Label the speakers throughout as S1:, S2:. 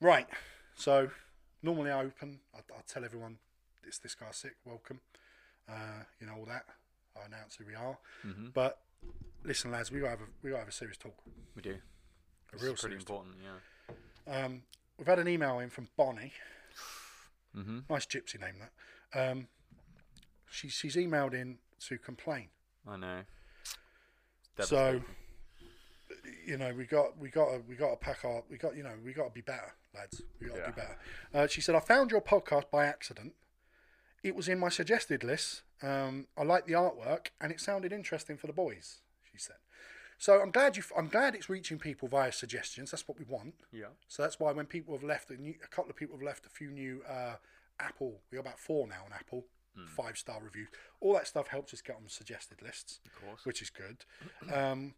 S1: Right. So normally I open. I, I tell everyone it's this guy sick. Welcome. Uh, you know all that. I announce who we are. But listen, lads, we gotta have a, we gotta have a serious talk.
S2: We do.
S1: A
S2: This
S1: real
S2: is pretty
S1: serious talk.
S2: important, yeah.
S1: Um, we've had an email in from Bonnie.
S2: Mm-hmm.
S1: Nice gypsy name that. Um, she, she's emailed in to complain.
S2: I know.
S1: So, you know, we got we got to, we got to pack our we got you know we got to be better, lads. We got to
S2: Yeah.
S1: be better. Uh, she said, "I found your podcast by accident. It was in my suggested list. Um, I liked the artwork and it sounded interesting for the boys." She said. So I'm glad you. I'm glad it's reaching people via suggestions. That's what we want.
S2: yeah.
S1: So that's why when people have left, a, new, a couple of people have left a few new uh, Apple. We got about four now on Apple,
S2: Hmm.
S1: five star reviews. All that stuff helps us get on suggested lists,
S2: Of course.
S1: which is good. Um,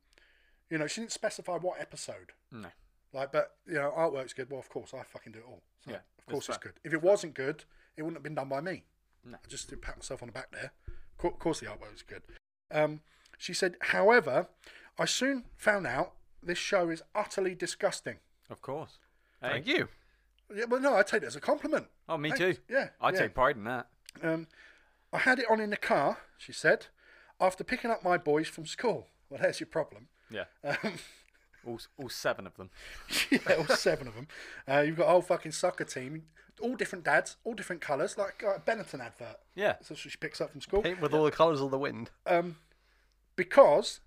S1: you know, she didn't specify what episode.
S2: No.
S1: Like, but you know, artwork's good. Well, of course, I fucking do it all. So
S2: Yeah,
S1: of course
S2: that's
S1: it's good. If it wasn't good, it wouldn't have been done by me.
S2: No.
S1: I just did pat myself on the back there. Co- Of course, the artwork was good. Um, she said, however, I soon found out this show is utterly disgusting.
S2: Of course. Thank you.
S1: Yeah, well, no, I take it as a compliment.
S2: Oh, me
S1: Thanks.
S2: too.
S1: Yeah,
S2: I
S1: yeah.
S2: take pride in that.
S1: Um, I had it on in the car, she said, after picking up my boys from school. Well, there's your problem.
S2: Yeah.
S1: Um,
S2: All, s- all seven of them.
S1: yeah, all seven of them. Uh, you've got a whole fucking soccer team, all different dads, all different colours, like uh, a Benetton advert.
S2: Yeah.
S1: That's what she picks up from school.
S3: Hit with all the colours of the wind.
S1: Um, because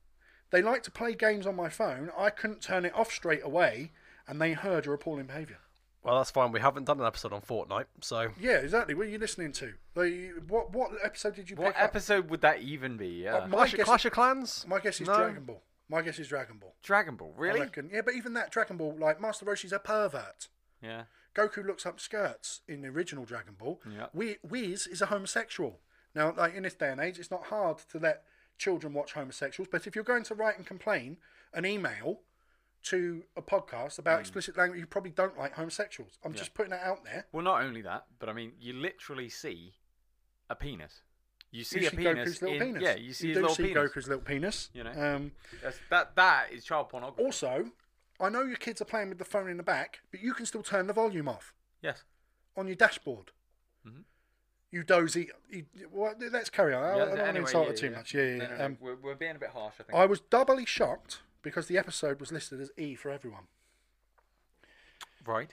S1: they like to play games on my phone, I couldn't turn it off straight away, and they heard your appalling behaviour.
S3: Well, that's fine. We haven't done an episode on Fortnite, so
S1: Yeah, exactly. What are you listening to? They, what what episode did you
S2: What
S1: pick up?
S2: episode would that even be? Yeah.
S1: Uh, my
S3: Clash,
S1: guess-
S3: of, Clash of Clans.
S1: My guess is
S3: No.
S1: Dragon Ball. My guess is Dragon Ball.
S2: Dragon Ball,
S1: I
S2: really?
S1: reckon. Yeah, but even that Dragon Ball, like Master Roshi's a pervert.
S2: Yeah.
S1: Goku looks up skirts in the original Dragon Ball.
S2: Yeah.
S1: Wi Wiz is a homosexual. Now, like in this day and age, it's not hard to let children watch homosexuals. But if you're going to write and complain an email to a podcast about
S2: Hmm.
S1: explicit language, you probably don't like homosexuals. I'm just putting that out there.
S2: Well, not only that, but I mean, you literally see a penis. You see a
S1: see
S2: penis.
S1: Goku's little
S2: in-
S1: penis.
S2: Yeah, you see his
S1: do
S2: little
S1: see
S2: penis.
S1: Goku's little penis.
S2: You know?
S1: Um,
S2: That's, that that is child pornography.
S1: also, I know your kids are playing with the phone in the back, but you can still turn the volume off.
S2: Yes.
S1: on your dashboard.
S2: Mhm.
S1: You dozy. You, well, let's carry on. Oh, I, I
S2: Yeah,
S1: don't want to
S2: anyway,
S1: insult
S2: yeah,
S1: her too
S2: yeah.
S1: much. Yeah, yeah.
S2: No, no,
S1: yeah.
S2: no,
S1: Um,
S2: we're, we're being a bit harsh, I think.
S1: I was doubly shocked because the episode was listed as E for everyone.
S2: right.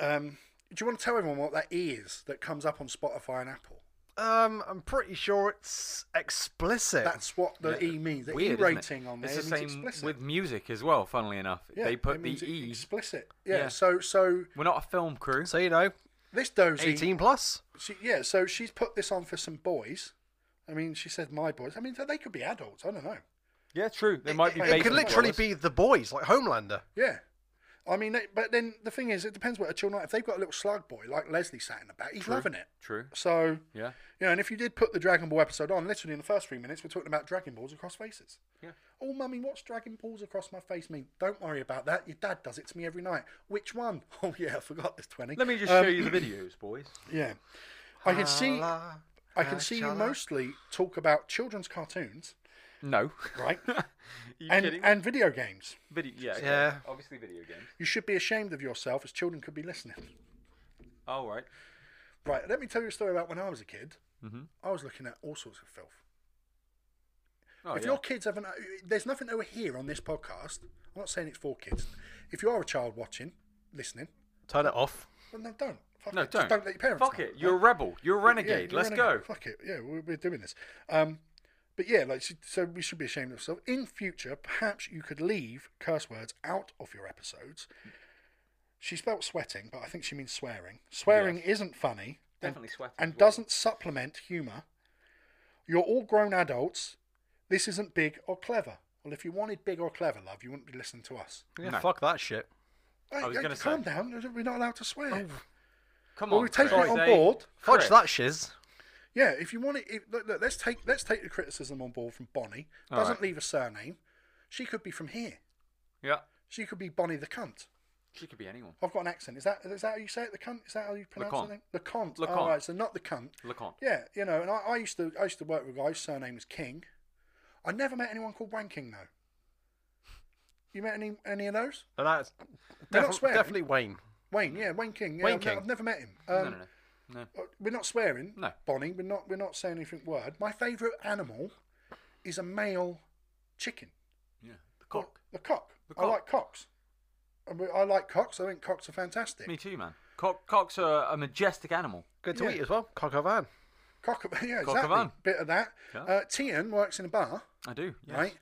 S1: Um, do you want to tell everyone what that E is that comes up on Spotify and Apple?
S3: Um, I'm pretty sure it's explicit.
S1: That's what the E means. The
S2: Weird,
S1: E
S2: isn't it?
S1: rating on there
S2: It's the
S1: means
S2: same
S1: explicit.
S2: with music as well. Funnily enough,
S1: yeah,
S2: they
S1: it
S2: put the
S1: means
S2: E.
S1: explicit. Yeah,
S2: Yeah.
S1: So so
S2: We're not a film crew.
S3: so you know,
S1: this dozy.
S3: 18 plus.
S1: She, yeah. So she's put this on for some boys. I mean, she said my boys. I mean, they could be adults. I don't know.
S2: yeah, true. They might be.
S1: it
S2: based
S3: It could
S2: on
S3: literally
S2: followers.
S3: be the boys, like Homelander.
S1: Yeah. I mean, they- but then the thing is, it depends what a chill night. If they've got a little slug boy like Leslie sat in the back, he's loving it.
S2: True.
S1: So,
S2: Yeah.
S1: you know, and if you did put the Dragon Ball episode on, literally in the first three minutes, we're talking about Dragon Balls across faces.
S2: Yeah.
S1: Oh, mummy, what's Dragon Balls across my face mean? Don't worry about that. Your dad does it to me every night. Which one? Oh, yeah, I forgot this 20.
S2: Let me just
S1: Um,
S2: show you the videos, boys.
S1: Yeah. I can see.
S3: Ah,
S1: I can see you
S3: Shala.
S1: mostly talk about children's cartoons,
S2: No.
S1: right?
S2: Are you
S1: and
S2: kidding?
S1: and video games.
S2: Video, yeah, okay.
S3: Yeah.
S2: Obviously, video games.
S1: You should be ashamed of yourself, as children could be listening.
S2: All right.
S1: Right, let me tell you a story about when I was a kid.
S2: Mm-hmm.
S1: I was looking at all sorts of filth.
S2: Oh,
S1: if
S2: yeah.
S1: your kids haven't, there's nothing over here on this podcast. I'm not saying it's for kids. If you are a child watching, listening,
S3: Turn it off.
S1: well, no, don't. Fuck
S2: no,
S1: it.
S2: don't.
S1: Just don't let your parents.
S2: Fuck
S1: know.
S2: it. You're a rebel. You're a
S1: Yeah,
S2: renegade.
S1: you're
S2: Let's
S1: running
S2: go.
S1: it. Fuck it. Yeah, we're, we're doing this. Um, but yeah, like so- so, we should be ashamed of ourselves. In future, perhaps you could leave curse words out of your episodes. She spelt sweating, but I think she means swearing. Swearing isn't funny. and-
S2: Definitely sweating.
S1: and
S2: as well.
S1: doesn't supplement humour. You're all grown adults. This isn't big or clever. Well, if you wanted big or clever, love, you wouldn't be listening to us.
S3: Yeah,
S2: No.
S3: fuck that shit. Oh,
S1: Hey,
S2: was
S1: hey,
S2: gonna
S1: calm
S2: say- Oh,
S1: down. We're not allowed to swear.
S2: Come
S1: well,
S2: on.
S1: we've taken
S2: Chris.
S1: it on
S2: Say-
S1: board.
S3: Fudge
S2: Chris.
S3: that shiz.
S1: Yeah, if you want it, if, look, look, let's take let's take the criticism on board from Bonnie.
S2: All
S1: Doesn't
S2: right.
S1: leave a surname. She could be from here.
S2: Yeah.
S1: She could be Bonnie the cunt.
S2: She could be anyone.
S1: I've got an accent. Is that is that how you say it? The cunt. Is that how you pronounce
S2: cunt.
S1: it? then? The cunt.
S2: Le
S1: All
S2: cunt.
S1: right, so not the cunt.
S2: Lecon.
S1: Yeah, you know, and I, I used to I used to work with guys. Surname was King. I never met anyone called Wanking though. You met any any of those?
S3: And that's
S1: They're not
S3: defi-
S1: swearing.
S3: definitely Wayne.
S1: Wayne, yeah, Wayne King. Yeah,
S2: Wayne
S1: I've, ne-
S2: King.
S1: I've never met him.
S2: No,
S1: Um,
S2: no, no. No.
S1: uh, We're not swearing.
S2: No.
S1: Bonnie, we're not. We're not saying anything. Word. My favourite animal is a male chicken.
S2: Yeah. The cock.
S1: The cock.
S2: The
S1: I
S2: cock.
S1: like cocks. I, mean, I like cocks. I think cocks are fantastic.
S2: Me too, man. Cock, cocks are a majestic animal.
S3: Good to
S1: Yeah.
S3: eat as well. Cock au vin.
S1: Cock. Yeah,
S2: Cock of
S1: exactly.
S2: an.
S1: Bit of that.
S2: Yeah.
S1: Uh, Tian works in a bar,
S2: I do. Yes.
S1: right?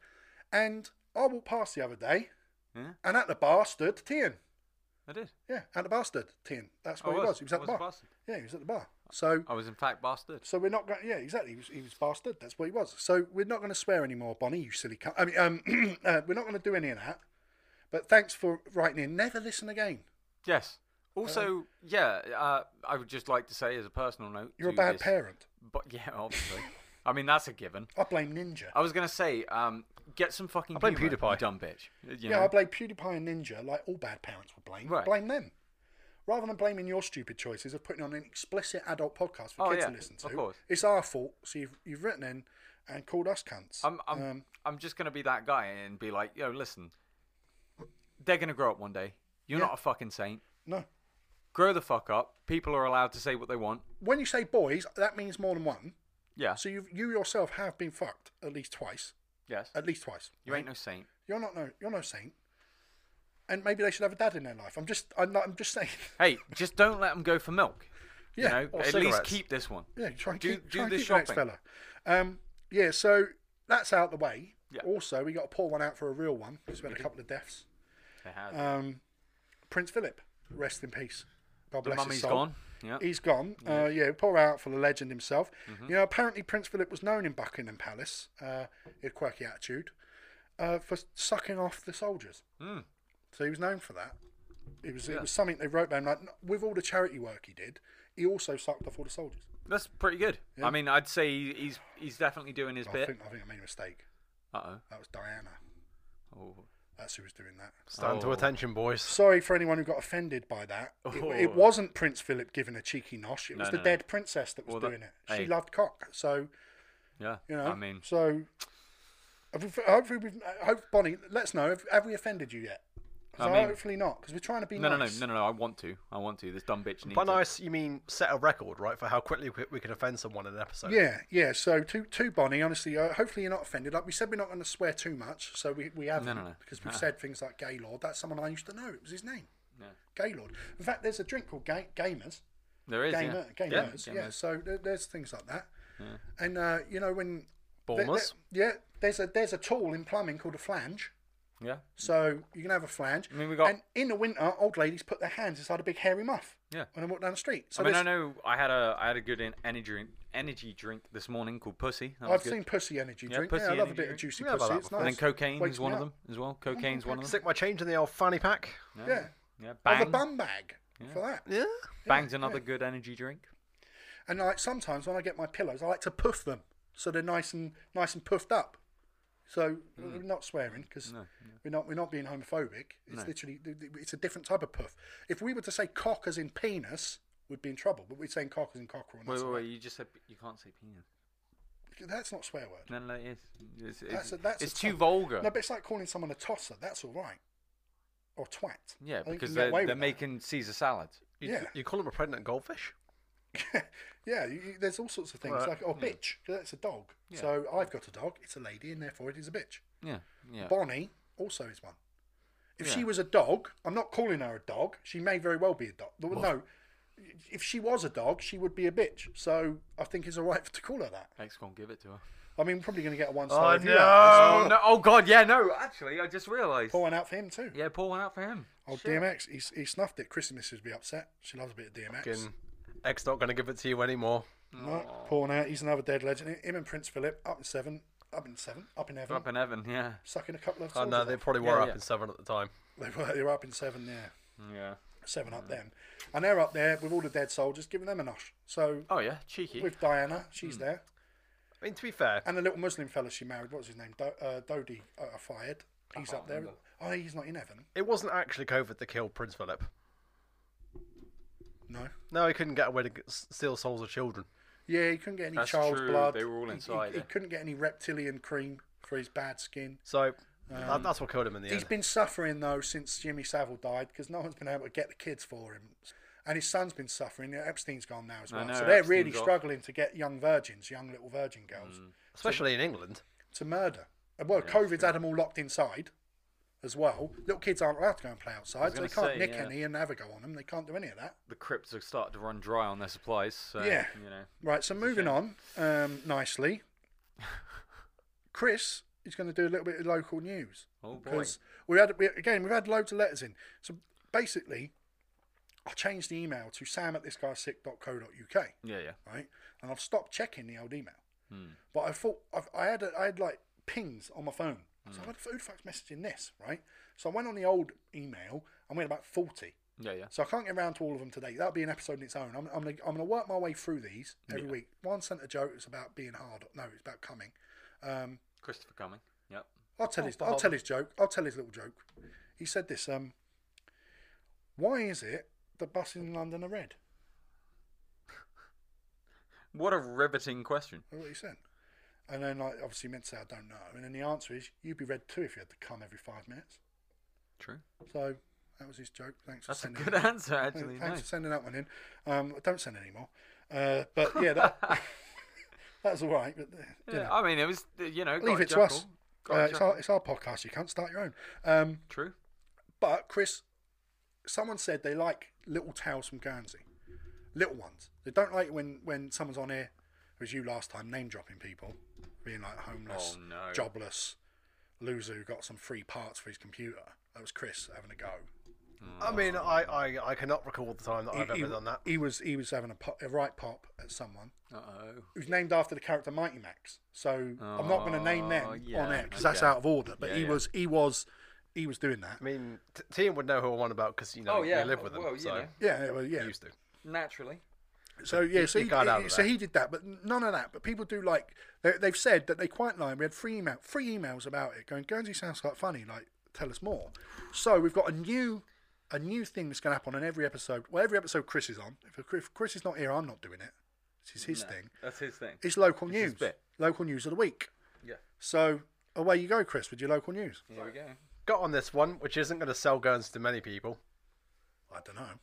S1: And I walked past the other day,
S2: Yeah.
S1: and at the bar stood Tian.
S2: I did.
S1: Yeah, at the bar stood Tian. That's
S2: I
S1: where he was. He was
S2: I
S1: at the
S2: a
S1: bar.
S2: bastard.
S1: Yeah, he was at the bar. So.
S2: I was in fact bastard.
S1: So we're not going. Yeah, exactly. He was, he was bastard. That's what he was. So we're not going to swear anymore, Bonnie. You silly cunt. I mean, um, uh, we're not going to do any of that. But thanks for writing in. Never listen again.
S2: Yes. Also, yeah, uh, I would just like to say as a personal note,
S1: You're a
S2: to
S1: bad
S2: this-
S1: parent.
S2: But yeah, obviously. I mean, that's a given.
S1: I blame Ninja.
S2: I was gonna say, um, get some fucking.
S3: I blame
S2: humour, you
S3: PewDiePie.
S2: dumb bitch. You
S1: yeah,
S2: know?
S1: I blame PewDiePie and Ninja, like all bad parents would blame.
S2: Right.
S1: Blame them. Rather than blaming your stupid choices of putting on an explicit adult podcast for
S2: Oh,
S1: kids
S2: yeah,
S1: to listen to,
S2: of course.
S1: it's our fault. So you've, you've written in and called us cunts.
S2: I'm, I'm,
S1: Um,
S2: I'm just gonna be that guy and be like, yo, listen, they're gonna grow up one day. You're
S1: Yeah.
S2: not a fucking saint.
S1: no.
S2: Grow the fuck up. People are allowed to say what they want.
S1: When you say boys, that means more than one.
S2: Yeah.
S1: So you you yourself have been fucked at least twice.
S2: yes.
S1: At least twice.
S2: You ain't no saint.
S1: You're not no. You're no saint. And maybe they should have a dad in their life. I'm just. I'm, not, I'm just saying.
S2: Hey, just don't let them go for milk.
S1: Yeah.
S2: You know,
S3: or
S2: at least
S3: cigarettes.
S2: keep this one.
S1: Yeah. Try and
S2: Do-
S1: keep,
S2: do
S1: try and
S2: the
S1: keep the next
S2: shopping.
S1: fella. Um, yeah. So that's out the way.
S2: Yeah.
S1: Also, we got to pour one out for a real one because we had a couple of deaths.
S2: It has.
S1: Um, Prince Philip, rest in peace. God
S2: the
S1: bless
S2: mummy's
S1: his soul.
S2: gone. Yeah. Mm-hmm.
S1: He's gone. Yeah, uh, yeah pour out for the legend himself. You know, apparently Prince Philip was known in Buckingham Palace, uh, his quirky attitude, uh, for sucking off the soldiers.
S2: Mm.
S1: So he was known for that. It was
S2: Yeah.
S1: it was something they wrote down. Like with all the charity work he did, he also sucked off all the soldiers.
S2: That's pretty good.
S1: Yeah.
S2: I mean, I'd say he's he's definitely doing his
S1: I
S2: bit.
S1: think I think I made a mistake.
S2: Uh
S1: That was Diana.
S2: oh.
S1: That's who was doing that.
S3: Stand to
S2: Oh.
S3: attention, boys.
S1: Sorry for anyone who got offended by that. It, it
S2: Oh.
S1: wasn't Prince Philip giving a cheeky nosh. It
S2: No,
S1: was the
S2: no, no.
S1: dead princess that was
S2: Well, that-
S1: doing it. She
S2: hey.
S1: loved cock. So
S2: Yeah.
S1: you know.
S2: I mean,
S1: so. I've- Hopefully, we've, I hope Bonnie, let's know. Have, have we offended you yet? 'Cause
S2: I mean-
S1: hopefully not, because we're trying to be
S2: no, no, no,
S1: nice.
S2: no, no, no. I want to. I want to. This dumb bitch needs.
S3: By
S2: it.
S3: nice, you mean set a record, right, for how quickly we- we can offend someone in an episode.
S1: Yeah, yeah. So to to Bonnie, honestly, uh, hopefully you're not offended. Like we said, we're not going to swear too much, so we we haven't
S2: no, no.
S1: because we've
S2: Ah.
S1: said things like Gaylord. That's someone I used to know. It was his name,
S2: Yeah.
S1: Gaylord. In fact, there's a drink called ga- Gamers.
S2: There is.
S1: Gamer,
S2: yeah.
S1: Gamers.
S2: yeah.
S1: Yeah.
S2: gamers.
S1: So there, there's things like that. And uh, you know when th-
S3: Bournemouth.
S1: th- yeah, there's a there's a tool in plumbing called a flange.
S2: Yeah.
S1: So you can have a flange.
S2: I mean, we got-
S1: And in the winter, old ladies put their hands inside a big hairy muff
S2: Yeah.
S1: when they walk down the street. So
S2: I mean, I
S1: there's-
S2: know I had a I had a good en- energy drink, energy drink this morning called Pussy. That was
S1: I've
S2: good.
S1: seen pussy energy
S2: Yeah,
S1: drink.
S2: pussy
S1: yeah, I love a
S2: energy
S1: bit of
S2: drink.
S1: juicy
S3: Yeah, I've had
S1: pussy.
S3: that
S1: It's
S3: before.
S1: nice.
S2: And then cocaine
S1: Wakes
S2: is
S1: me
S2: one of
S1: up.
S2: them as well. Cocaine's one of them.
S3: Stick my change in the old fanny pack.
S1: Yeah.
S2: Yeah.
S1: Bang.
S2: Bang.
S1: a bum bag for that.
S3: Yeah.
S2: Bang's another good energy drink.
S1: And like sometimes when I get my pillows, I like to puff them so they're nice and nice and puffed up. So
S2: Mm.
S1: we're not swearing because we're not we're not being homophobic. It's literally it's a different type of puff. If we were to say cock as in penis, we'd be in trouble. But we're saying cock as in cockerel. And
S2: Wait,
S1: that's,
S2: wait, wait. You just said you can't say penis.
S1: that's not a swear word.
S2: No, no, it is. It's, it's,
S1: That's a, that's a
S2: it's too
S1: top-
S2: vulgar.
S1: No, but it's like calling someone a tosser. That's all right. Or twat. I
S2: yeah,
S1: think you can
S2: because
S1: get
S2: they're,
S1: away
S2: they're
S1: with that.
S2: making Caesar salad.
S3: You,
S1: Yeah.
S3: You call him a pregnant goldfish?
S1: yeah, you, you- there's all sorts of things
S3: Right.
S1: like oh bitch, 'cause that's a dog. So I've got a dog. It's a lady, and therefore it is a bitch.
S2: Yeah, yeah.
S1: Bonnie also is one. If she
S2: Yeah.
S1: was a dog, I'm not calling her a dog. She may very well be a dog. No, No, if she was a dog, she would be a bitch. So I think it's all right to call her that.
S2: X gonna give it to her.
S1: I mean, we're probably going to get a one
S3: Oh,
S1: star review
S3: no.
S1: out.
S2: Oh no! Oh god! Yeah, no. Actually, I just realised.
S1: Pour one out for him too.
S2: Yeah, pour one out for him.
S1: Oh, DMX, he, he snuffed it. Christmas would be upset. She loves a bit of DMX.
S3: Fucking X not going to give it to you anymore.
S1: No, pour one out. He's another dead legend. Him and Prince Philip up in seven, up in seven, up in heaven,
S2: Up in heaven. Yeah.
S1: sucking a couple of.
S3: Oh, no,
S1: soldiers
S3: they
S1: off.
S3: probably
S2: Yeah,
S3: were up
S2: yeah.
S3: in seven at the time.
S1: They were, they were up in seven there.
S2: Yeah.
S1: Seven
S2: Mm.
S1: up them. And they're up there with all the dead soldiers, giving them a nosh. So
S2: Oh yeah, cheeky.
S1: with Diana, she's
S2: Mm.
S1: there.
S3: I mean, to be fair,
S1: And the little Muslim fella she married, what was his name? Do- uh, Dodi uh, Fired. He's
S2: can't
S1: up there.
S2: remember.
S1: Oh, he's not in heaven.
S3: it wasn't actually COVID that killed Prince Philip.
S1: No.
S3: No, he couldn't get away to g- s- steal souls of children.
S1: Yeah, he couldn't get any
S2: That's
S1: child's
S2: true,
S1: blood.
S2: they were all
S1: He- he-
S2: inside
S1: He,
S2: her.
S1: couldn't get any reptilian cream for his bad skin.
S3: So That- that's what killed him in the
S1: Um, He's
S3: end.
S1: been suffering though since Jimmy Savile died because no one's been able to get the kids for him, and his son's been suffering. Epstein's gone now as
S2: I
S1: well,
S2: know,
S1: so they're really
S2: Epstein's off.
S1: struggling to get young virgins, young little virgin girls,
S2: Mm.
S3: Especially in England.
S1: to murder. And, Well, COVID's had them all locked inside, as well. Little kids aren't allowed to go and play outside, so they
S2: gonna
S1: can't
S2: say,
S1: nick
S2: yeah.
S1: any and have a go on them. They can't do any of that.
S2: The crypts have started to run dry on their supplies. So,
S1: Yeah.
S2: You know.
S1: Right, so moving on um, nicely. Chris is going to do a little bit of local news.
S2: Oh, boy.
S1: Because we had, we, again, we've had loads of letters in. So basically, I changed the email to sam at thisguysick.co.uk,
S2: Yeah, yeah.
S1: right? And I've stopped checking the old email. But I thought, I've, I, had a, I had like pings on my phone. So I was like, who the fuck's messaging this, right? So I went on the old email and we had about 40.
S2: Yeah, yeah.
S1: So I can't get around to all of them today. That'll be an episode in its own. I'm, I'm, gonna, I'm gonna work my way through these every
S2: Yeah.
S1: week. One sent a joke. It's about being hard. No, it's about coming. Um,
S2: Christopher Cumming. Yep.
S1: I'll tell
S2: Oh,
S1: his.
S2: for
S1: I'll tell
S2: Hobart.
S1: his joke. I'll tell his little joke. He said this. Um, why is it the buses in London are red?
S2: What a riveting question.
S1: That's what he said. And then like obviously he meant to say I don't know. And then the answer is you'd be red too if you had to come every five minutes.
S2: True.
S1: So that was his joke. Thanks
S2: That's
S1: for
S2: a
S1: sending.
S2: good answer, actually.
S1: Thanks for
S2: Nice.
S1: sending that one in. Um, don't send any more. Uh, but yeah, that, that's all right. But uh, you know.
S2: Yeah, I mean, it was, uh, you know,
S1: Leave
S2: got a
S1: it to
S2: chuckle.
S1: us.
S2: Got
S1: Uh,
S2: a
S1: it's,
S2: chuckle.
S1: our, it's our podcast. You can't start your own. Um,
S2: True.
S1: but Chris, someone said they like little tales from Guernsey, little ones. They don't like when when someone's on here, it was you last time, name dropping people, being like homeless,
S2: Oh, no.
S1: jobless, loser who got some free parts for his computer. That was Chris having a go.
S3: I mean, I, I, I cannot recall the time that I've
S1: Mm. he,
S3: ever done that.
S1: he was he was having a, pop, a right pop at someone
S2: Uh oh.
S1: who's named after the character Mighty Max. So I'm not going to name
S2: Oh,
S1: them
S2: yeah,
S1: on it because that's
S2: okay.
S1: out of order. But
S2: Yeah,
S1: he
S2: yeah.
S1: was he was he was doing that.
S3: I mean, t- Tian would know who I'm on about because you know
S2: Oh, yeah.
S3: you live with them,
S2: Well, you
S3: so
S2: know.
S1: Yeah, yeah, well, yeah.
S3: you used to.
S2: Naturally.
S1: So yeah, so
S3: you
S1: he,
S3: got out of
S1: so
S3: that.
S1: he did that, but none of that. But people do like they, they've said that they quite like. We had three email, three emails about it going. Guernsey sounds quite funny. Like, tell us more. So we've got a new, a new thing that's going to happen on every episode. Well, every episode Chris is on. If, if Chris is not here, I'm not doing it. This is his
S2: No,
S1: thing.
S2: That's his thing.
S1: It's local
S2: It's his
S1: news.
S2: bit.
S1: Local news of the week.
S2: Yeah.
S1: So away you go, Chris, with your local news.
S2: Here we go.
S3: Got on this one, which isn't going to sell guns to many people.
S1: I don't know.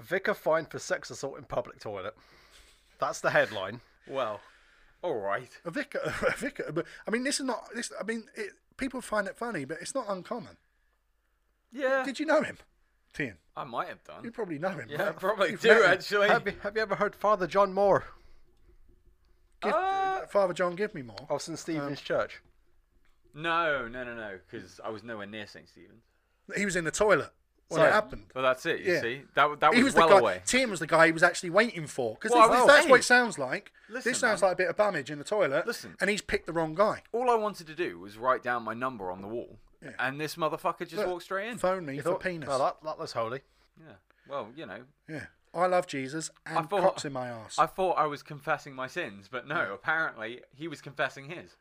S3: Vicar fined for sex assault in public toilet. That's the headline.
S2: Well, all right.
S1: A vicar, a vicar. But I mean, this is not. This. I mean, it, people find it funny, but it's not uncommon.
S2: Yeah.
S1: Did you know him, Tian?
S2: I might have
S1: You
S2: done.
S1: probably know him.
S2: Yeah, I
S1: right?
S2: probably
S1: You've
S2: do,
S1: met him.
S2: actually.
S3: Have you, have you ever heard Father John Moore?
S1: Give-
S2: Ah.
S1: Father John, give me more.
S3: of St Stephen's Church.
S2: No, no, no, no, because I was nowhere near St. Stephen's.
S1: He was in the toilet when it
S3: So-
S1: happened.
S2: Well, that's it, you
S1: Yeah.
S2: see. That, w- that
S1: he
S2: was,
S1: was
S2: well
S1: the guy.
S2: away.
S1: Tim was the guy he was actually waiting for because
S2: Well, I was
S1: that's what it
S2: saying-
S1: sounds like.
S2: Listen,
S1: this sounds
S2: man.
S1: like a bit of bummage in the toilet.
S2: Listen.
S1: and he's picked the wrong guy.
S2: All I wanted to do was write down my number on the wall, and this motherfucker just
S1: Look,
S2: walked straight in.
S1: Phone me
S3: You
S1: for
S3: thought-
S1: penis.
S3: Well, that, that was holy.
S2: Yeah. Well, you know,
S1: yeah, I love Jesus and
S2: I thought-
S1: cops in my ass.
S2: I thought I was confessing my sins, but no, apparently he was confessing his.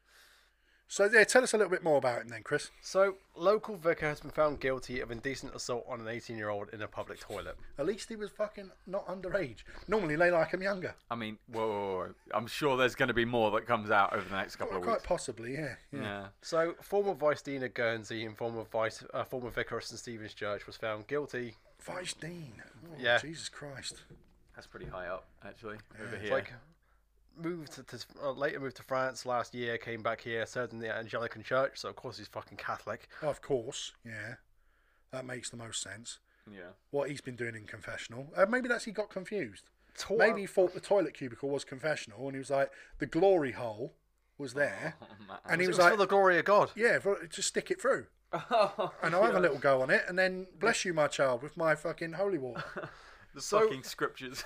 S1: So yeah, tell us a little bit more about him then, Chris.
S3: So, local vicar has been found guilty of indecent assault on an 18 year old in a public toilet.
S1: At least he was fucking not underage. Normally they like him younger.
S2: I mean, whoa, whoa, whoa. I'm sure there's going to be more that comes out over the next couple
S1: Well,
S2: of
S1: quite
S2: weeks.
S1: possibly, yeah. yeah.
S2: Yeah.
S3: So, former Vice Dean of Guernsey and former Vice, uh, former Vicar of St Stephen's Church was found guilty.
S1: Vice Dean. Oh,
S3: Yeah.
S1: Jesus Christ.
S2: That's pretty high up, actually, over
S3: It's
S2: here.
S3: Like, moved to, to- uh, later moved to France last year, came back here, served in the Anglican Church, so of course he's fucking Catholic.
S1: Of course, yeah. That makes the most sense.
S2: yeah.
S1: What he's been doing in confessional. Uh, maybe that's he got confused.
S3: Taught-
S1: Maybe he thought the toilet cubicle was confessional and he was like, the glory hole was there.
S2: Oh,
S1: and he
S3: It
S1: was,
S3: was
S1: like,
S3: for the glory of God.
S1: yeah, for- just stick it through. And I'll have a little go on it and then bless you, my child, with my fucking holy water.
S2: The
S3: So-
S2: fucking scriptures.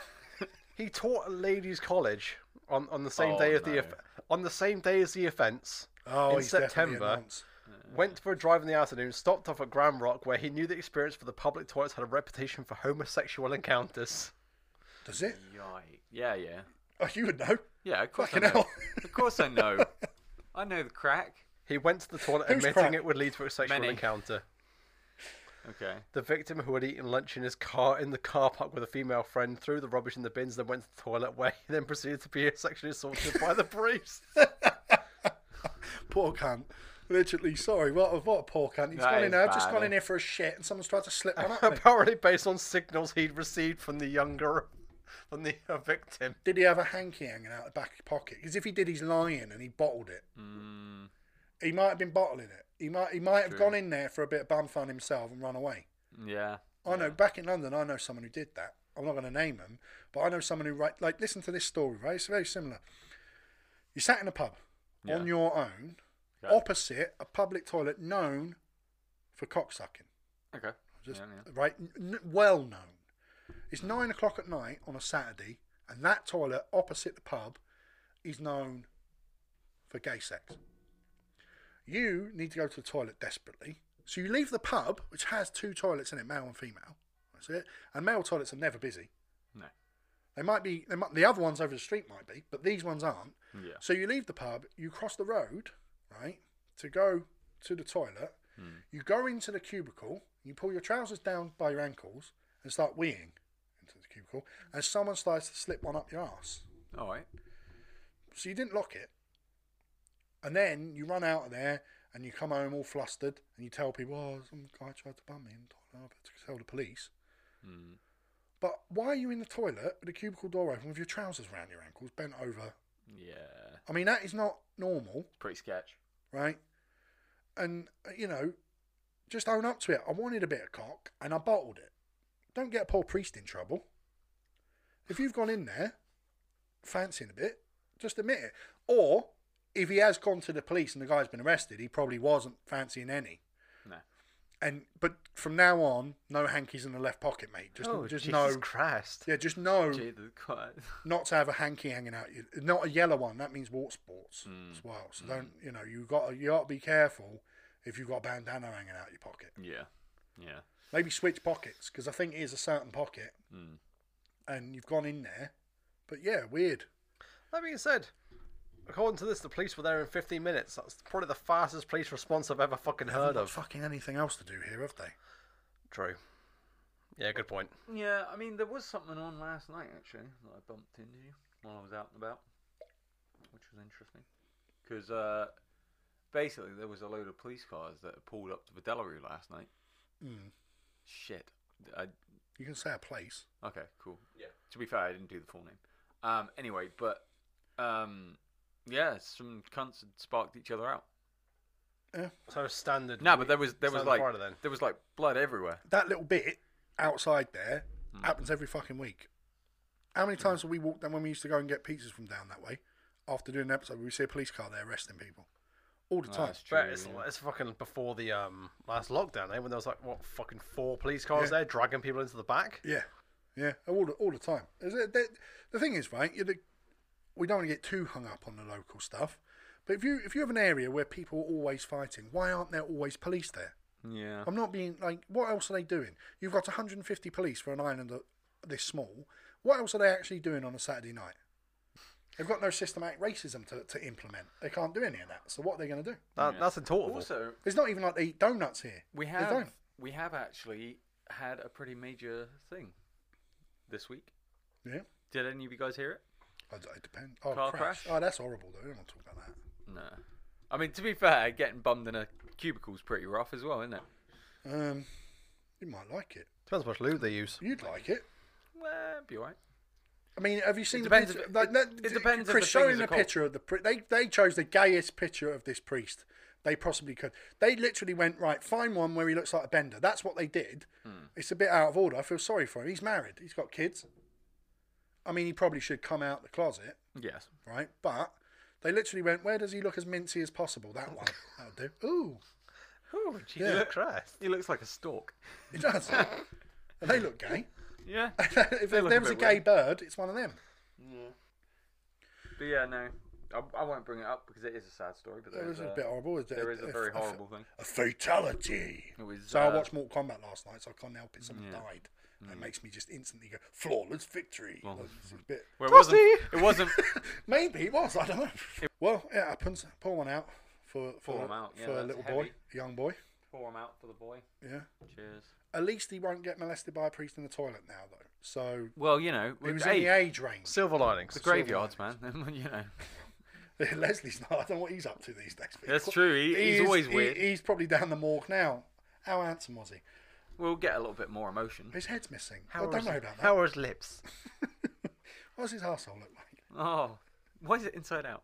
S3: He taught at ladies' college on, on the same
S2: Oh,
S3: day as the
S2: no.
S3: off- on the same day as the offence.
S1: Oh,
S3: in
S1: he's definitely a
S3: September,
S1: nonce.
S3: went for a drive in the afternoon, stopped off at Grand Rock, where he knew the experience for the public toilets had a reputation for homosexual encounters.
S1: Does it?
S2: Yike. Yeah, yeah.
S1: Oh, you would know.
S2: Yeah, of course I
S1: Fucking
S2: know.
S1: hell.
S2: of course I know. I know the crack.
S3: He went to the toilet,
S1: Who's
S3: admitting
S1: crap?
S3: it would lead to a sexual
S2: Many.
S3: encounter.
S2: Okay.
S3: The victim, who had eaten lunch in his car in the car park with a female friend, threw the rubbish in the bins, then went to the toilet, where he then proceeded to be sexually assaulted by the priest.
S1: Poor cunt. Literally, sorry, what a, what a poor cunt. He's
S2: That
S1: gone in
S2: is
S1: there, just
S2: bad,
S1: gone
S2: eh?
S1: in here for a shit, and someone's tried to slip one up. me.
S3: Apparently, based on signals he'd received from the younger, from the uh, victim.
S1: Did he have a hanky hanging out the back of his pocket? Because if he did, he's lying and he bottled it.
S2: Mm,
S1: He might have been bottling it. He might he might have
S2: True.
S1: gone in there for a bit of bum fun himself and run away.
S2: yeah.
S1: I know back in London, I know someone who did that. I'm not going to name him, but I know someone who right like listen to this story. Right, it's very similar. You sat in a pub
S2: Yeah.
S1: on your own,
S2: Okay.
S1: opposite a public toilet known for cocksucking.
S2: Okay.
S1: Just
S2: Yeah, yeah.
S1: right, n- n- well known. It's nine o'clock at night on a Saturday, and that toilet opposite the pub is known for gay sex. You need to go to the toilet desperately, so you leave the pub, which has two toilets in it, male and female. That's it. And male toilets are never busy.
S2: No.
S1: They might be. They might, the other ones over the street might be, but these ones aren't.
S2: Yeah.
S1: So you leave the pub, you cross the road, right, to go to the toilet. You go into the cubicle, you pull your trousers down by your ankles and start weeing into the cubicle, and someone starts to slip one up your ass.
S2: All right.
S1: So you didn't lock it. And then you run out of there and you come home all flustered and you tell people, oh, some guy tried to bum me in the toilet. I better tell the police.
S2: Mm,
S1: But why are you in the toilet with the cubicle door open with your trousers round your ankles, bent over?
S2: yeah.
S1: I mean, that is not normal.
S2: Pretty sketch.
S1: right? And uh, you know, just own up to it. I wanted a bit of cock, and I bottled it. Don't get a poor priest in trouble. If you've gone in there fancying a bit, just admit it. Or if he has gone to the police and the guy's been arrested, he probably wasn't fancying any.
S2: No.
S1: And but from now on, no hankies in the left pocket, mate. Just
S3: oh,
S1: just
S3: Jesus
S1: no.
S3: Christ.
S1: Yeah, just no
S2: Jesus Christ.
S1: not to have a hanky hanging out, you- not a yellow one. That means water sports as well. So don't you know you got to you got to be careful if you've got a bandana hanging out your pocket.
S2: Yeah. Yeah.
S1: Maybe switch pockets because I think it is a certain pocket,
S2: Mm.
S1: and you've gone in there. But yeah, weird.
S3: That being said, according to this, the police were there in 15 minutes. That's probably the fastest police response I've ever fucking heard
S1: Haven't got
S3: of.
S1: fucking anything else to do here, have they?
S3: True. Yeah, good point.
S2: Yeah. I mean, there was something on last night actually that I bumped into while I was out and about, which was interesting. Because uh, basically, there was a load of police cars that had pulled up to the Delarue last night.
S1: Mm.
S2: Shit. I,
S1: You can say a place.
S2: Okay, cool. Yeah. To be fair, I didn't do the full name. Um. Anyway, but um, yeah, some cunts had sparked each other out.
S3: So standard.
S2: No, but there was there
S3: So
S2: was
S3: the
S2: like
S3: Friday then.
S2: there was like blood everywhere.
S1: That little bit outside there happens every fucking week. How many times have we walked down when we used to go and get pizzas from down that way? After doing an episode, we see a police car there arresting people all the time.
S2: that's true.
S3: But it's,
S2: yeah.
S3: it's fucking before the um last lockdown, eh? When there was like what fucking four police cars
S1: Yeah.
S3: there dragging people into the back.
S1: Yeah, yeah, all the, all the time. Is it- that- the thing is, right? You're the, we don't want to get too hung up on the local stuff, but if you if you have an area where people are always fighting, why aren't there always police there?
S2: Yeah.
S1: I'm not being like, what else are they doing? You've got 150 police for an island that- this small. What else are they actually doing on a Saturday night? They've got no systematic racism to, to implement. They can't do any of that. So what are they going to do?
S3: That, That's intortable.
S2: Also,
S1: It's not even like they eat donuts here.
S2: we
S1: They
S2: have
S1: don't.
S2: we have actually had a pretty major thing this week.
S1: Yeah.
S2: Did any of you guys hear it?
S1: I d- It depends. Oh,
S2: Car
S1: crash.
S2: crash?
S1: Oh, that's horrible, though. We don't want to talk about that.
S2: No. I mean, to be fair, getting bummed in a cubicle's pretty rough as well, isn't it?
S1: Um, you might like it.
S3: Depends how much lube they use.
S1: You'd like it.
S2: Well, be alright.
S1: I mean, have you seen?
S2: depends
S1: The picture?
S2: if-
S1: like,
S2: it-
S1: that-
S2: it depends if
S1: Chris,
S2: the
S1: show
S2: thing
S1: him
S2: is a
S1: the
S2: cult.
S1: picture of the. pri- They they chose the gayest picture of this priest they possibly could. They literally went right. Find one where he looks like a bender. That's what they did.
S2: Hmm.
S1: It's a bit out of order. I feel sorry for him. He's married. He's got kids. I mean, he probably should come out the closet,
S2: Yes.
S1: right? But they literally went. Where does he look as mincy as possible? That one. That'll do. Ooh,
S3: Oh, Jesus
S1: Yeah.
S3: Christ!
S2: He looks like a stork.
S1: he does. and they look gay.
S2: Yeah.
S1: if there
S2: look a
S1: there was a
S2: bit
S1: gay
S2: weird.
S1: bird, it's one of them.
S2: But yeah, no, I, I won't bring it up because it is a sad story. But
S1: That
S2: there's
S1: was a bit horrible. Is
S2: there is a very horrible thing.
S1: A fatality.
S2: It was,
S1: so I
S2: uh,
S1: watched Mortal Kombat last night, so I can't help it. Someone
S2: Yeah. Mm.
S1: died. And It makes me just instantly go flawless victory.
S2: Well,
S1: Like, it's a bit-
S2: Well, it wasn't.
S3: Toasty!
S2: It wasn't.
S1: Maybe it was. I don't know. well, it happens. Pour one out for for,
S2: Pour 'em out, yeah,
S1: for a
S2: that's
S1: little boy,
S2: heavy.
S1: a young boy.
S2: Pour him out for the boy.
S1: Yeah.
S2: Cheers.
S1: At least he won't get molested by a priest in the toilet now, though. So
S2: Well, you know,
S1: he was
S2: hey,
S1: in the age range.
S3: Silver linings.
S2: the graveyards, man. you know,
S1: Leslie's not. I don't know what he's up to these days. but
S2: That's
S1: he-
S2: true. He, he's
S1: is-
S2: always
S1: he-
S2: weird.
S1: he's probably down the morgue now. How handsome was he?
S2: We'll get a little bit more emotion.
S1: His head's missing.
S3: How
S1: I
S3: are
S1: don't
S3: his-
S1: know about that.
S3: How are his lips?
S1: What does his arsehole look like?
S2: Oh, why is it inside out?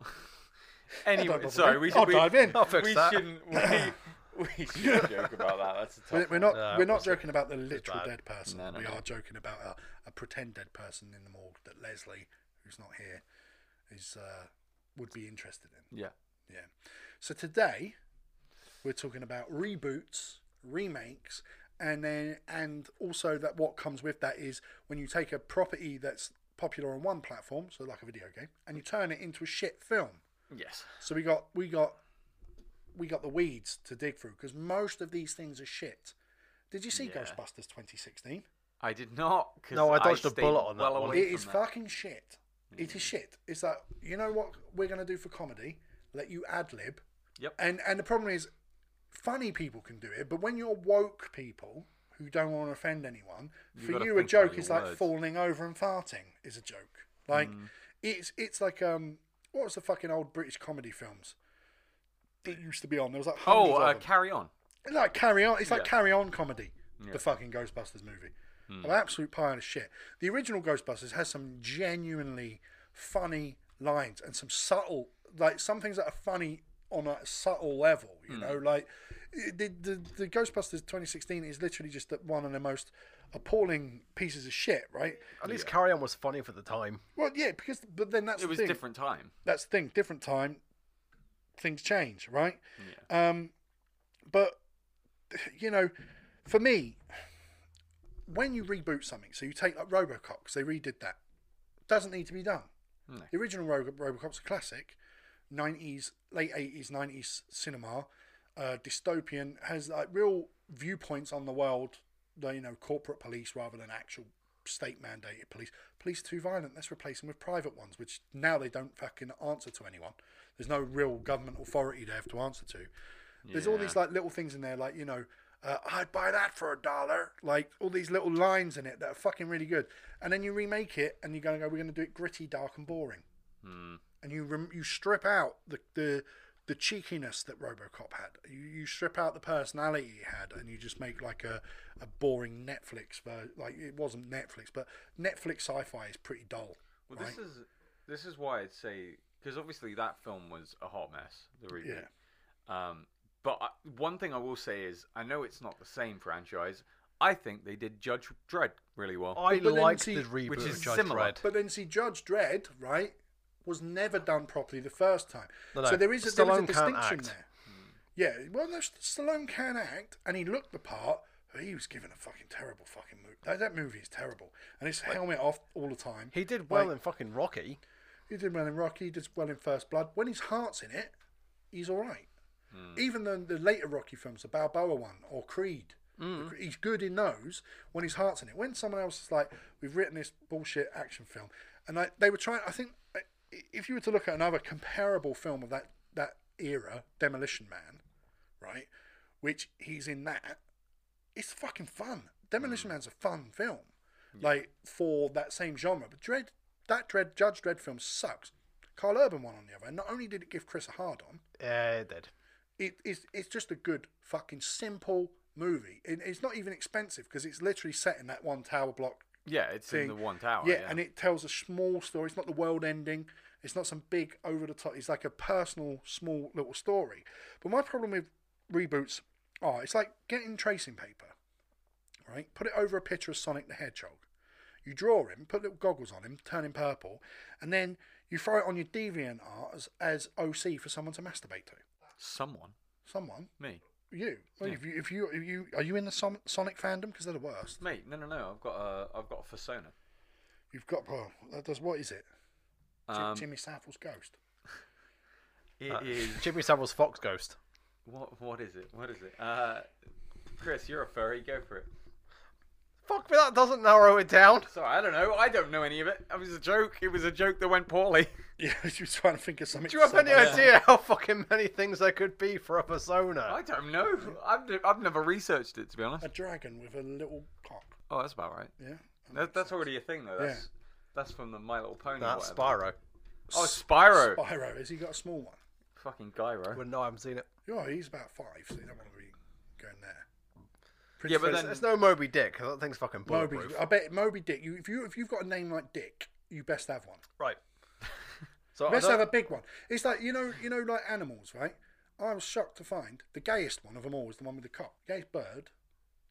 S1: don't
S2: anyway,
S1: bother
S2: sorry,
S1: me.
S2: we should.
S1: I'll
S2: we,
S1: dive in.
S3: I'll fix
S2: we
S3: that.
S2: shouldn't. We, we should joke about that. That's a tough.
S1: We're, we're
S2: one.
S1: not.
S3: No,
S1: we're not
S3: wasn't.
S1: joking about the literal
S3: bad.
S1: dead person.
S2: No, no,
S1: we
S2: no.
S1: are joking about a, a pretend dead person in the morgue that Leslie, who's not here, is uh, would be interested in.
S2: Yeah.
S1: Yeah. So today, we're talking about reboots, remakes, and then and also that what comes with that is when you take a property that's popular on one platform, so like a video game, and you turn it into a shit film.
S2: Yes.
S1: So we got we got we got the weeds to dig through because most of these things are shit. Did you see
S2: Yeah.
S1: Ghostbusters 2016?
S2: I did not. 'cause
S3: No, I dodged a
S2: stayed
S3: bullet on that
S2: well
S3: one.
S2: away
S1: It
S2: from
S1: is
S2: that. Mm.
S1: fucking shit. It is shit. It's like you know what we're gonna do for comedy? Let you ad lib.
S2: Yep.
S1: And and the problem is, funny people can do it, but when you're woke people who don't want to offend anyone,
S2: You
S1: for
S2: gotta
S1: you a
S2: think about
S1: joke
S2: your
S1: is like
S2: words. Mm.
S1: falling over and farting is a joke. Like it's it's like um what was the fucking old British comedy films that used to be on? There was like hundreds
S2: Oh,
S1: of
S2: uh,
S1: them.
S2: carry on.
S1: It's like carry on. It's like
S2: Yeah.
S1: carry on comedy.
S2: Yeah. Hmm.
S1: The fucking Ghostbusters movie. An absolute pile of shit. The original Ghostbusters has some genuinely funny lines and some subtle, like some things that are funny on a subtle level. You
S2: Hmm.
S1: know, like the, the the Ghostbusters 2016 is literally just that one of the most appalling pieces of shit, right?
S3: At least Carry On was funny for the time.
S1: Well, yeah, because but then that's
S2: It
S1: the
S2: was
S1: thing.
S2: different time.
S1: That's the thing. Different time, things change, right?
S2: Yeah.
S1: Um, but you know, for me, when you reboot something, so you take like RoboCop, 'cause they redid that, doesn't need to be done.
S2: No.
S1: The original Ro- RoboCop's a classic, nineties, late eighties, nineties cinema, uh, dystopian, has like real viewpoints on the world. like, You know, corporate police rather than actual state mandated police. Police are too violent. Let's replace them with private ones, which now they don't fucking answer to anyone. There's no real government authority they have to answer to. There's all these
S2: Yeah.
S1: like little things in there, like you know, uh, I'd buy that for a dollar. Like all these little lines in it that are fucking really good. And then you remake it, and you're gonna go, we're gonna do it gritty, dark, and boring.
S2: Hmm.
S1: And you rem- you strip out the the the cheekiness that RoboCop had. You, you strip out the personality he had, and you just make like a, a boring Netflix. ver- Like it wasn't Netflix, but Netflix sci-fi is pretty dull.
S2: Well,
S1: right?
S2: this is this is why I'd say because obviously that film was a hot mess. The reboot. Um, but I, one thing I will say is I know it's not the same franchise. I think they did Judge Dredd really well.
S3: I
S1: but then
S3: liked
S1: see-
S3: the reboot
S2: which is
S3: of Judge
S2: similar.
S3: Dredd.
S1: But then see, Judge Dredd, right, was never done properly the first time.
S3: No, no,
S1: So there is a, there is a
S3: Stallone can't
S1: distinction
S3: act.
S1: there. Yeah, well, no, St- Stallone can act, and he looked the part. But he was given a fucking terrible fucking movie. That, that movie is terrible, and it's helmet off all the time.
S3: He did well
S1: Like,
S3: in fucking Rocky.
S1: he did well in Rocky. He did well in First Blood. When his heart's in it, he's all right. Even the, the later Rocky films, the Balboa one or Creed, he's good in those when his heart's in it. When someone else is like, "We've written this bullshit action film," and I, they were trying. I think uh, if you were to look at another comparable film of that that era, Demolition Man, right, which he's in that, it's fucking fun. Demolition Man's a fun film, like for that same genre. But Dread, that Dread Judge Dread film sucks. Carl Urban one on the other. And not only did it give Chris a hard on,
S3: Yeah, he did.
S1: it is it's just a good fucking simple movie. It, it's not even expensive because it's literally set in that one tower block
S2: Yeah, it's in
S1: thing.
S2: the one tower.
S1: Yeah, and it tells a small story. It's not the world ending. It's not some big over the top. It's like a personal, small little story. But my problem with reboots are it's like getting tracing paper, right? Put it over a picture of Sonic the Hedgehog. You draw him, put little goggles on him, turn him purple, and then you throw it on your deviant art as, as OC for someone to masturbate to.
S2: someone
S1: Someone,
S2: me
S1: you. Well,
S2: Yeah.
S1: If you, if you, if you, are you in the Son- Sonic fandom? Because they're the worst.
S2: mate. No, no, no. I've got a I've got a persona.
S1: You've got well, that does what is it? Jim-
S2: Um,
S1: Jimmy Savile's ghost.
S2: it
S3: Uh,
S2: is
S3: Jimmy Savile's Fox Ghost.
S2: what what is it? What is it? Uh, Chris, you're a furry. Go for it.
S3: Fuck me, that doesn't narrow it down.
S2: Sorry, I don't know. I don't know any of it. It was a joke. It was a joke that went poorly.
S1: Yeah, she was trying to think of something.
S3: Do you have
S1: to say
S3: any
S1: about it.
S3: idea how fucking many things there could be for a
S1: Uh.
S2: I
S3: persona?
S2: don't know. I've, I've never researched it to be honest.
S1: A dragon with a little cock.
S2: Oh, that's about right.
S1: Yeah.
S2: That, that's already a thing though.
S1: Yeah.
S2: That's that's from the My Little Pony. or
S3: That's
S2: whatever.
S3: Spyro.
S2: Oh, Spyro.
S1: Spyro, has he got a small one?
S2: Fucking Gyro.
S3: Well, no, I haven't seen it.
S1: Oh, he's about five, so you don't want to be going there.
S2: Yeah, but
S1: Fred-
S3: It's,
S2: then-
S3: it's no Moby Dick. 'cause That thing's fucking
S1: Moby,
S3: bulletproof.
S1: I bet Moby Dick. uh, You, if you if you've got a name like Dick, you best have one.
S3: Right. So I
S1: Let's have
S3: don't-
S1: a big one. It's like you know, you know, like animals, right? I was shocked to find the gayest one of them all was the one with the cock. Gayest bird,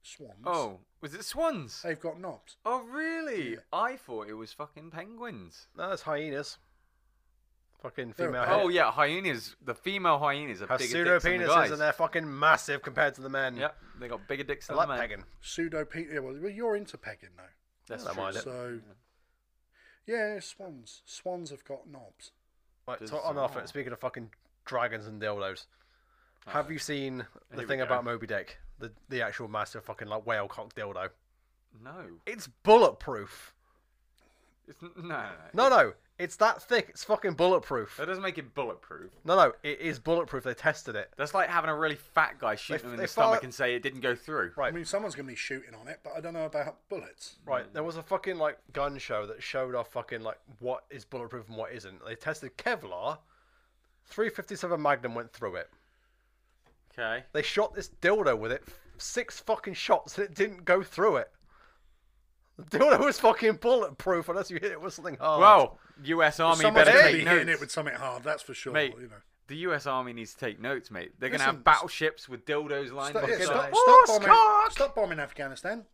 S1: swans.
S2: Oh, was it swans?
S1: they've got knobs.
S2: Oh, really? I thought it was fucking penguins.
S3: no, that's hyenas. Fucking
S1: They're-
S3: female.
S2: Oh yeah, hyenas. The female hyenas are
S3: Have
S2: bigger dicks than the guys.
S3: pseudopenises and they're fucking massive compared to the men.
S2: Yep, they got bigger dicks
S3: I
S2: than
S3: like
S2: the men.
S3: pegging.
S1: Pseudo yeah, well, you're into pegging though,
S2: That's
S3: I don't
S2: true.
S3: mind it.
S1: so yeah, swans. Swans have got knobs.
S3: Right,
S2: Does
S3: so on off
S2: someone-
S3: it. Speaking of fucking dragons and dildos, have you seen the
S2: Here we
S3: thing
S2: go.
S3: about Moby Dick? The the actual massive fucking like whale cock dildo.
S2: No,
S3: It's bulletproof.
S2: it's n- no, no.
S3: No, no, it's that thick. It's fucking bulletproof.
S2: That doesn't make it bulletproof.
S3: No, no, it is bulletproof. They tested it.
S2: That's like having a really fat guy shoot
S3: They-
S2: them in
S3: they
S2: the stomach
S3: fire-
S2: and say it didn't go through.
S1: I
S3: Right.
S1: mean, someone's going to be shooting on it, but I don't know about bullets.
S3: Right, there was a fucking like gun show that showed off fucking like what is bulletproof and what isn't. They tested Kevlar. 357 Magnum went through it.
S2: Okay.
S3: They shot this dildo with it, six fucking shots, and it didn't go through it. The dildo was fucking bulletproof unless you hit it with something hard.
S2: Well, U.S. Army
S1: Someone's
S2: better
S1: gonna
S2: take
S1: be
S2: notes.
S1: hitting it with something hard. That's for sure.
S2: Mate,
S1: you know.
S2: the U.S. Army needs to take notes, mate. They're gonna
S1: Listen,
S2: have battleships with dildos lined
S1: Stop,
S2: up.
S1: yeah,
S2: the
S1: stop,
S2: side.
S1: stop,
S3: Horse
S1: bombing,
S3: cock!
S1: stop bombing Afghanistan.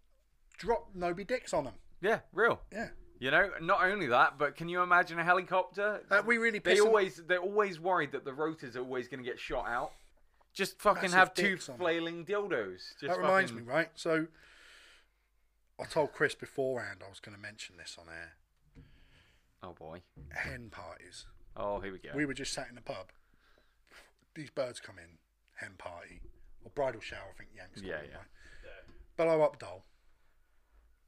S1: Drop Moby Dicks on them.
S2: yeah, real.
S1: Yeah.
S2: You know, not only that, but can you imagine a helicopter?
S1: Uh, we really
S2: They
S1: pissing-
S2: always they're always worried that the rotors are always going to get shot out. Just fucking
S1: Massive
S2: have two
S1: dicks on 'em.
S2: flailing dildos. Just
S1: that reminds
S2: fucking-
S1: me, right? So I told Chris beforehand I was going to mention this on air.
S2: Oh boy.
S1: Hen parties.
S2: Oh, here we go.
S1: We were just sat in the pub. These birds come in, hen party or bridal shower. I think Yanks. call
S2: Yeah,
S1: it,
S2: yeah.
S1: right? Bellow up doll.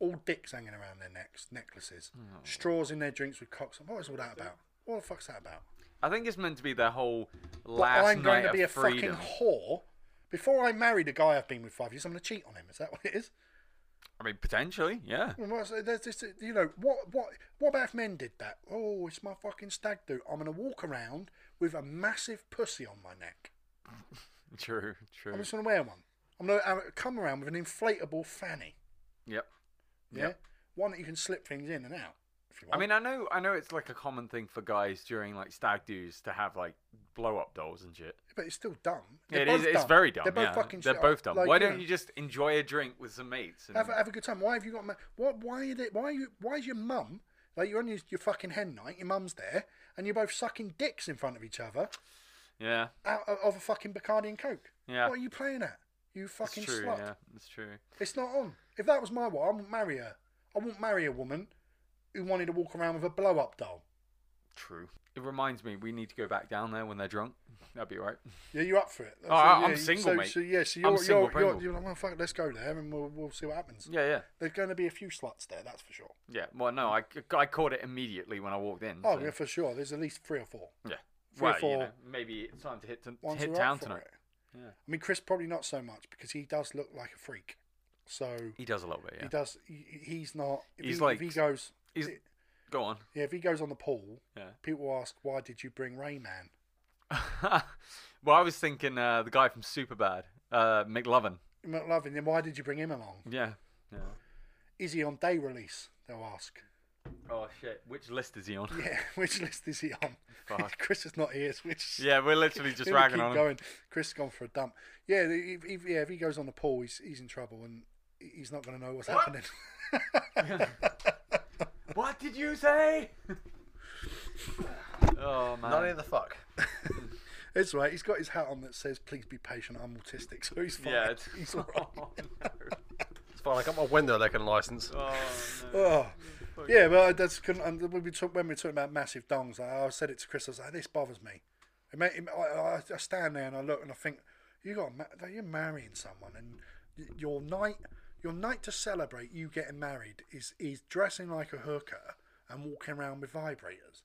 S1: All dicks hanging around their necks, necklaces,
S2: Oh.
S1: straws in their drinks with cocks. What is all that about? What the fuck's that about?
S2: I think it's meant to be their whole
S1: But
S2: last
S1: I'm going
S2: night
S1: to be a
S2: of freedom.
S1: fucking whore. Before I marry the guy I've been with five years, I'm going to cheat on him. Is that what it is?
S2: I mean, potentially, yeah.
S1: I mean, what's- There's this, you know, what, what, what about if men did that? Oh, it's my fucking stag do. I'm going to walk around with a massive pussy on my neck.
S2: True, true.
S1: I'm just going to wear one. I'm going to come around with an inflatable fanny.
S2: Yep.
S1: Yeah. One that you can slip things in and out. If you
S2: I
S1: want.
S2: mean, I know, I know, it's like a common thing for guys during like stag do's to have like blow up dolls and shit.
S1: but it's still dumb. They're
S2: It is,
S1: both
S2: it's
S1: dumb.
S2: very dumb.
S1: They're both
S2: yeah.
S1: fucking.
S2: They're
S1: shit.
S2: both dumb.
S1: Like,
S2: Why
S1: know,
S2: don't you just enjoy a drink with some mates? And...
S1: Have, a- have a good time. Why have you got? Ma- what? Why are they, Why are you? Why is your mum? Like you're on your, your fucking hen night. Your mum's there, and you're both sucking dicks in front of each other
S2: yeah,
S1: out of, of a fucking Bacardi and Coke.
S2: Yeah.
S1: What are you playing at? You
S2: it's
S1: fucking
S2: true.
S1: slut.
S2: Yeah, it's true.
S1: It's not on. If that was my wife, I wouldn't marry her. I wouldn't marry a woman who wanted to walk around with a blow up doll.
S2: True. It reminds me, we need to go back down there when they're drunk. That'd be right.
S1: Yeah, you're up for it.
S2: Oh, I- I'm
S1: yeah,
S2: single,
S1: so,
S2: mate.
S1: So yeah, so
S2: I'm
S1: you're
S2: single
S1: you're, you're,
S2: pringle.
S1: you're like, well, fuck, let's go there and we'll we'll see what happens.
S2: Yeah, yeah,
S1: There's going to be a few sluts there, that's for sure.
S2: yeah. Well, no, I, I caught it immediately when I walked in.
S1: Oh,
S2: so-
S1: yeah, for sure. There's at least three or four.
S2: yeah.
S1: three or
S2: Well, you
S1: four
S2: know, maybe it's time to hit to,
S1: ones who
S2: hit
S1: are
S2: town
S1: up for
S2: tonight.
S1: it.
S2: Yeah.
S1: I mean, Chris probably not so much because he does look like a freak. So
S2: He does a little bit. Yeah.
S1: he does. He, he's not. If
S2: He's
S1: he,
S2: like-
S1: if he goes.
S2: He's, go on.
S1: Yeah, if he goes on the pool,
S2: Yeah.
S1: people ask, "Why did you bring Rayman?"
S2: well, I was thinking uh, the guy from Superbad, uh, McLovin.
S1: McLovin, then why did you bring him along?
S2: Yeah. Yeah.
S1: Is he on day release? They'll ask.
S2: Oh shit! Which list is he on?
S1: Yeah, which list is he on?
S2: Fuck.
S1: Chris is not here, which
S2: Yeah, we're literally just
S1: He'll
S2: ragging
S1: keep
S2: on him.
S1: going. Chris has gone for a dump. Yeah, if, if, yeah, if he goes on the pool, he's, he's in trouble and he's not going to know what's happening.
S2: What did you say? oh man.
S3: None of the fuck.
S1: it's right. He's got his hat on that says "Please be patient. I'm autistic," so he's fine.
S2: yeah. It's...
S1: he's all right.
S2: Oh, no.
S3: It's fine. I got my window licking license.
S2: Oh, no.
S1: Oh. Yeah, but I just couldn't. And um, when we talk, when we were talking about massive dongs, I, I said it to Chris. I was like, "This bothers me." It made, it- I, I- I stand there and I look and I think, "You got ma- you're marrying someone, and y- your night, your night to celebrate you getting married is is dressing like a hooker and walking around with vibrators.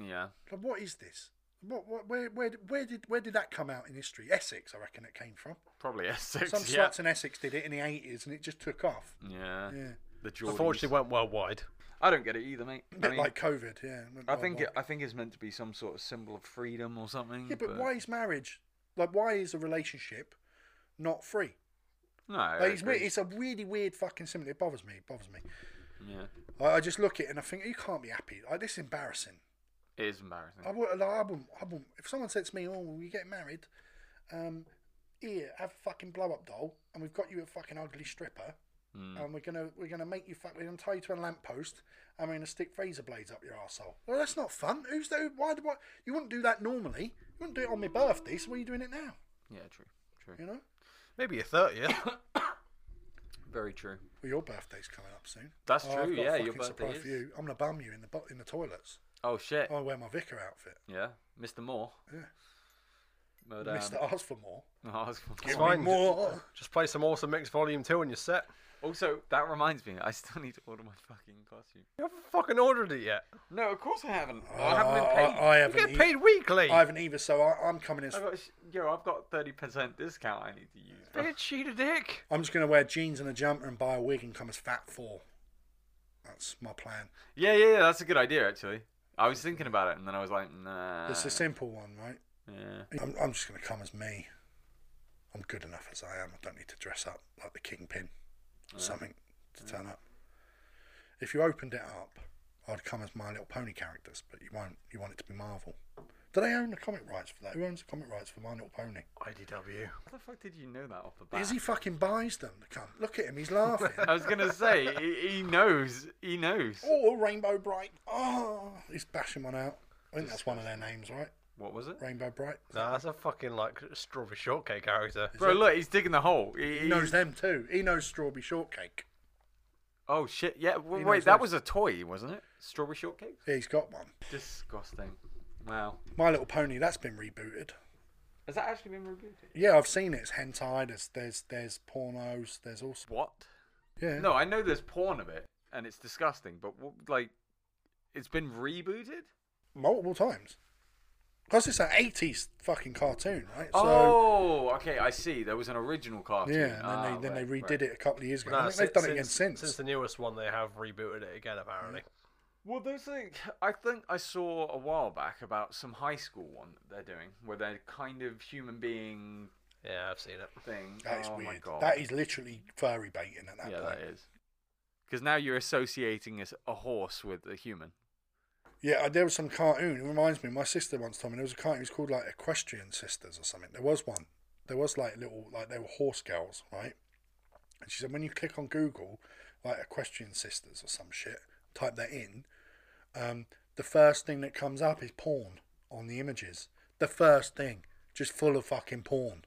S2: Yeah.
S1: Like, what is this? What, what where where where did where did that come out in history? Essex, I reckon it came from.
S2: Probably Essex.
S1: Some
S2: yeah.
S1: sluts in Essex did it in the eighties, and it just took off.
S2: Yeah.
S1: Yeah.
S2: The Jordans.
S3: Unfortunately, went worldwide.
S2: I don't get it either, mate.
S1: A
S2: I
S1: bit
S2: mean,
S1: like oh, COVID, yeah. it went
S2: I
S1: on
S2: think
S1: like-
S2: it, I think it's meant to be some sort of symbol of freedom or something.
S1: Yeah, but, why is marriage like? Why is a relationship not free?
S2: No, I
S1: Like, it's, weird,
S2: agree.
S1: it's a really weird fucking symbol. It bothers me. It bothers me.
S2: yeah,
S1: I, I just look at it and I think you can't be happy. Like this is embarrassing.
S2: it is embarrassing.
S1: I would, like, I wouldn't, I wouldn't. If someone said to me, "Oh, we get married, um, here, have a fucking blow up doll, and we've got you a fucking ugly stripper,
S2: Mm.
S1: and we're gonna we're gonna make you fuck, we're gonna tie you to a lamppost, and we're gonna stick razor blades up your arsehole. Well, that's not fun. Who's that? Why? Why? You wouldn't do that normally. You wouldn't do it on my birthday. So why are you doing it now?
S2: Yeah, true, true,
S1: You know.
S3: Maybe your thirtieth.
S2: very true.
S1: Well, your birthday's coming up soon.
S2: That's
S1: Oh, I've
S2: true.
S1: got a
S2: Yeah, your
S1: fucking
S2: birthday
S1: surprise
S2: is.
S1: For you. I'm gonna bum you in the bu- in the toilets.
S2: Oh shit.
S1: I wear my vicar outfit.
S2: Yeah, Mr. Moore.
S1: Yeah.
S2: But, um, oh,
S1: Mister asked for more.
S2: no, I was gonna-
S1: Give
S3: fine.
S1: me more.
S3: Just play some awesome mix volume two and you're set.
S2: Also, that reminds me, I still need to order my fucking costume.
S3: You haven't fucking ordered it yet.
S2: No, of course I haven't. I
S1: Uh,
S2: haven't been paid.
S1: I, I
S3: You
S1: haven't.
S3: get
S1: e-
S3: paid weekly.
S1: I haven't either. So I, I'm coming in.
S2: I've got, yo, I've got thirty percent discount. I need to use. bro.
S3: Bitch, you a dick.
S1: I'm just gonna wear jeans and a jumper and buy a wig and come as Fat Four. That's my plan.
S2: Yeah, yeah, yeah, that's a good idea actually. I was thinking about it, and then I was like, nah.
S1: it's a simple one, right?
S2: yeah.
S1: I'm, I'm just gonna come as me. I'm good enough as I am. I don't need to dress up like the kingpin or something to turn up. If you opened it up, I'd come as My Little Pony characters, but you won't. You want it to be Marvel. Do they own the comic rights for that? Who owns the comic rights for My Little Pony?
S3: IDW.
S2: How the fuck did you know that off the bat?
S1: Is he fucking buys them? The cunt. Look at him. He's laughing.
S2: I was gonna say he, he knows. He knows.
S1: oh, Rainbow Bright. Oh, he's bashing one out. I think that's one of their names, right?
S2: What was it?
S1: Rainbow Bright.
S3: Nah, that's a fucking like strawberry shortcake character.
S2: Bro, look, he's digging the hole. He,
S1: He
S2: he
S1: knows them too. He knows Strawberry Shortcake.
S2: Oh shit! Yeah, w-
S1: He knows
S2: wait, that
S1: those.
S2: was a toy, wasn't it? Strawberry shortcake.
S1: Yeah, he's got one.
S2: Disgusting. Wow.
S1: My Little Pony. That's been rebooted.
S2: Has that actually been rebooted?
S1: Yeah, I've seen it. It's hentai. There's there's there's pornos. There's all sorts.
S2: What?
S1: Yeah.
S2: No, I know there's porn of it, and it's disgusting. But w- like, it's been rebooted.
S1: Multiple times. Because it's an 80s fucking cartoon, right?
S2: oh, okay, I see. There was an original cartoon.
S1: Yeah, and then,
S2: Ah,
S1: they, then they
S2: right,
S1: redid
S2: right.
S1: it a couple of years ago.
S3: Nah,
S1: I think
S3: si-
S1: they've done it again since.
S3: Since the newest one, they have rebooted it again, apparently.
S2: Well, there's like I think I saw a while back about some high school one that they're doing, where they're kind of human being
S1: Mm-hmm.
S3: Yeah, I've seen it.
S2: thing.
S1: that is
S2: oh my
S1: weird.
S2: god.
S1: That is literally furry baiting at that
S2: yeah,
S1: point.
S2: that is. Because now you're associating a, s- a horse with a human.
S1: Yeah, uh, there was some cartoon. It reminds me, my sister once told me there was a cartoon. It was called like Equestrian Sisters or something. There was one. There was like little, like they were horse girls, right? And she said when you click on Google, like Equestrian Sisters or some shit, type that in. Um, the first thing that comes up is porn on the images. The first thing, just full of fucking porn.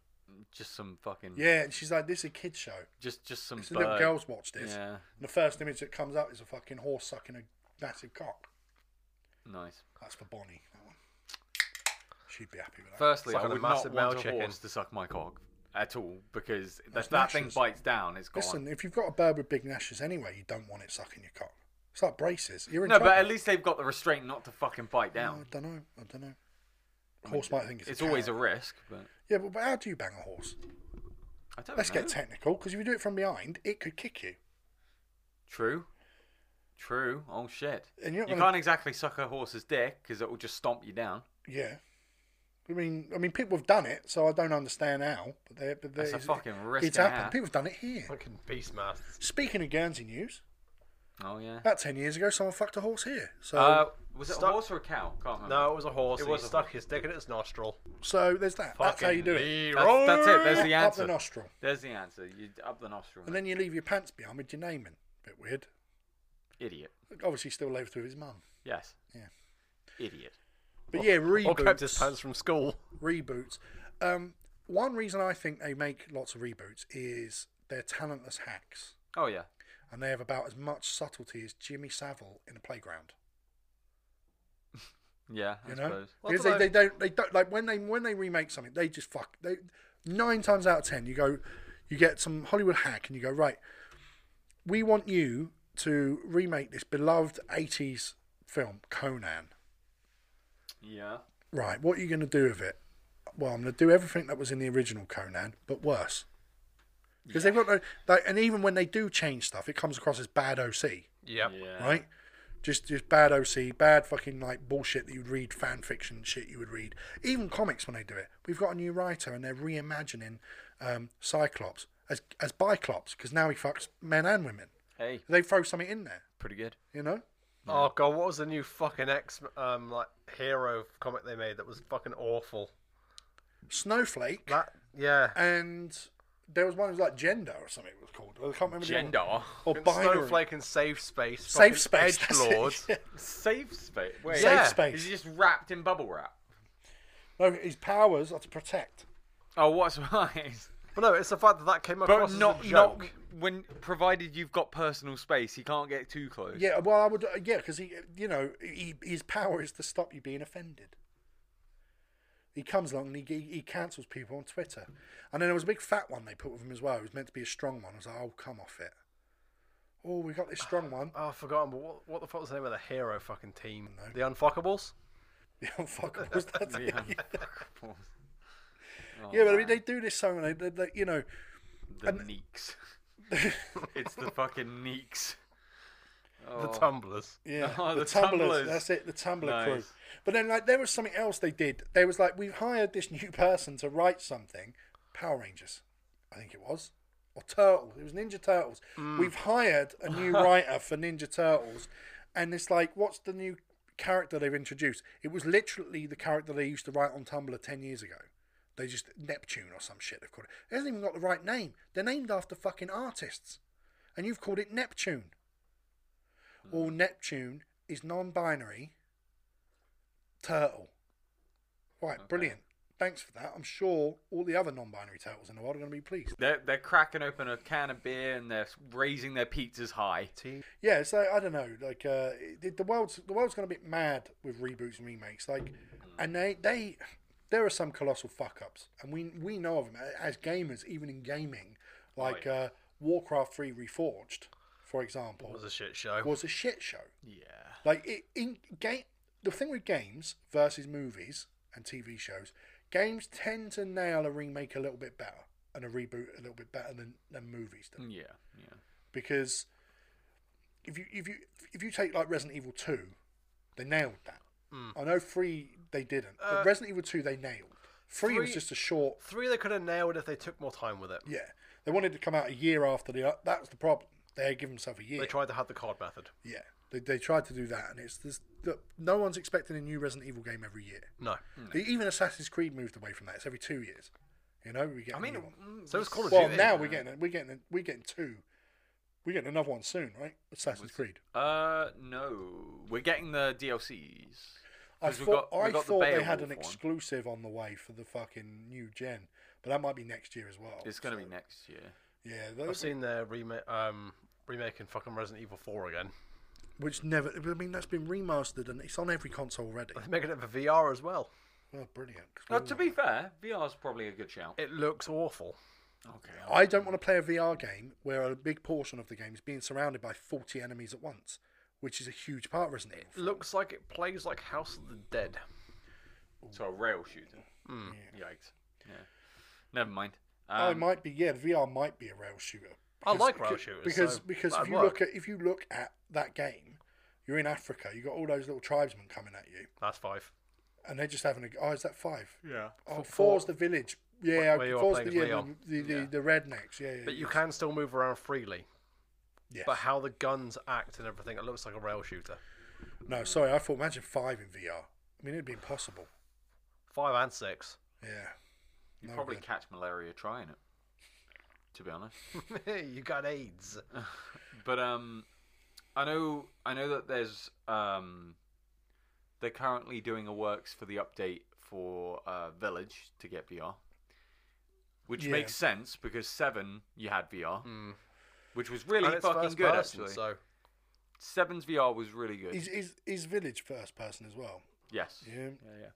S2: Just some fucking.
S1: Yeah, and she's like, "This is a kid show.
S2: Just just some.
S1: This is little
S2: bird.
S1: girls watch this."
S2: Yeah.
S1: And the first image that comes up is a fucking horse sucking a massive cock.
S2: Nice.
S1: That's for Bonnie. That one. She'd be happy with that.
S2: Firstly, I
S3: Sucking a
S2: would not
S3: massive male
S2: want a
S3: chicken.
S2: horse to suck my cock at all because if
S1: That's
S2: that thing
S1: nashes.
S2: bites down, it's gone.
S1: Listen, if you've got a bird with big gnashes anyway, you don't want it sucking your cock. It's like braces. You're in
S2: no,
S1: trouble.
S2: but at least they've got the restraint not to fucking bite down.
S1: I don't know. I don't know. Horse might think it's.
S2: it's always a
S1: cow.
S2: risk, but
S1: Yeah, but, but how do you bang a horse?
S2: I don't
S1: Let's
S2: know.
S1: get technical, because if you do it from behind, it could kick you.
S2: True. True. Oh shit.
S1: And you're not
S2: you
S1: gonna-
S2: can't exactly suck a horse's dick because it will just stomp you down.
S1: Yeah. I mean, I mean, people have done it, so I don't understand how. But they, but they,
S2: That's a
S1: it's-
S2: fucking risk
S1: It's
S2: and a
S1: happened.
S2: half.
S1: People have done it here.
S3: Fucking Beastmasters.
S1: Speaking of Guernsey news,
S2: Oh yeah.
S1: about ten years ago, someone fucked a horse here. So,
S2: Uh, was it
S3: Stuck-
S2: a horse or a cow? Can't remember.
S3: No, it was a horse.
S2: It
S3: and
S2: was a
S3: he stuck
S2: horse.
S3: his dick in its nostril.
S1: so there's that. That's how you do it.
S3: Fucking
S2: That's, that's it.
S3: Leroy.
S2: There's the
S1: Up the
S2: answer.
S1: nostril,
S2: There's the answer. You up the nostril.
S1: and
S2: mate.
S1: then you leave your pants behind with your name in. Bit weird.
S2: Idiot.
S1: obviously still lived with his mum.
S2: Yes.
S1: Yeah.
S2: Idiot.
S1: But yeah,
S3: Or kept his
S1: reboots.
S3: pants from school.
S1: Reboots. Um, one reason I think they make lots of reboots is they're talentless hacks,
S2: Oh yeah.
S1: and they have about as much subtlety as Jimmy Savile in a playground.
S2: Yeah. I
S1: You know,
S2: suppose.
S3: Well,
S1: because
S3: I
S1: they,
S3: don't
S1: they don't they don't like when they when they remake something they just fuck they nine times out of ten you go you get some Hollywood hack and you go right we want you to remake this beloved eighties film Conan
S2: Yeah.
S1: right, what are you going to do with it? Well, I'm going to do everything that was in the original Conan, but worse. Because they've got no, like, and even when they do change stuff, it comes across as bad OC,
S3: Yep.
S2: Yeah.
S1: right? Just just bad OC, bad fucking like bullshit that you'd read, fan fiction shit you would read. Even comics when they do it. We've got a new writer and they're reimagining um, Cyclops as as Biclops because now he fucks men and women.
S2: Hey,
S1: They throw something in there,
S2: pretty good.
S1: you know.
S3: Oh god, what was the new fucking X um like hero comic they made that was fucking awful?
S1: Snowflake
S3: That yeah.
S1: Uh, and there was one that was like gender or something it was called. I can't remember. the other one.
S2: Gender.
S1: or
S3: Fucking
S1: binary.
S3: Snowflake and Safe Space.
S1: Safe space.
S3: Edge
S1: that's it,
S3: Lords.
S1: yeah.
S2: Safe space. Wait,
S1: Safe
S2: yeah.
S1: space.
S2: Is he just wrapped in bubble wrap?
S1: No, his powers are to protect.
S2: Oh, what's right?
S3: But no, it's the fact that that came
S2: But
S3: across
S2: not
S3: as a
S2: not
S3: joke.
S2: when provided you've got personal space, he can't get too close.
S1: Yeah, well, I would. uh, Yeah, because he, you know, he, his power is to stop you being offended. He comes along and he, he, he cancels people on Twitter, and then there was a big fat one they put with him as well. It was meant to be a strong one. I was like, oh, come off it. Oh, we got this strong one.
S3: Oh, I've forgotten. But what, what the fuck was the name of the hero fucking team? The Unfuckables.
S1: The unfuckables. That's
S2: The
S1: it.
S2: unfuckables. Oh,
S1: Yeah, but I mean,
S2: man.
S1: they do this so they, they, they, you know,
S2: the neeks. it's the fucking neeks.
S3: The
S2: Oh.
S3: Tumblers.
S1: Yeah,
S2: Oh,
S1: the,
S2: the
S1: tumblers.
S2: Tumblers.
S1: That's it, the tumbler crew.
S2: Nice.
S1: But then, like, there was something else they did. They was like, we've hired this new person to write something. Power Rangers, I think it was, or Turtles. It was Ninja Turtles.
S2: Mm.
S1: We've hired a new writer for Ninja Turtles, and it's like, what's the new character they've introduced? It was literally the character they used to write on Tumblr ten years ago. They just Neptune or some shit. They've called it. It hasn't even got the right name. They're named after fucking artists, and you've called it Neptune or Neptune is non-binary turtle. Right, brilliant. Thanks for that. I'm sure all the other non-binary turtles in the world are going to be pleased.
S2: They're, they're cracking open a can of beer and they're raising their pizzas high.
S3: Team.
S1: Yeah, it's like I don't know, like uh, it, the world's the world's going a bit mad with reboots and remakes. Like, and they they there are some colossal fuck ups, and we we know of them as gamers, even in gaming. Like
S2: yeah.
S1: uh, Warcraft Three Reforged, for example,
S3: was a shit show.
S1: was a shit show.
S2: Yeah.
S1: Like it, in game, the thing with games versus movies and TV shows, games tend to nail a remake a little bit better and a reboot a little bit better than, than movies
S3: Hmm.
S1: do.
S2: Yeah. Yeah.
S1: Because if you if you if you take like Resident Evil Two, they nailed that.
S3: Hmm.
S1: I know three they didn't, but Resident Evil Two they nailed. Three, was
S3: Uh, three-
S1: just a short.
S3: Three they could have nailed if they took more time with it.
S1: Yeah, they wanted to come out a year after the. That was the problem. They had given themselves a year.
S3: They tried to have the card method.
S1: Yeah, they, they tried to do that, and it's this, look, no one's expecting a new Resident Evil game every year.
S3: No.
S1: E, Even Assassin's Creed moved away from that. It's every two years. You know, we get.
S2: I mean,
S1: a new one.
S2: mm,
S3: So it's Call of
S1: well,
S3: Duty.
S1: now we're getting we're getting we're getting two. We're getting another one soon, right? Assassin's Creed.
S2: Uh, no. We're getting the DLCs.
S1: I
S2: 'Cause we've
S1: thought
S2: got-
S1: I
S2: we've got the
S1: thought they had
S2: Beowulf
S1: an
S2: one.
S1: exclusive on the way for the fucking new gen, but that might be next year as well.
S2: It's going to
S1: so-
S2: be next year.
S1: Yeah,
S3: I've
S1: those,
S3: seen their remake, um, remaking fucking Resident Evil 4 again.
S1: which never. I mean, that's been remastered and it's on every console already.
S3: They're making it for VR as well.
S1: Well, brilliant. 'cause we
S2: Now,
S1: all
S2: to
S1: want
S2: be fair, VR's probably a good shout.
S3: It looks awful.
S2: Okay.
S1: I don't want to play a VR game where a big portion of the game is being surrounded by 40 enemies at once, which is a huge part of Resident
S3: It
S1: Evil.
S3: looks like it plays like House of the Dead.
S2: So a rail shooter. Yikes. Yeah. Never mind.
S1: I
S2: Um,
S1: might be, yeah, VR might be a rail shooter.
S3: I
S1: Because-
S3: like rail
S1: because-
S3: shooters,
S1: because
S3: so
S1: because if
S3: that'd
S1: you
S3: work.
S1: look at if you look at that game, you're in Africa. You got all those little tribesmen coming at you,
S3: That's five.
S1: and they're just having a. Oh, is that five?
S2: yeah.
S1: Oh,
S3: Four-
S1: four's the village. Yeah,
S3: where you are
S1: four's the,
S3: playing
S1: yeah,
S3: as
S1: the,
S3: Leon.
S1: the, the,
S2: Yeah.
S1: the rednecks. Yeah, yeah,
S3: But you
S1: yeah.
S3: can still move around freely.
S1: Yes.
S3: But how the guns act and everything, it looks like a rail shooter.
S1: No, sorry, I thought imagine five in VR. I mean, it'd be impossible.
S3: Five and six.
S1: Yeah.
S2: You
S1: No
S2: probably
S1: good.
S2: catch malaria trying it. To be honest.
S3: you got AIDS.
S2: But um, I know I know that there's um, they're currently doing a works for the update for uh, Village to get VR, which
S1: Yeah.
S2: makes sense because seven you had VR, which was really
S3: Hmm. And it's
S2: fucking
S3: first
S2: good
S3: person,
S2: actually.
S3: So
S2: Seven's VR was really good.
S1: Is is is village first person as well?
S2: yes.
S1: Yeah.
S2: Yeah. Yeah.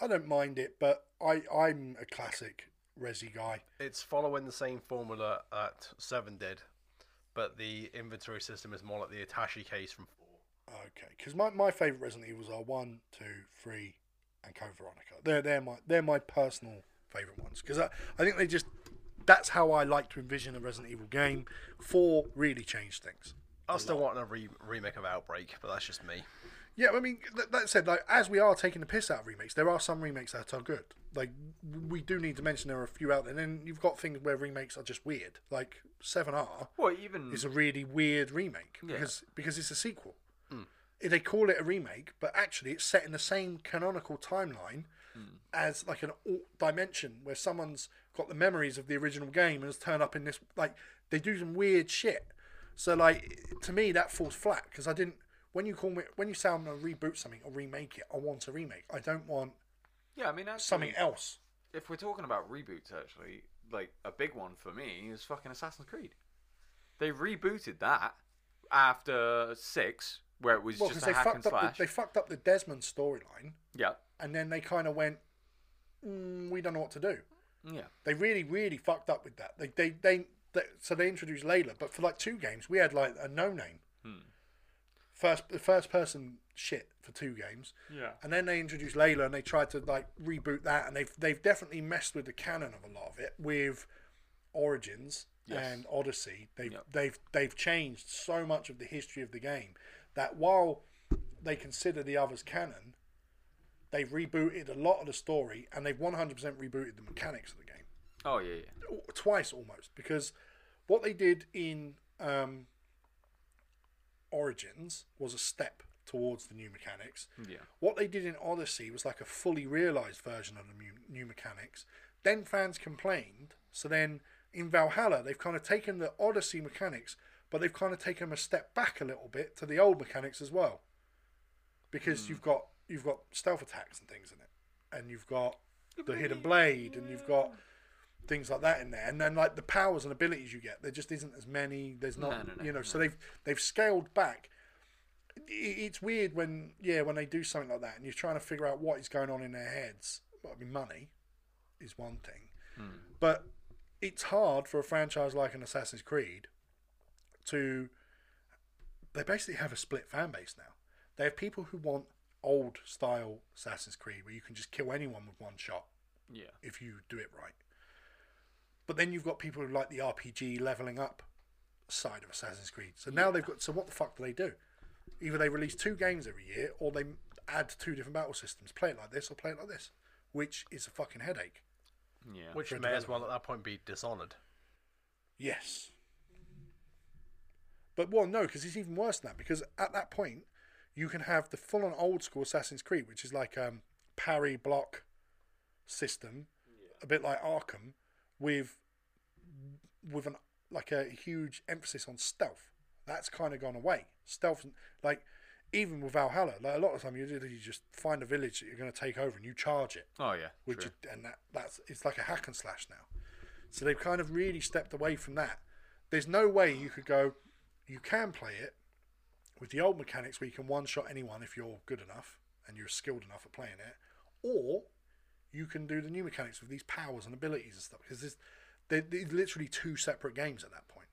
S1: I don't mind it, but I, I'm a classic Resi guy.
S3: it's following the same formula that Seven did, but the inventory system is more like the attache case from Four.
S1: Okay, because my, my favourite Resident Evils are one, two, three, and Code Veronica. They're they're my they're my personal favourite ones because I, I think they just that's how I like to envision a Resident Evil game. Four really changed things.
S3: I still want a re- remake of Outbreak, but that's just me.
S1: Yeah, I mean, th- that said, like as we are taking the piss out of remakes, there are some remakes that are good. Like we do need to mention there are a few out there. And then you've got things where remakes are just weird. Like Seven R
S2: Well, even
S1: is a really weird remake
S2: Mm. Yeah. Mm.
S1: because because it's a sequel. They call it a remake, but actually it's set in the same canonical timeline
S2: Mm.
S1: as like an alt dimension where someone's got the memories of the original game and has turned up in this. Like they do some weird shit. So like to me that falls flat because I didn't. When you call me, when you say I'm gonna reboot something or remake it, I want a remake. I don't want
S2: yeah, I mean, actually,
S1: something else.
S2: if we're talking about reboots, actually, like a big one for me is fucking Assassin's Creed. They rebooted that after six, where it was
S1: Well, because
S2: just
S1: they
S2: a hack and
S1: fucked up.
S2: slash.
S1: The, they fucked up the Desmond storyline,
S2: Yeah,
S1: and then they kind of went, mm, "We don't know what to do."
S2: yeah,
S1: They really, really fucked up with that. They, they, they, they so they introduced Layla, but for like two games, we had like a no name.
S2: Hmm.
S1: First, the first person shit for two games,
S2: yeah.
S1: and then they introduced Layla, and they tried to like reboot that, and they've they've definitely messed with the canon of a lot of it with Origins
S2: Yes.
S1: and Odyssey. They've
S2: Yep.
S1: they've they've changed so much of the history of the game that while they consider the others canon, they've rebooted a lot of the story, and they've one hundred percent rebooted the mechanics of the game
S2: Oh yeah, yeah.
S1: twice almost because what they did in um, Origins was a step towards the new mechanics.
S2: Yeah.
S1: What they did in Odyssey was like a fully realized version of the mu- new mechanics. Then fans complained, so then in Valhalla they've kind of taken the Odyssey mechanics, but they've kind of taken them a step back a little bit to the old mechanics as well, because you've got you've got stealth attacks and things in it, and you've got the hidden blade, and you've got things like that in there, and then like the powers and abilities you get, there just isn't as many. There's not,
S2: No, no, no,
S1: you know, so they've they've scaled back. I- It's weird when yeah when they do something like that, and you're trying to figure out what is going on in their heads. Well, I mean, money is one thing,
S2: Hmm.
S1: but it's hard for a franchise like an Assassin's Creed to. They basically have a split fan base now. They have people who want old style Assassin's Creed where you can just kill anyone with one shot
S2: Yeah.
S1: if you do it right. But then you've got people who like the RPG leveling up side of Assassin's Creed. So now they've got. So what the fuck do they do? Either they release two games every year, or they add two different battle systems. Play it like this, or play it like this, which is a fucking headache.
S2: Yeah.
S3: Which
S1: For
S3: may as well at that point be Dishonored.
S1: Yes. But well, no, because it's even worse than that. Because at that point, you can have the full-on old-school Assassin's Creed, which is like um, parry block system, a bit like Arkham, with with an like a huge emphasis on stealth. That's kind of gone away. Stealth, like even with Valhalla, like a lot of time you do, you just find a village that you're going to take over and you charge it
S2: Oh yeah.
S1: which
S2: true.
S1: is- and that that's it's like a hack and slash now. So they've kind of really stepped away from that. There's no way you could go. You can play it with the old mechanics where you can one shot anyone if you're good enough and you're skilled enough at playing it, or you can do the new mechanics with these powers and abilities and stuff because there's they're, they're literally two separate games at that point.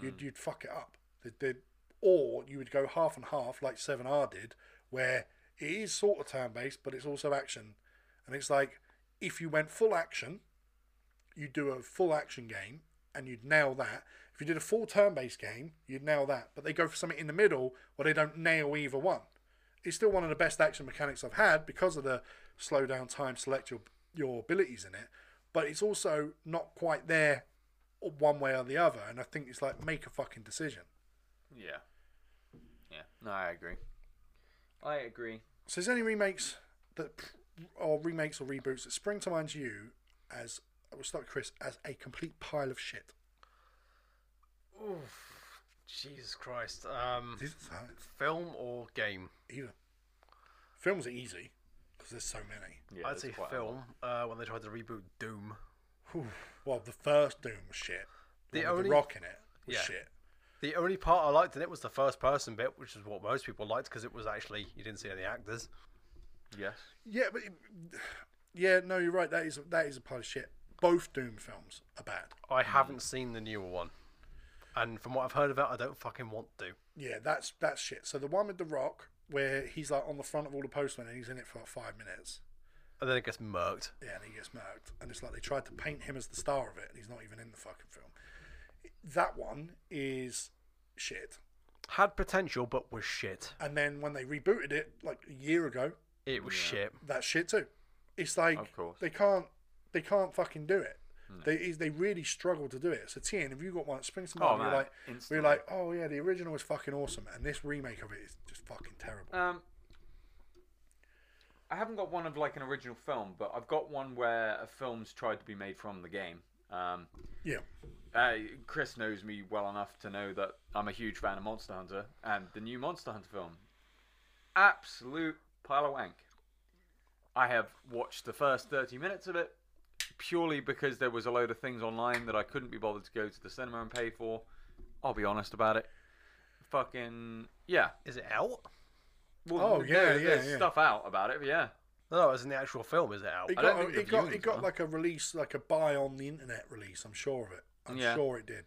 S1: You'd you'd fuck it up. They'd, they'd, or you would go half and half like Seven R did, where it is sort of turn based, but it's also action and it's like, if you went full action, you'd do a full action game and you'd nail that. If you did a full turn based game, you'd nail that. But they go for something in the middle where they don't nail either one. It's still one of the best action mechanics I've had because of the slow down time, select your, your abilities in it. But it's also not quite there one way or the other. And I think it's like, make a fucking decision.
S2: Yeah. Yeah. No, I agree. I agree.
S1: So, is there any remakes that, or remakes or reboots that spring to mind to you as we'll start with Chris as a complete pile of shit?
S3: Oof. Jesus Christ. Um,
S1: These are hard.
S3: film or game?
S1: Either films are easy because there's so many.
S2: Yeah,
S3: I'd
S2: that's
S3: say
S2: quite a lot.
S3: film. Uh, when they tried to reboot Doom.
S1: Whew. Well, the first Doom was shit. The,
S3: The
S1: one with
S3: only-
S1: the Rock in it was
S3: Yeah.
S1: shit.
S3: The only part I liked in it was the first person bit, which is what most people liked because it was actually you didn't see any actors.
S2: Yes.
S1: Yeah, but it- yeah, no, you're right. That is that is a pile of shit. Both Doom films are bad.
S2: Hmm.
S3: I haven't seen the newer one, and from what I've heard of it, I don't fucking want to.
S1: Yeah, that's that's shit. So the one with the Rock where he's like on the front of all the postmen and he's in it for like five minutes.
S3: And then it gets murked.
S1: Yeah, and he gets murked. And it's like they tried to paint him as the star of it, and he's not even in the fucking film. That one is shit.
S3: had potential but was shit.
S1: And then when they rebooted it like a year ago,
S3: It was
S2: Yeah.
S3: shit.
S1: that shit too. It's like
S2: Of course.
S1: they can't they can't fucking do it. They is- they really struggle to do it. So Tien, if you got one that springs to
S2: Oh,
S1: mind, you're
S2: man,
S1: like we
S2: instantly.
S1: you're like, oh yeah, the original was fucking awesome, and this remake of it is just fucking terrible.
S2: Um, I haven't got one of like an original film, but I've got one where a film's tried to be made from the game. Um,
S1: yeah,
S2: uh, Chris knows me well enough to know that I'm a huge fan of Monster Hunter and the new Monster Hunter film. Absolute pile of wank. I have watched the first 30 minutes of it purely because there was a load of things online that I couldn't be bothered to go to the cinema and pay for. I'll be honest about it. Fucking yeah.
S3: Is it out?
S2: Well,
S1: Oh, yeah,
S2: there-
S1: yeah,
S2: There's
S1: yeah.
S2: stuff out about it, but yeah.
S3: No, no, it was in the actual film. Is it out?
S1: it
S2: don't
S1: got a,
S2: think the
S1: it got
S2: viewings
S1: it got
S2: were.
S1: like a release, like a buy on the internet release. I'm sure of it. I'm
S2: Yeah.
S1: sure it did.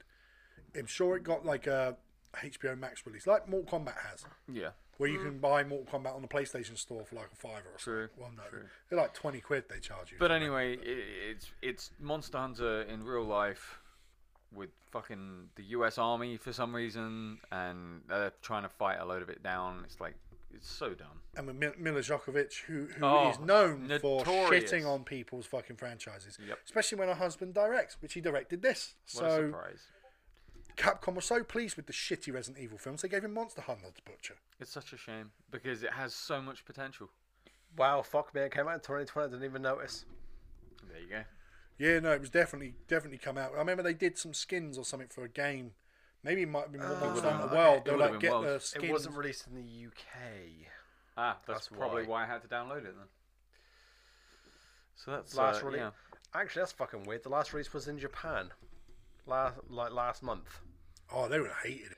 S1: I'm sure it got like a HBO Max release, like Mortal Kombat has,
S2: Yeah.
S1: where you can buy Mortal Kombat on the PlayStation Store for like a fiver or something.
S2: Mm. True,
S1: well, no,
S2: true.
S1: they're like twenty quid they charge you.
S2: But uh, anyway, i it's it's Monster Hunter in real life with fucking the U.S. Army for some reason, and they're trying to fight a load of it down. It's like it's so dumb.
S1: and with Mil- Mila Djokovic, who, who
S2: Oh,
S1: is known for
S2: notorious.
S1: shitting on people's fucking franchises,
S2: Yep.
S1: especially when her husband directs, which he directed this.
S2: What a
S1: so
S2: surprise!
S1: Capcom was so pleased with the shitty Resident Evil films, they gave him Monster Hunter to butcher.
S2: It's such a shame because it has so much potential.
S3: Wow, fuck me! It came out in 2020. I didn't even notice.
S2: There you go.
S1: Yeah, no, it was definitely definitely come out. I remember they did some skins or something for a game. Maybe it might have been Monster Hunter
S2: okay.
S1: World.
S2: It
S1: They were
S2: would've
S1: like,
S2: been
S1: get
S2: Worlds.
S1: the
S2: It
S1: skins.
S3: It wasn't released in the UK.
S2: Ah, that's,
S3: That's
S2: probably
S3: why.
S2: why. I had to download it then. So that's
S3: Last
S2: uh,
S3: release.
S2: yeah.
S3: Actually, that's fucking weird. The last release was in Japan, last like last month.
S1: Oh, they would have hated it.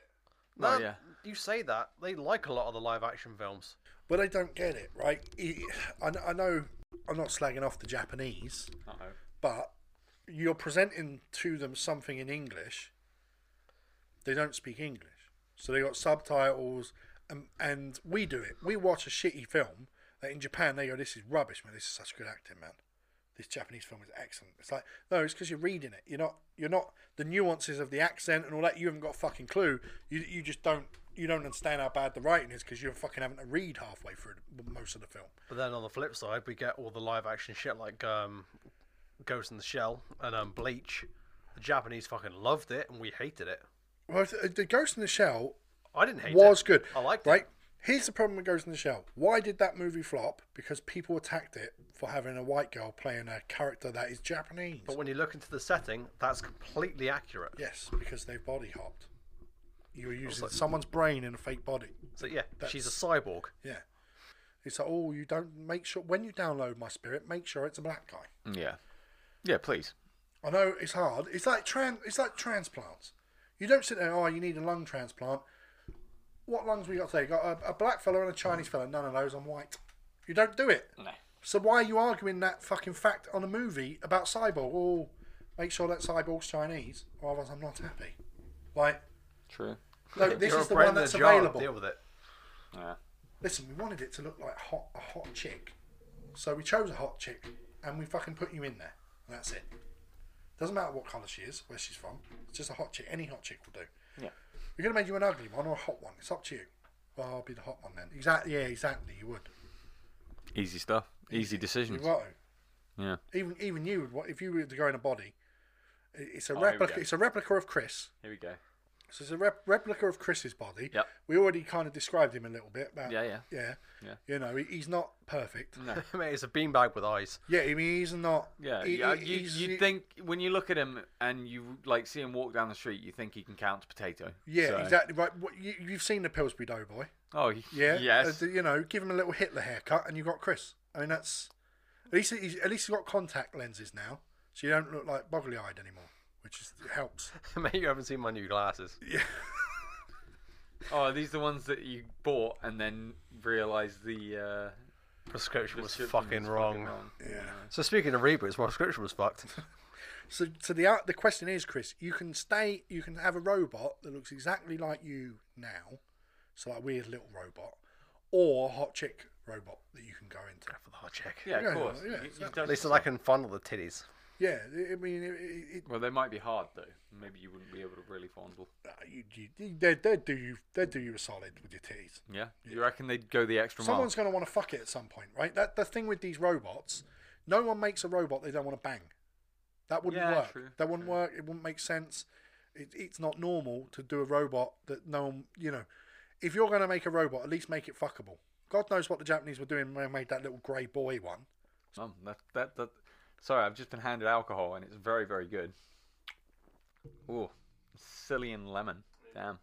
S3: No,
S2: yeah.
S3: you say that they like a lot of the live action films.
S1: But I don't get it, right? It, I, I know I'm not slagging off the Japanese,
S2: Uh-oh.
S1: but you're presenting to them something in English. They don't speak English, so they got subtitles, and, and we do it. We watch a shitty film that in Japan they go, "This is rubbish, man. This is such good acting, man. This Japanese film is excellent." It's like, no, it's because you're reading it. You're not. You're not the nuances of the accent and all that. You haven't got a fucking clue. You you just don't. You don't understand how bad the writing is because you're fucking having to read halfway through the- most of the film.
S3: But then on the flip side, we get all the live action shit like um, Ghost in the Shell and um, Bleach. The Japanese fucking loved it, and we hated it.
S1: Well, the- the Ghost in the Shell
S3: I didn't hate it.
S1: was good.
S3: I liked
S1: right?
S3: it.
S1: Here's the problem with Ghost in the Shell. Why did that movie flop? Because people attacked it for having a white girl playing a character that is Japanese.
S3: But when you look into the setting, that's completely accurate.
S1: yes, because they've body hopped. You're using someone's brain in a fake body.
S3: So yeah, she's a cyborg.
S1: Yeah. It's like, oh, you don't make sure when you download my spirit, make sure it's a black guy.
S2: Yeah. Yeah. Please.
S1: I know it's hard. It's like tran. It's like transplants. You don't sit there. Oh, you need a lung transplant. What lungs we got today? Got a, a black fella and a Chinese fella. None of those. I'm white. You don't do it.
S2: No.
S1: So why are you arguing that fucking fact on a movie about cyborg? Oh, make sure that cyborg's Chinese, or otherwise I'm not happy. Like,
S2: True.
S1: no, this
S3: You're
S1: is
S3: a
S1: the
S3: brain
S1: one
S3: in a
S1: that's
S3: jar,
S1: available.
S3: Deal with it.
S2: Yeah.
S1: Listen, we wanted it to look like hot, a hot chick, so we chose a hot chick, and we fucking put you in there, and that's it. Doesn't matter what colour she is, where she's from. It's just a hot chick. Any hot chick will do.
S2: Yeah.
S1: We're gonna make you an ugly one or a hot one. It's up to you. Well, I'll be the hot one then. Exactly. Yeah, exactly. You would.
S2: Easy stuff. Easy
S1: You
S3: Hmm.
S2: decisions.
S1: got to.
S2: Yeah.
S1: even even you would want if you were to go in a body. i- It's a
S2: Oh, here we
S1: replica.
S2: go.
S1: It's a replica of Chris.
S2: Here we go.
S1: So it's a rep- replica of Chris's body.
S2: Yep.
S1: We already kind of described him a little bit. About,
S2: Yeah, yeah.
S1: yeah,
S2: Yeah.
S1: You know, he, he's not perfect.
S2: No.
S3: Mate, it's a beanbag with eyes.
S1: Yeah, I mean, he's not.
S2: Yeah,
S1: he-
S2: yeah,
S1: he-
S2: you,
S1: he's-
S2: you
S1: he-
S2: think when you look at him and you like see him walk down the street, you think he can count potato.
S1: Yeah,
S2: So-
S1: exactly right. What, you, you've seen the Pillsbury Doughboy.
S2: Oh, he-
S1: Yeah.
S2: yes.
S1: Uh, you know, give him a little Hitler haircut, and you have got Chris. I mean, that's at least he's at least he's got contact lenses now, so you don't look like boggly eyed anymore, which is helps.
S3: Mate, you haven't seen my new glasses.
S2: Oh, are these the ones that you bought and then realised the uh,
S3: Prescription was
S2: description
S3: fucking
S2: was
S3: wrong.
S1: Yeah.
S3: So speaking of reboots, my prescription was fucked.
S1: So, so the out- the question is, Chris, you can stay, you can have a robot that looks exactly like you now, so like weird little robot, or a hot chick robot that you can go into.
S3: For the hot check.
S2: Yeah,
S1: Yeah,
S2: of course.
S1: yeah,
S2: You- you
S1: exactly.
S2: don't-
S3: At least I can fondle the titties.
S1: Yeah, I- I mean, it, it, it,
S2: Well, they might be hard though. Maybe you wouldn't be able to really fondle.
S1: uh, you, you, they, they'd do you they'd do you a solid with your titties.
S2: Yeah, you reckon they'd go the extra mile?
S1: Someone's going to want to fuck it at some point, right? That the thing with these robots. No one makes a robot they don't want to bang. That wouldn't
S2: Yeah,
S1: work.
S2: true,
S1: that wouldn't
S2: true.
S1: work. It wouldn't make sense. It, it's not normal to do a robot that no one, you know. If you're going to make a robot, at least make it fuckable. God knows what the Japanese were doing when they made that little grey boy one.
S2: Mum, that, that that. Sorry, I've just been handed alcohol and it's very very good. Ooh, silly and lemon. Damn.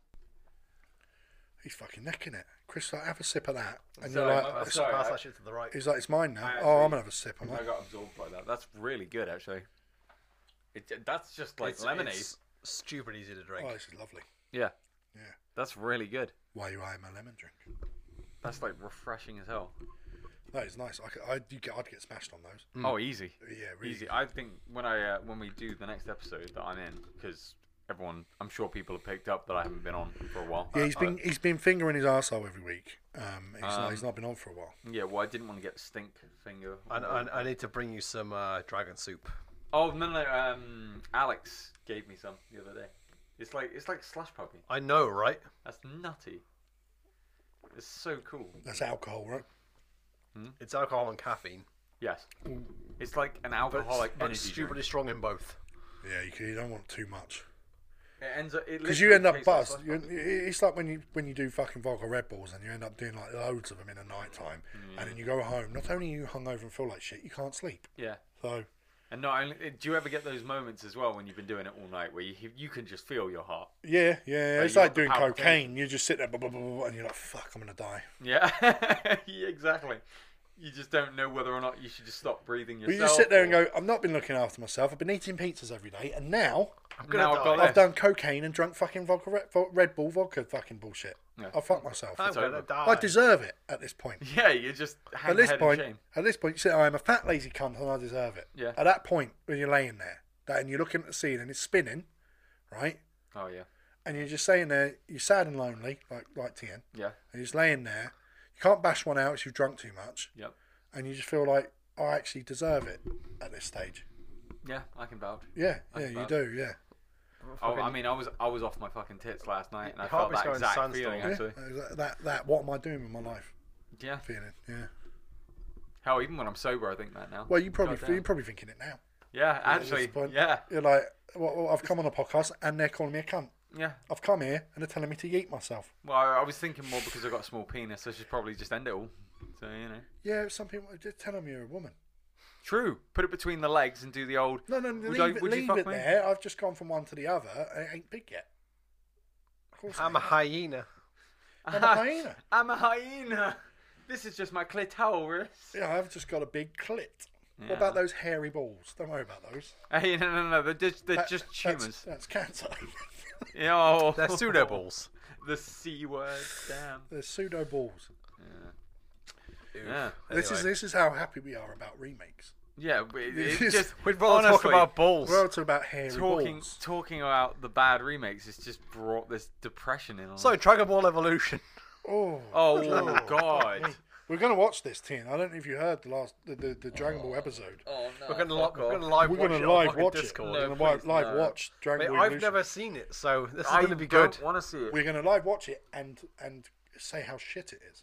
S1: He's fucking necking it. Chris, like, have a sip of that, and
S2: Sorry,
S1: you're
S2: my-
S1: like,
S2: my-
S1: it's-
S2: sorry.
S3: Pass
S2: I-
S3: that shit to the right.
S1: he's like, it's mine now.
S2: I
S1: oh, I'm
S2: agree.
S1: gonna have a sip. I'm
S2: I
S1: like,
S2: got absorbed by that. That's really good actually. It, that's just like
S3: It's-
S2: lemonade.
S3: it's stupid easy to drink.
S1: oh, this is lovely.
S2: Yeah,
S1: Yeah.
S2: that's really good.
S1: Why you eyeing my lemon drink?
S2: That's like refreshing as hell.
S1: That is nice. I could, I'd, you get, I'd get smashed on those.
S2: Oh, easy.
S1: Yeah, really.
S2: Easy. I think when I uh, when we do the next episode that I'm in, because everyone, I'm sure people have picked up that I haven't been on for a while.
S1: Yeah, he's
S2: Uh,
S1: been he's been fingering his arsehole every week. Um, he's, not,
S2: Um,
S1: he's not been on for a while.
S2: yeah, well, I didn't want to get stink finger.
S3: I, I, I need to bring you some uh, dragon soup.
S2: Oh no, no, no, um, Alex gave me some the other day. It's like it's like slush puppy.
S3: I know, right?
S2: That's nutty. It's so cool.
S1: That's alcohol, right?
S3: It's alcohol and caffeine,
S2: Yes. It's like an
S3: but,
S2: alcoholic
S3: but
S2: energy
S3: stupidly
S2: drink.
S3: strong in both.
S1: Yeah, you, c- you don't want too much
S2: It ends up
S1: because you end up buzzed. You, you- it's like when you when you do fucking vodka Red Bulls and you end up doing like loads of them in a night time, and then you go home. Not only are you hungover and feel like shit, you can't sleep.
S2: Yeah.
S1: So
S2: And not only do you ever get those moments as well when you've been doing it all night where you you can just feel your heart.
S1: yeah, yeah,
S2: Like,
S1: it's
S2: you
S1: like
S2: got the
S1: doing
S2: palpitation.
S1: cocaine. You just sit there, blah, blah, blah, blah, blah, and you're like, fuck, I'm gonna die.
S2: Yeah. yeah exactly. You just don't know whether or not you should just stop breathing
S1: But
S2: yourself.
S1: you just sit there and
S2: or-
S1: go, I've not been looking after myself. I've been eating pizzas every day, and now
S3: I'm gonna
S2: Now I've
S3: die.
S2: got
S1: I've
S2: Yes.
S1: done cocaine and drunk fucking vodka Red, vo- Red Bull vodka fucking bullshit.
S2: Yeah.
S1: I fucked myself.
S3: I'm
S2: It's
S3: gonna
S2: over.
S3: die.
S1: I deserve it at this point.
S2: Yeah, you just hang
S1: At this
S2: head in
S1: point,
S2: shame.
S1: at this point, you say I am a fat lazy cunt and I deserve it.
S2: Yeah.
S1: At that point, when you're laying there, that and you're looking at the scene and it's spinning, right?
S2: Oh yeah.
S1: And you're just saying there, you're sad and lonely, like like Tien, and
S2: Yeah.
S1: you're just laying there. You can't bash one out because you've drunk too much,
S2: Yep.
S1: and you just feel like I actually deserve it at this stage.
S2: Yeah, I can vouch.
S1: Yeah, yeah,
S2: That's
S1: you
S2: bad.
S1: do, yeah.
S2: Oh, I
S3: Fucking-
S2: mean, I was I was off my fucking tits last night, and I
S3: Your
S2: felt
S3: heart
S2: that
S3: was going
S2: exact
S3: sandstorm.
S2: feeling
S1: yeah.
S2: actually.
S1: That, that that what am I doing with my life?
S2: Yeah.
S1: Feeling, yeah.
S2: Hell, even when I'm sober, I think that now.
S1: Well, you probably
S2: Goddamn.
S1: you're probably thinking it now.
S2: Yeah,
S1: at this
S2: actually,
S1: point.
S2: yeah,
S1: You're like, well, well, I've come on a podcast and they're calling me a cunt.
S2: yeah.
S1: I've come here and they're telling me to yeet myself.
S2: Well, I, I was thinking more because I got a small penis. I should probably just end it all. So you know,
S1: Yeah, some people just tell them you're a woman.
S2: true. Put it between the legs and do the old.
S1: No, no, no
S2: Would
S1: leave,
S2: I-
S1: it,
S2: would you
S1: leave
S2: fuck
S1: it
S2: me?
S1: there. I've just gone from one to the other. It ain't big yet. Of course, it
S3: I'm a
S1: ain't.
S3: hyena.
S1: I'm a hyena.
S2: I'm a hyena. This is just my clitoris.
S1: Yeah, I've just got a big clit.
S2: Yeah.
S1: What about those hairy balls? Don't worry about those.
S2: Hey, no, no, no. They're just, they're
S1: That-
S2: just
S1: that's-
S2: tumours.
S1: That's, cancer.
S2: Oh,
S3: They're pseudo balls.
S2: The c word. Damn.
S1: They're pseudo balls.
S2: Yeah.
S1: This is this is how happy we are about remakes.
S2: Yeah. but It,
S1: This
S2: it
S1: is-
S2: just.
S3: We'd rather
S2: honestly,
S3: talk about balls.
S1: We're also about hairy
S2: talking
S1: balls.
S2: talking about the bad remakes. It's just brought this depression in. on
S3: So
S2: us.
S3: Dragon Ball Evolution.
S1: Oh,
S2: Oh,
S1: Lord.
S2: God.
S1: Fuck me. We're gonna watch this, Tin. I don't know if you heard the last the, the, the Dragon Ball episode.
S2: Oh no.
S3: We're gonna, li-
S2: fuck
S3: we're
S2: off.
S3: gonna live
S1: We're
S3: watch
S1: gonna
S3: it on
S1: live
S3: fucking
S1: watch
S3: Discord.
S1: it.
S2: No,
S1: we're gonna
S2: please,
S1: li- live
S2: no.
S1: watch Dragon
S3: Mate,
S1: Ball
S3: I've
S1: Evolution.
S3: never seen it, so this is
S2: I
S3: gonna be good.
S2: don't want to see it.
S1: We're gonna live watch it and and say how shit it is.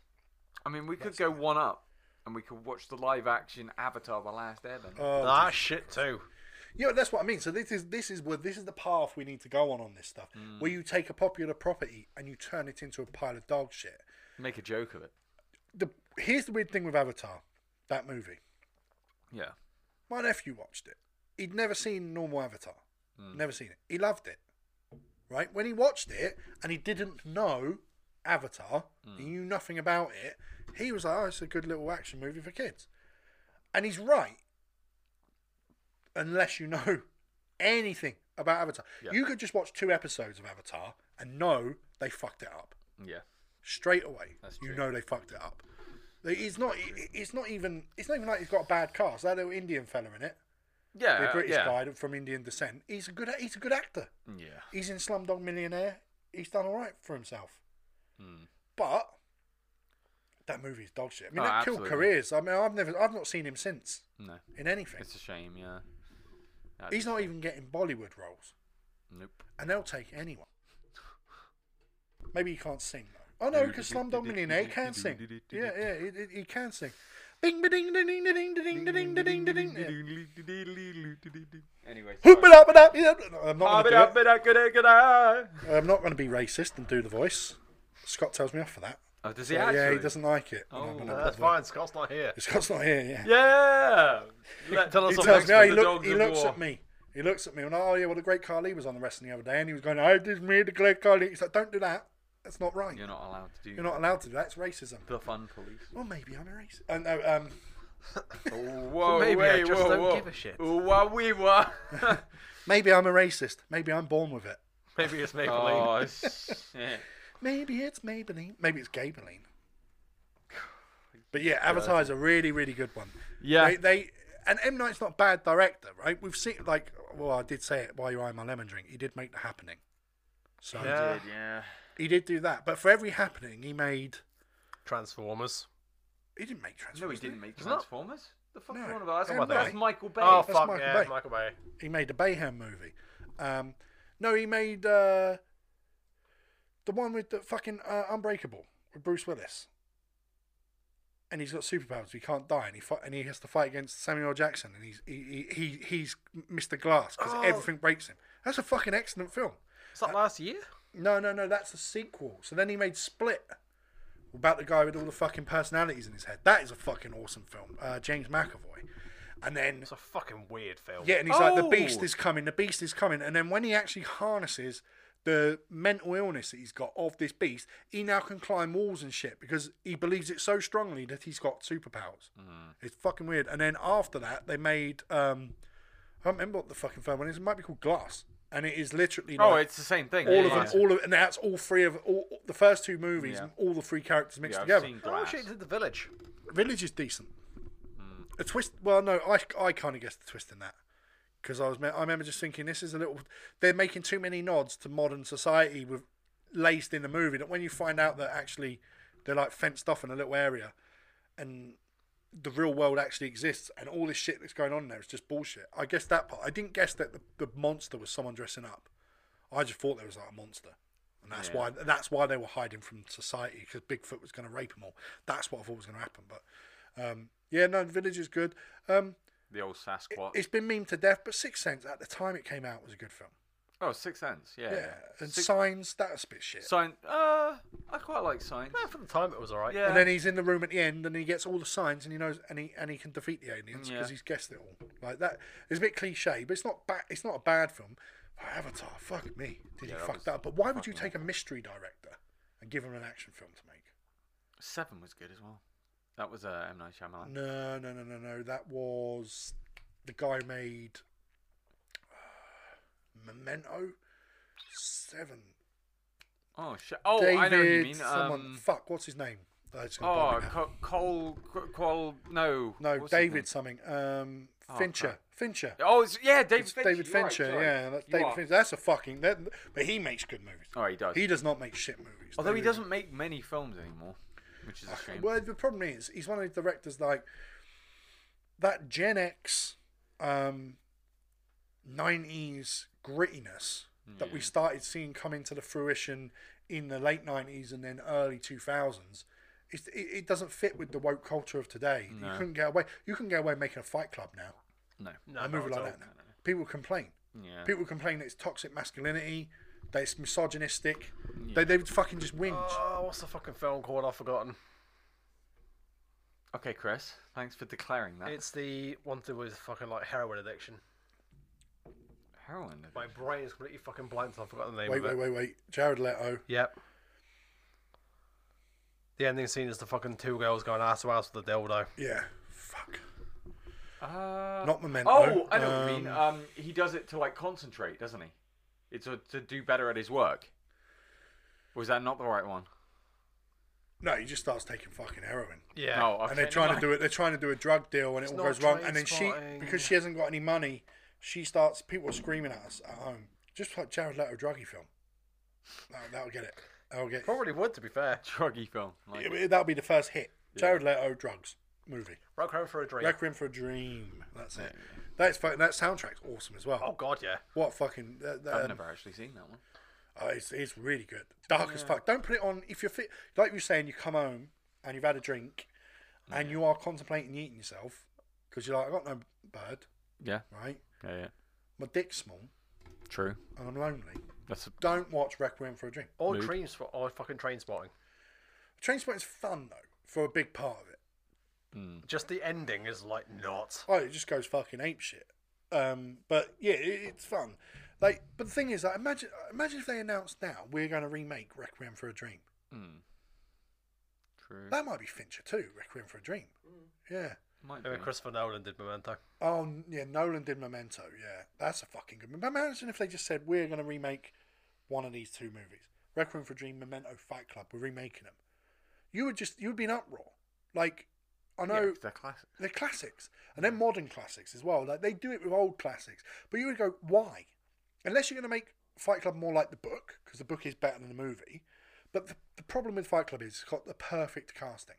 S2: I mean, we could go one up, and we could watch the live action Avatar: The Last Airbender.
S1: Oh,
S3: Ah, shit too.
S1: yeah, that's what I mean. So this is this is where this is the path we need to go on on this stuff,
S3: Mm.
S1: where you take a popular property and you turn it into a pile of dog shit.
S2: Make a joke of it.
S1: The here's the weird thing with Avatar, that movie.
S2: Yeah.
S1: My nephew watched it. He'd never seen normal Avatar.
S2: Hmm.
S1: Never seen it. He loved it. Right? When he watched it and he didn't know Avatar,
S2: Hmm.
S1: he knew nothing about it, he was like, oh, it's a good little action movie for kids. And he's right. Unless you know anything about Avatar.
S2: Yeah.
S1: You could just watch two episodes of Avatar and know they fucked it up
S2: Yeah.
S1: straight away.
S2: That's
S1: you
S2: true.
S1: know they fucked it up. They- It's not. it- It's not even. It's not even like he's got a bad cast. That little Indian fella in it,
S2: Yeah.
S1: the British
S2: Uh, yeah.
S1: guy from Indian descent. He's a good. He's a good actor.
S2: Yeah.
S1: He's in Slumdog Millionaire. He's done all right for himself. But that movie's dog shit. I mean,
S2: Hmm. Oh,
S1: that
S2: absolutely.
S1: killed careers. I mean, I've never. I've not seen him since
S2: No.
S1: in anything.
S2: It's a shame. Yeah. That'd
S1: He's
S2: be-
S1: not e- even getting Bollywood roles,
S2: Nope.
S1: and they'll take anyone. Maybe he can't sing though. Oh no, because Slumdog Millionaire can sing. Yeah, yeah, he, he- he can sing. Bing, ding, ding, ding, ding, ding, ding, ding, ding, ding, ding.
S2: Anyway,
S1: Hoop it
S2: sorry.
S1: up and up. yeah. I'm not
S2: Hoop it
S1: going
S2: up,
S1: to
S2: it up, good day, good day.
S1: I'm not going to be racist and do the voice. Scott tells me off for that.
S2: Oh, does he
S1: Yeah, yeah he
S2: actually?
S1: doesn't like it. and I'm
S2: Oh,
S1: gonna
S3: No, that's
S1: bother.
S3: fine. Scott's not here.
S1: Scott's not here. Yeah.
S2: Yeah. Let-
S3: tell us
S1: He
S3: Some
S1: tells me oh,
S2: for
S1: he,
S2: the
S1: look,
S2: dogs
S1: he
S2: of
S1: looks
S2: war.
S1: at me. He looks at me and oh yeah, what a great car Lee was on the wrestling the other day, and he was going, "Oh, this is me, the great car Lee." He's like, "Don't do that. That's not right.
S2: You're not allowed to do
S1: You're not Oh, allowed to do that. It's racism."
S2: the fun police.
S1: Well, maybe I'm a racist. Uh, no, um,
S2: Whoa,
S3: maybe I
S2: wait,
S3: just
S2: whoa,
S3: don't
S2: whoa.
S3: give a shit.
S2: Whoa, we were.
S1: maybe I'm a racist. Maybe I'm born with it.
S3: Maybe it's Maybelline.
S2: oh, shit.
S1: Maybe it's Maybelline. Maybe it's Gabeline. But yeah, Avatar's a really, really good one.
S2: Yeah.
S1: They, they and M Night's not a bad director, right? We've seen like, well, I did say it while you're eyeing my lemon drink. He did make the happening. So
S3: Yeah.
S2: Did, yeah.
S1: he did do that. But for every happening, he made.
S3: Transformers.
S1: He didn't make
S2: No,
S1: Transformers.
S2: he
S1: did
S2: didn't make
S3: He's not-
S2: Transformers. The fuck
S1: No.
S2: are you on about? That's,
S1: Am
S2: that's
S1: I?
S2: Michael Bay.
S3: Oh
S1: That's
S3: fuck
S1: Michael
S3: yeah,
S1: Bay.
S3: Michael Bay.
S1: He made the Bayhem movie. Um, no, he made uh, the one with the fucking uh, Unbreakable with Bruce Willis. And he's got superpowers. He can't die, and he fight, and he has to fight against Samuel L. Jackson, and he's he, he, he he's Mr. Glass because
S3: Oh.
S1: everything breaks him. That's a fucking excellent film.
S3: Is that last year?
S1: No, no, no, that's the sequel. So then he made Split about the guy with all the fucking personalities in his head. That is a fucking awesome film. Uh, James McAvoy. And then
S3: It's a fucking weird film.
S1: yeah, and he's like, the beast
S2: Oh.
S1: is coming, the beast is coming. And then when he actually harnesses the mental illness that he's got of this beast, he now can climb walls and shit because he believes it so strongly that he's got superpowers.
S2: Mm.
S1: It's fucking weird. And then after that, they made, um, I don't remember what the fucking film is. It might be called Glass. And it is literally
S2: Oh,
S1: like
S2: it's the same thing.
S1: all
S2: yeah,
S1: of them,
S2: yeah.
S1: all of, and that's all three of all the first two movies,
S2: Yeah.
S1: and all the three characters mixed
S2: Yeah, I've
S1: together.
S2: seen
S3: Oh
S2: Glass.
S3: shit, he did the village.
S1: Village is decent.
S2: Hmm.
S1: A twist. Well, no, I, I kind of guessed the twist in that because I was me- I remember just thinking this is a little. They're making too many nods to modern society with laced in the movie that when you find out that actually they're like fenced off in a little area and the real world actually exists and all this shit that's going on there is just bullshit. I guess that part. I didn't guess that the, the monster was someone dressing up. I just thought there was like a monster. And that's
S2: Yeah.
S1: why that's why they were hiding from society because Bigfoot was going to rape them all. That's what I thought was going to happen. But um, yeah, no, the village is good. Um,
S2: The old Sasquatch.
S1: it's been memed to death, but Sixth Sense at the time it came out was a good film.
S2: oh, Six Sense. Yeah.
S1: Yeah,
S2: yeah.
S1: and
S2: Six-
S1: Signs that's a bit shit.
S2: Sign. Uh, I quite like Signs.
S3: Yeah, for the time it was alright.
S2: Yeah.
S1: And then he's in the room at the end, and he gets all the signs, and he knows, and he and he can defeat the aliens
S2: Yeah.
S1: because he's guessed it all. Like that, it's a bit cliche, but it's not bad. It's not a bad film. But Avatar, fuck me, did
S2: Yeah,
S1: he
S2: that
S1: fuck
S2: was
S1: that up? But why would you take a mystery director and give him an action film to make?
S2: Seven was good as well. That was uh, M Night Shyamalan.
S1: No, no, no, no, no. That was the guy who made uh, Memento Seven.
S2: Oh shit! Oh,
S1: David,
S2: I know what you mean.
S1: someone.
S2: Um,
S1: Fuck, what's his name? Oh, it's gonna bother
S2: oh,
S1: me now.
S2: Co- Cole, Co- Cole. No.
S1: no,
S2: what's his
S1: David something. Um,
S2: Oh,
S1: Fincher.
S2: crap.
S1: Fincher.
S2: name? Oh, it's, yeah, David
S1: It's
S2: Fincher.
S1: David
S2: you're right,
S1: Fincher,
S2: sorry.
S1: yeah, that's
S2: You
S1: David
S2: are.
S1: Fincher. That's a fucking. That, but he makes good movies.
S2: Oh, he does.
S1: He does not make shit movies.
S2: Although he
S1: David-
S2: doesn't make many films anymore, which is a shame.
S1: Well, the problem is he's one of the directors like that Gen X, um, '90s grittiness that we started seeing come into the fruition in the late '90s and then early 2000s. It, it, it doesn't fit with the woke culture of today. You
S2: No.
S1: couldn't get away. You can get away making a Fight Club now.
S2: No.
S3: No,
S1: a movie
S3: not at
S1: like
S3: all.
S1: that now. People complain.
S2: Yeah.
S1: People complain that it's toxic masculinity, that it's misogynistic. They, they would fucking just whinge.
S3: Oh, what's the fucking film called? I've forgotten.
S2: Okay, Chris. Thanks for declaring that.
S3: It's the one to do with fucking like heroin addiction.
S2: heroin.
S3: My brain is completely fucking blanked. I've forgotten the name
S1: wait,
S3: of it.
S1: wait, wait, wait. Jared Leto.
S3: Yep. The ending scene is the fucking two girls going ass to ass with the dildo.
S1: Yeah. Fuck.
S2: Uh,
S1: Not Memento.
S2: Oh, I know what you mean.
S1: Um,
S2: Um, he does it to like concentrate, doesn't he? It's a, to do better at his work. Was that not the right one?
S1: No, he just starts taking fucking heroin.
S3: Yeah.
S2: No, okay,
S1: and they're trying
S2: never
S1: to do it. They're trying to do a drug deal, and it all
S3: not
S1: goes wrong. And then she,
S3: train-spotting.
S1: because she hasn't got any money, she starts. People are screaming at us at home, just like Jared Leto druggy film. That'll, that'll get it. That'll get.
S3: Probably would, to be fair.
S2: mind. Druggy film. Like,
S1: It, that'll be the first hit. Jared Leto drugs. movie.
S3: Requiem for a Dream.
S1: Requiem for a Dream. That's it. That's fu- that soundtrack's awesome as well.
S3: oh God, yeah.
S1: What fucking? That, that,
S2: I've
S1: um,
S2: never actually seen that one.
S1: oh, it's, it's really good. Dark as fuck. Don't put it on if you're fit. Like you were saying, you come home and you've had a drink, and you are contemplating eating yourself because you're like, I got no bird,
S2: Yeah,
S1: right?
S2: yeah, yeah.
S1: My dick's small
S2: True.
S1: and I'm lonely.
S2: That's a,
S1: Don't watch Requiem for a Dream.
S3: All
S2: Mood.
S3: dreams for all fucking train spotting.
S1: Trainspotting's fun though for a big part of it.
S2: mm,
S3: Just the ending is like not.
S1: Oh, it just goes fucking ape shit. Um, but yeah, it, it's fun. Like, but the thing is, like, imagine imagine if they announced now we're going to remake Requiem for a Dream.
S2: mm, true.
S1: That might be Fincher too. Requiem for a Dream. Yeah.
S2: Might be.
S3: Maybe Christopher Nolan did Memento.
S1: Oh n- yeah, Nolan did Memento. Yeah, that's a fucking good. But imagine if they just said we're going to remake one of these two movies, Requiem for a Dream, Memento, Fight Club. We're remaking them. You would just you would be an uproar. Like, I know.
S2: Yeah, 'cause they're classic.
S1: They're classics, and they're modern classics as well. Like they do it with old classics, but you would go, why? Unless you're going to make Fight Club more like the book, because the book is better than the movie. But the, the problem with Fight Club is it's got the perfect casting.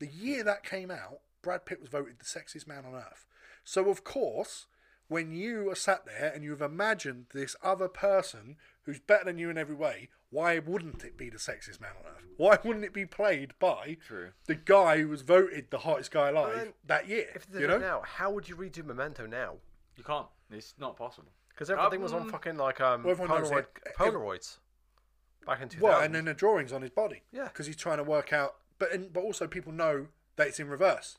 S1: The year that came out, Brad Pitt was voted the sexiest man on earth. So of course, when you are sat there and you've imagined this other person who's better than you in every way, why wouldn't it be the sexiest man on earth? Why wouldn't it be played by
S2: True.
S1: the guy who was voted the hottest guy alive
S3: then,
S1: that year.
S3: If they did
S1: You know,
S3: it now, how would you redo Memento now?
S2: You can't. It's not possible.
S3: Because everything was on
S2: Um,
S3: fucking like um
S1: well, everyone knows
S3: Polaroid,
S1: it.
S3: Polaroids back in 2000.
S1: well, and then the drawings on his body.
S3: Yeah.
S1: because he's trying to work out. But and, but also people know that it's in reverse.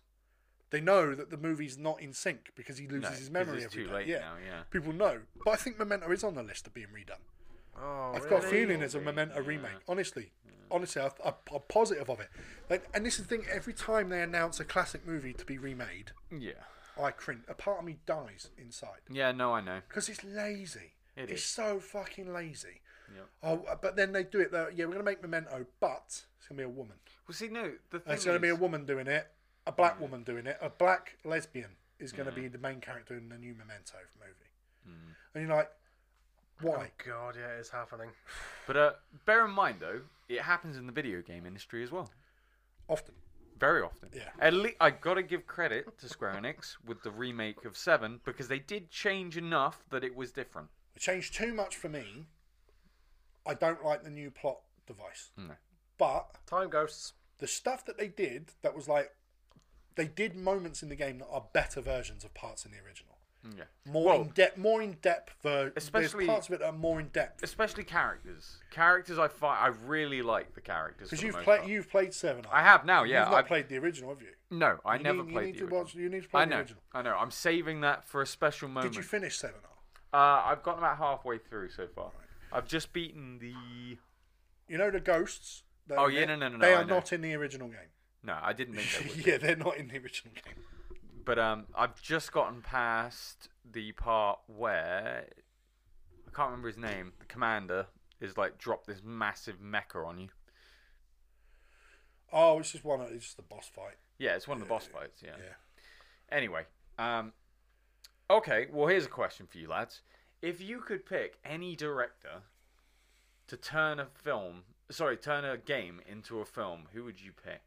S1: They know that the movie's not in sync because he loses
S2: No,
S1: his
S2: 'cause
S1: memory
S2: it's
S1: every
S2: too
S1: day.
S2: late
S1: yeah.
S2: now, yeah.
S1: people know. But I think Memento is on the list of being redone.
S3: oh,
S1: I've got a
S3: really?
S1: feeling there's a
S2: Really?
S1: Memento
S2: Yeah.
S1: remake. Honestly, honestly, I, I, I'm positive of it. Like, and this is the thing: every time they announce a classic movie to be remade,
S2: Yeah.
S1: I cringe. A part of me dies inside.
S2: Yeah. No, I know.
S1: Because it's lazy.
S2: It
S1: it's
S2: is.
S1: so fucking lazy.
S2: Yep.
S1: Oh, but then they do it. Though. Yeah, we're gonna make Memento, but it's gonna be a woman.
S2: Well, see, no, the thing
S1: It's gonna be a
S2: is-
S1: woman doing it. A black woman doing it. A black lesbian is gonna be the main character in the new Memento movie.
S2: Mm.
S1: And you're like,
S3: Oh
S1: why?
S3: God, yeah, it's happening.
S2: But uh, bear in mind, though, it happens in the video game industry as well.
S1: Often.
S2: Very often.
S1: Yeah.
S2: At least I gotta give credit to Square Enix with the remake of Seven because they did change enough that it was different.
S1: It changed too much for me. I don't like the new plot device.
S2: No.
S1: But
S3: Time ghosts.
S1: the stuff that they did that was like, they did moments in the game that are better versions of parts in the original.
S2: Yeah.
S1: more
S2: Well-
S1: in depth, more in depth. Ver-
S2: Especially-
S1: there's parts of it that are more in depth
S2: Especially characters. Characters, I find I really like the characters.
S1: because
S2: for the
S1: you've
S2: most
S1: played.
S2: part.
S1: You've played Seven.
S2: I have now. Yeah.
S1: You've not
S2: I,
S1: played the original, have you?
S2: no, I
S1: You
S2: never
S1: need- you
S2: played
S1: need
S2: the
S1: to
S2: original.
S1: watch- you need to play
S2: I
S1: the
S2: know.
S1: original.
S2: I know. I'm saving that for a special moment.
S1: Did you finish Seven? R?
S2: uh, I've gotten about halfway through so far. I've just beaten the.
S1: You know the ghosts. that
S2: Oh,
S1: are in
S2: yeah,
S1: it?
S2: no, no, no,
S1: They
S2: no, I
S1: are
S2: know.
S1: not in the original game.
S2: No, I didn't think that.
S1: yeah, they're not in the original game.
S2: But um, I've just gotten past the part where I can't remember his name. The commander is like drop this massive mecha on you.
S1: Oh, it's just one. of- It's just the boss fight.
S2: Yeah, it's one of the boss fights. Yeah.
S1: Yeah.
S2: Anyway, um, okay. Well, here's a question for you lads: If you could pick any director to turn a film, sorry, turn a game into a film, who would you pick?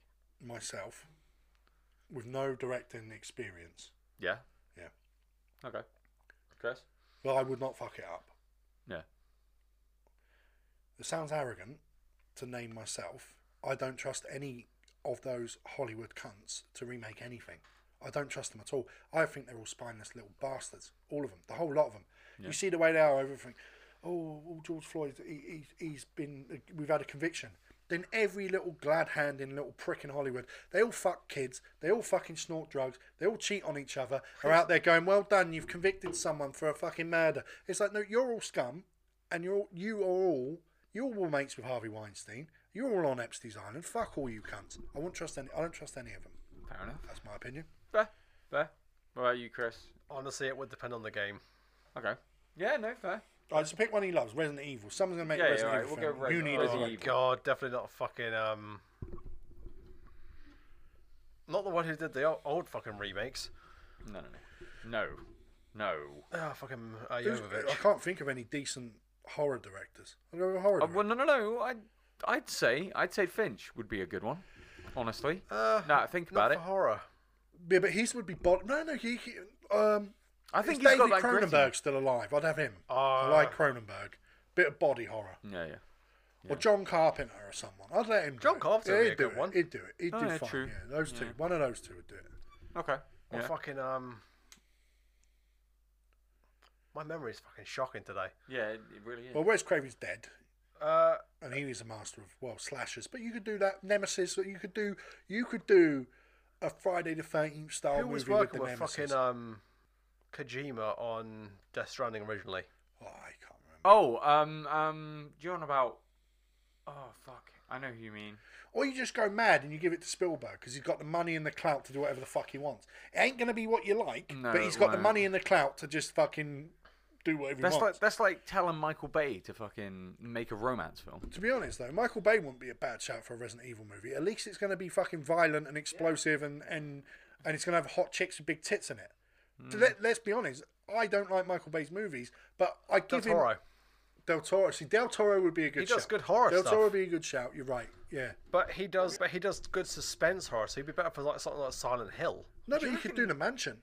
S1: Myself, with no directing experience.
S2: Yeah.
S1: Yeah.
S2: Okay. Chris.
S1: Well, I would not fuck it up.
S2: Yeah.
S1: It sounds arrogant to name myself. I don't trust any of those Hollywood cunts to remake anything. I don't trust them at all. I think they're all spineless little bastards. All of them. The whole lot of them. You see the way they are, everything. Oh, oh, George Floyd, he, he, he's been, we've had a conviction. Then every little glad hand in little prick in Hollywood, they all fuck kids, they all fucking snort drugs, they all cheat on each other, are out there going, well done, you've convicted someone for a fucking murder. It's like, no, you're all scum and you're all, you are all you're all mates with Harvey Weinstein. You're all on Epstein's island. Fuck all you cunts. I won't trust any. I don't trust any of them.
S2: Fair enough.
S1: That's my opinion.
S2: Fair. Fair. What about you, Chris?
S3: Honestly, it would depend on the game.
S2: Okay. Yeah. No. Fair.
S1: I just pick one he loves. Resident Evil. Someone's gonna make
S2: Yeah,
S1: a
S2: yeah,
S1: Resident
S2: alright,
S1: Evil
S2: we'll go
S1: film.
S2: Re-
S1: you need
S2: Resident
S1: a
S2: Evil.
S1: director.
S3: Oh God, definitely not fucking um. Not the one who did the old, old fucking remakes.
S2: No. No. No. No.
S3: Ah, fucking uh,
S1: Who's- I
S3: Jovovich.
S1: can't think of any decent horror directors. I'll go with a horror.
S2: Uh,
S1: director.
S2: well, no. No. No. I. I'd say. I'd say Finch would be a good one. Honestly.
S3: Uh,
S2: Now that I think about
S3: not
S2: it.
S3: for horror.
S1: Yeah, but his would be bottom. No, no, he. he- um,
S2: I
S1: I
S2: think
S1: think
S2: he's
S1: David
S2: got that grit in him.
S1: Cronenberg's still alive. I'd have him. I
S3: Ah.
S1: like Cronenberg. Bit of body horror.
S2: Yeah, yeah.
S1: Or John Carpenter or someone. I'd let him. do
S3: John
S1: it.
S3: Carpenter
S1: Yeah,
S3: would be
S1: he'd
S3: a
S1: do
S3: good
S1: it.
S3: one.
S1: He'd do it. He'd
S2: Oh,
S1: do
S2: yeah,
S1: fine.
S2: true.
S1: Yeah, those two.
S2: Yeah.
S1: One of those two would do it.
S2: Okay.
S3: Or
S2: Yeah.
S3: fucking um. My memory's fucking shocking today.
S2: yeah, it it really is.
S1: Well, Wes Craven's dead,
S3: Uh,
S1: and he is a master of well slashers. But you could do that Nemesis. That you could do. You could do a Friday the Thirteenth style
S3: who was
S1: movie
S3: working
S1: with
S3: with,
S1: the Nemesis.
S2: uh,
S3: fucking um, Kojima on Death Stranding originally?
S1: oh, I can't remember.
S2: Oh, um, um, do you want about? Oh fuck, I know who you mean.
S1: Or you just go mad and you give it to Spielberg because he's got the money and the clout to do whatever the fuck he wants. It ain't gonna be what you like,
S2: No,
S1: but
S2: it
S1: he's got the
S2: won't.
S1: money and the clout to just fucking do whatever
S2: That's
S1: he wants.
S2: like that's like telling Michael Bay to fucking make a romance film.
S1: To be honest, though, Michael Bay wouldn't be a bad shout for a Resident Evil movie. At least it's going to be fucking violent and explosive, and and and it's going to have hot chicks with big tits in it. So Let, let's be honest. I don't like Michael Bay's movies, but I give
S3: Del
S1: him
S3: Toro.
S1: Del Toro. See, Del Toro would be a good.
S3: He does
S1: shout.
S3: good horror
S1: Del
S3: stuff.
S1: Toro would be a good shout. You're right. Yeah.
S3: But he does, but he does good suspense horror, so he'd be better for like something like Silent Hill.
S1: No, but you could do the mansion.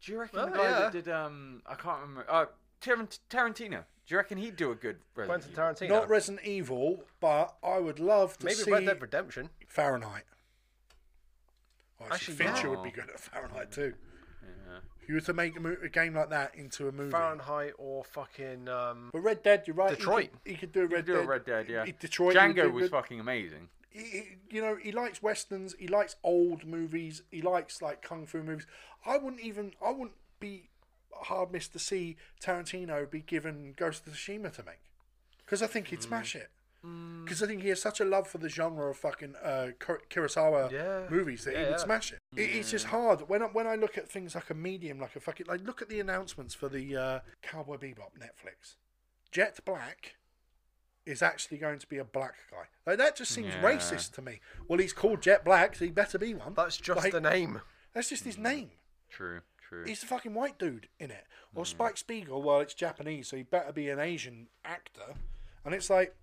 S2: Do you reckon
S3: Oh,
S2: the guy
S3: yeah.
S2: that did um, I can't remember. Uh, Tarant- Tarantino. Do you reckon he'd do a good Resident
S3: Quentin
S2: Evil?
S3: Tarantino.
S1: Not Resident Evil, but I would love to
S3: Maybe
S1: see
S3: Red Dead Redemption.
S1: Fahrenheit. Oh, actually,
S3: Actually,
S1: Fincher
S2: yeah.
S1: would be good at Fahrenheit too.
S2: Yeah.
S1: If you were to make a, mo- a game like that into a movie.
S3: Fahrenheit or fucking um,
S1: But Red Dead, you're right. he
S3: Detroit.
S1: could- He could, do a Red
S2: do
S1: Dead.
S2: a Red Dead, yeah.
S1: He- Detroit. he would do
S2: Django was
S1: good-
S2: fucking amazing.
S1: he- he- you know, he likes westerns. He likes old movies. He likes like kung fu movies. I wouldn't even. I wouldn't be hard missed to see Tarantino be given Ghost of Tsushima to make, because I think he'd smash it. Because I think he has such a love for the genre of fucking uh, Kur- Kurosawa
S3: Yeah.
S1: movies that he
S3: Yeah,
S1: would
S3: yeah.
S1: smash it. it. It's just hard when I, when I look at things like a medium, like a fucking like look at the announcements for the uh, Cowboy Bebop Netflix. Jet Black is actually going to be a black guy. Like that just seems
S2: Yeah.
S1: racist to me. Well, he's called Jet Black, so he better be one.
S3: that's just
S1: Like,
S3: the name.
S1: that's just his name.
S2: True, true.
S1: He's the fucking white dude in it.
S2: Hmm.
S1: Or Spike Spiegel, well, it's Japanese, so he better be an Asian actor. And it's like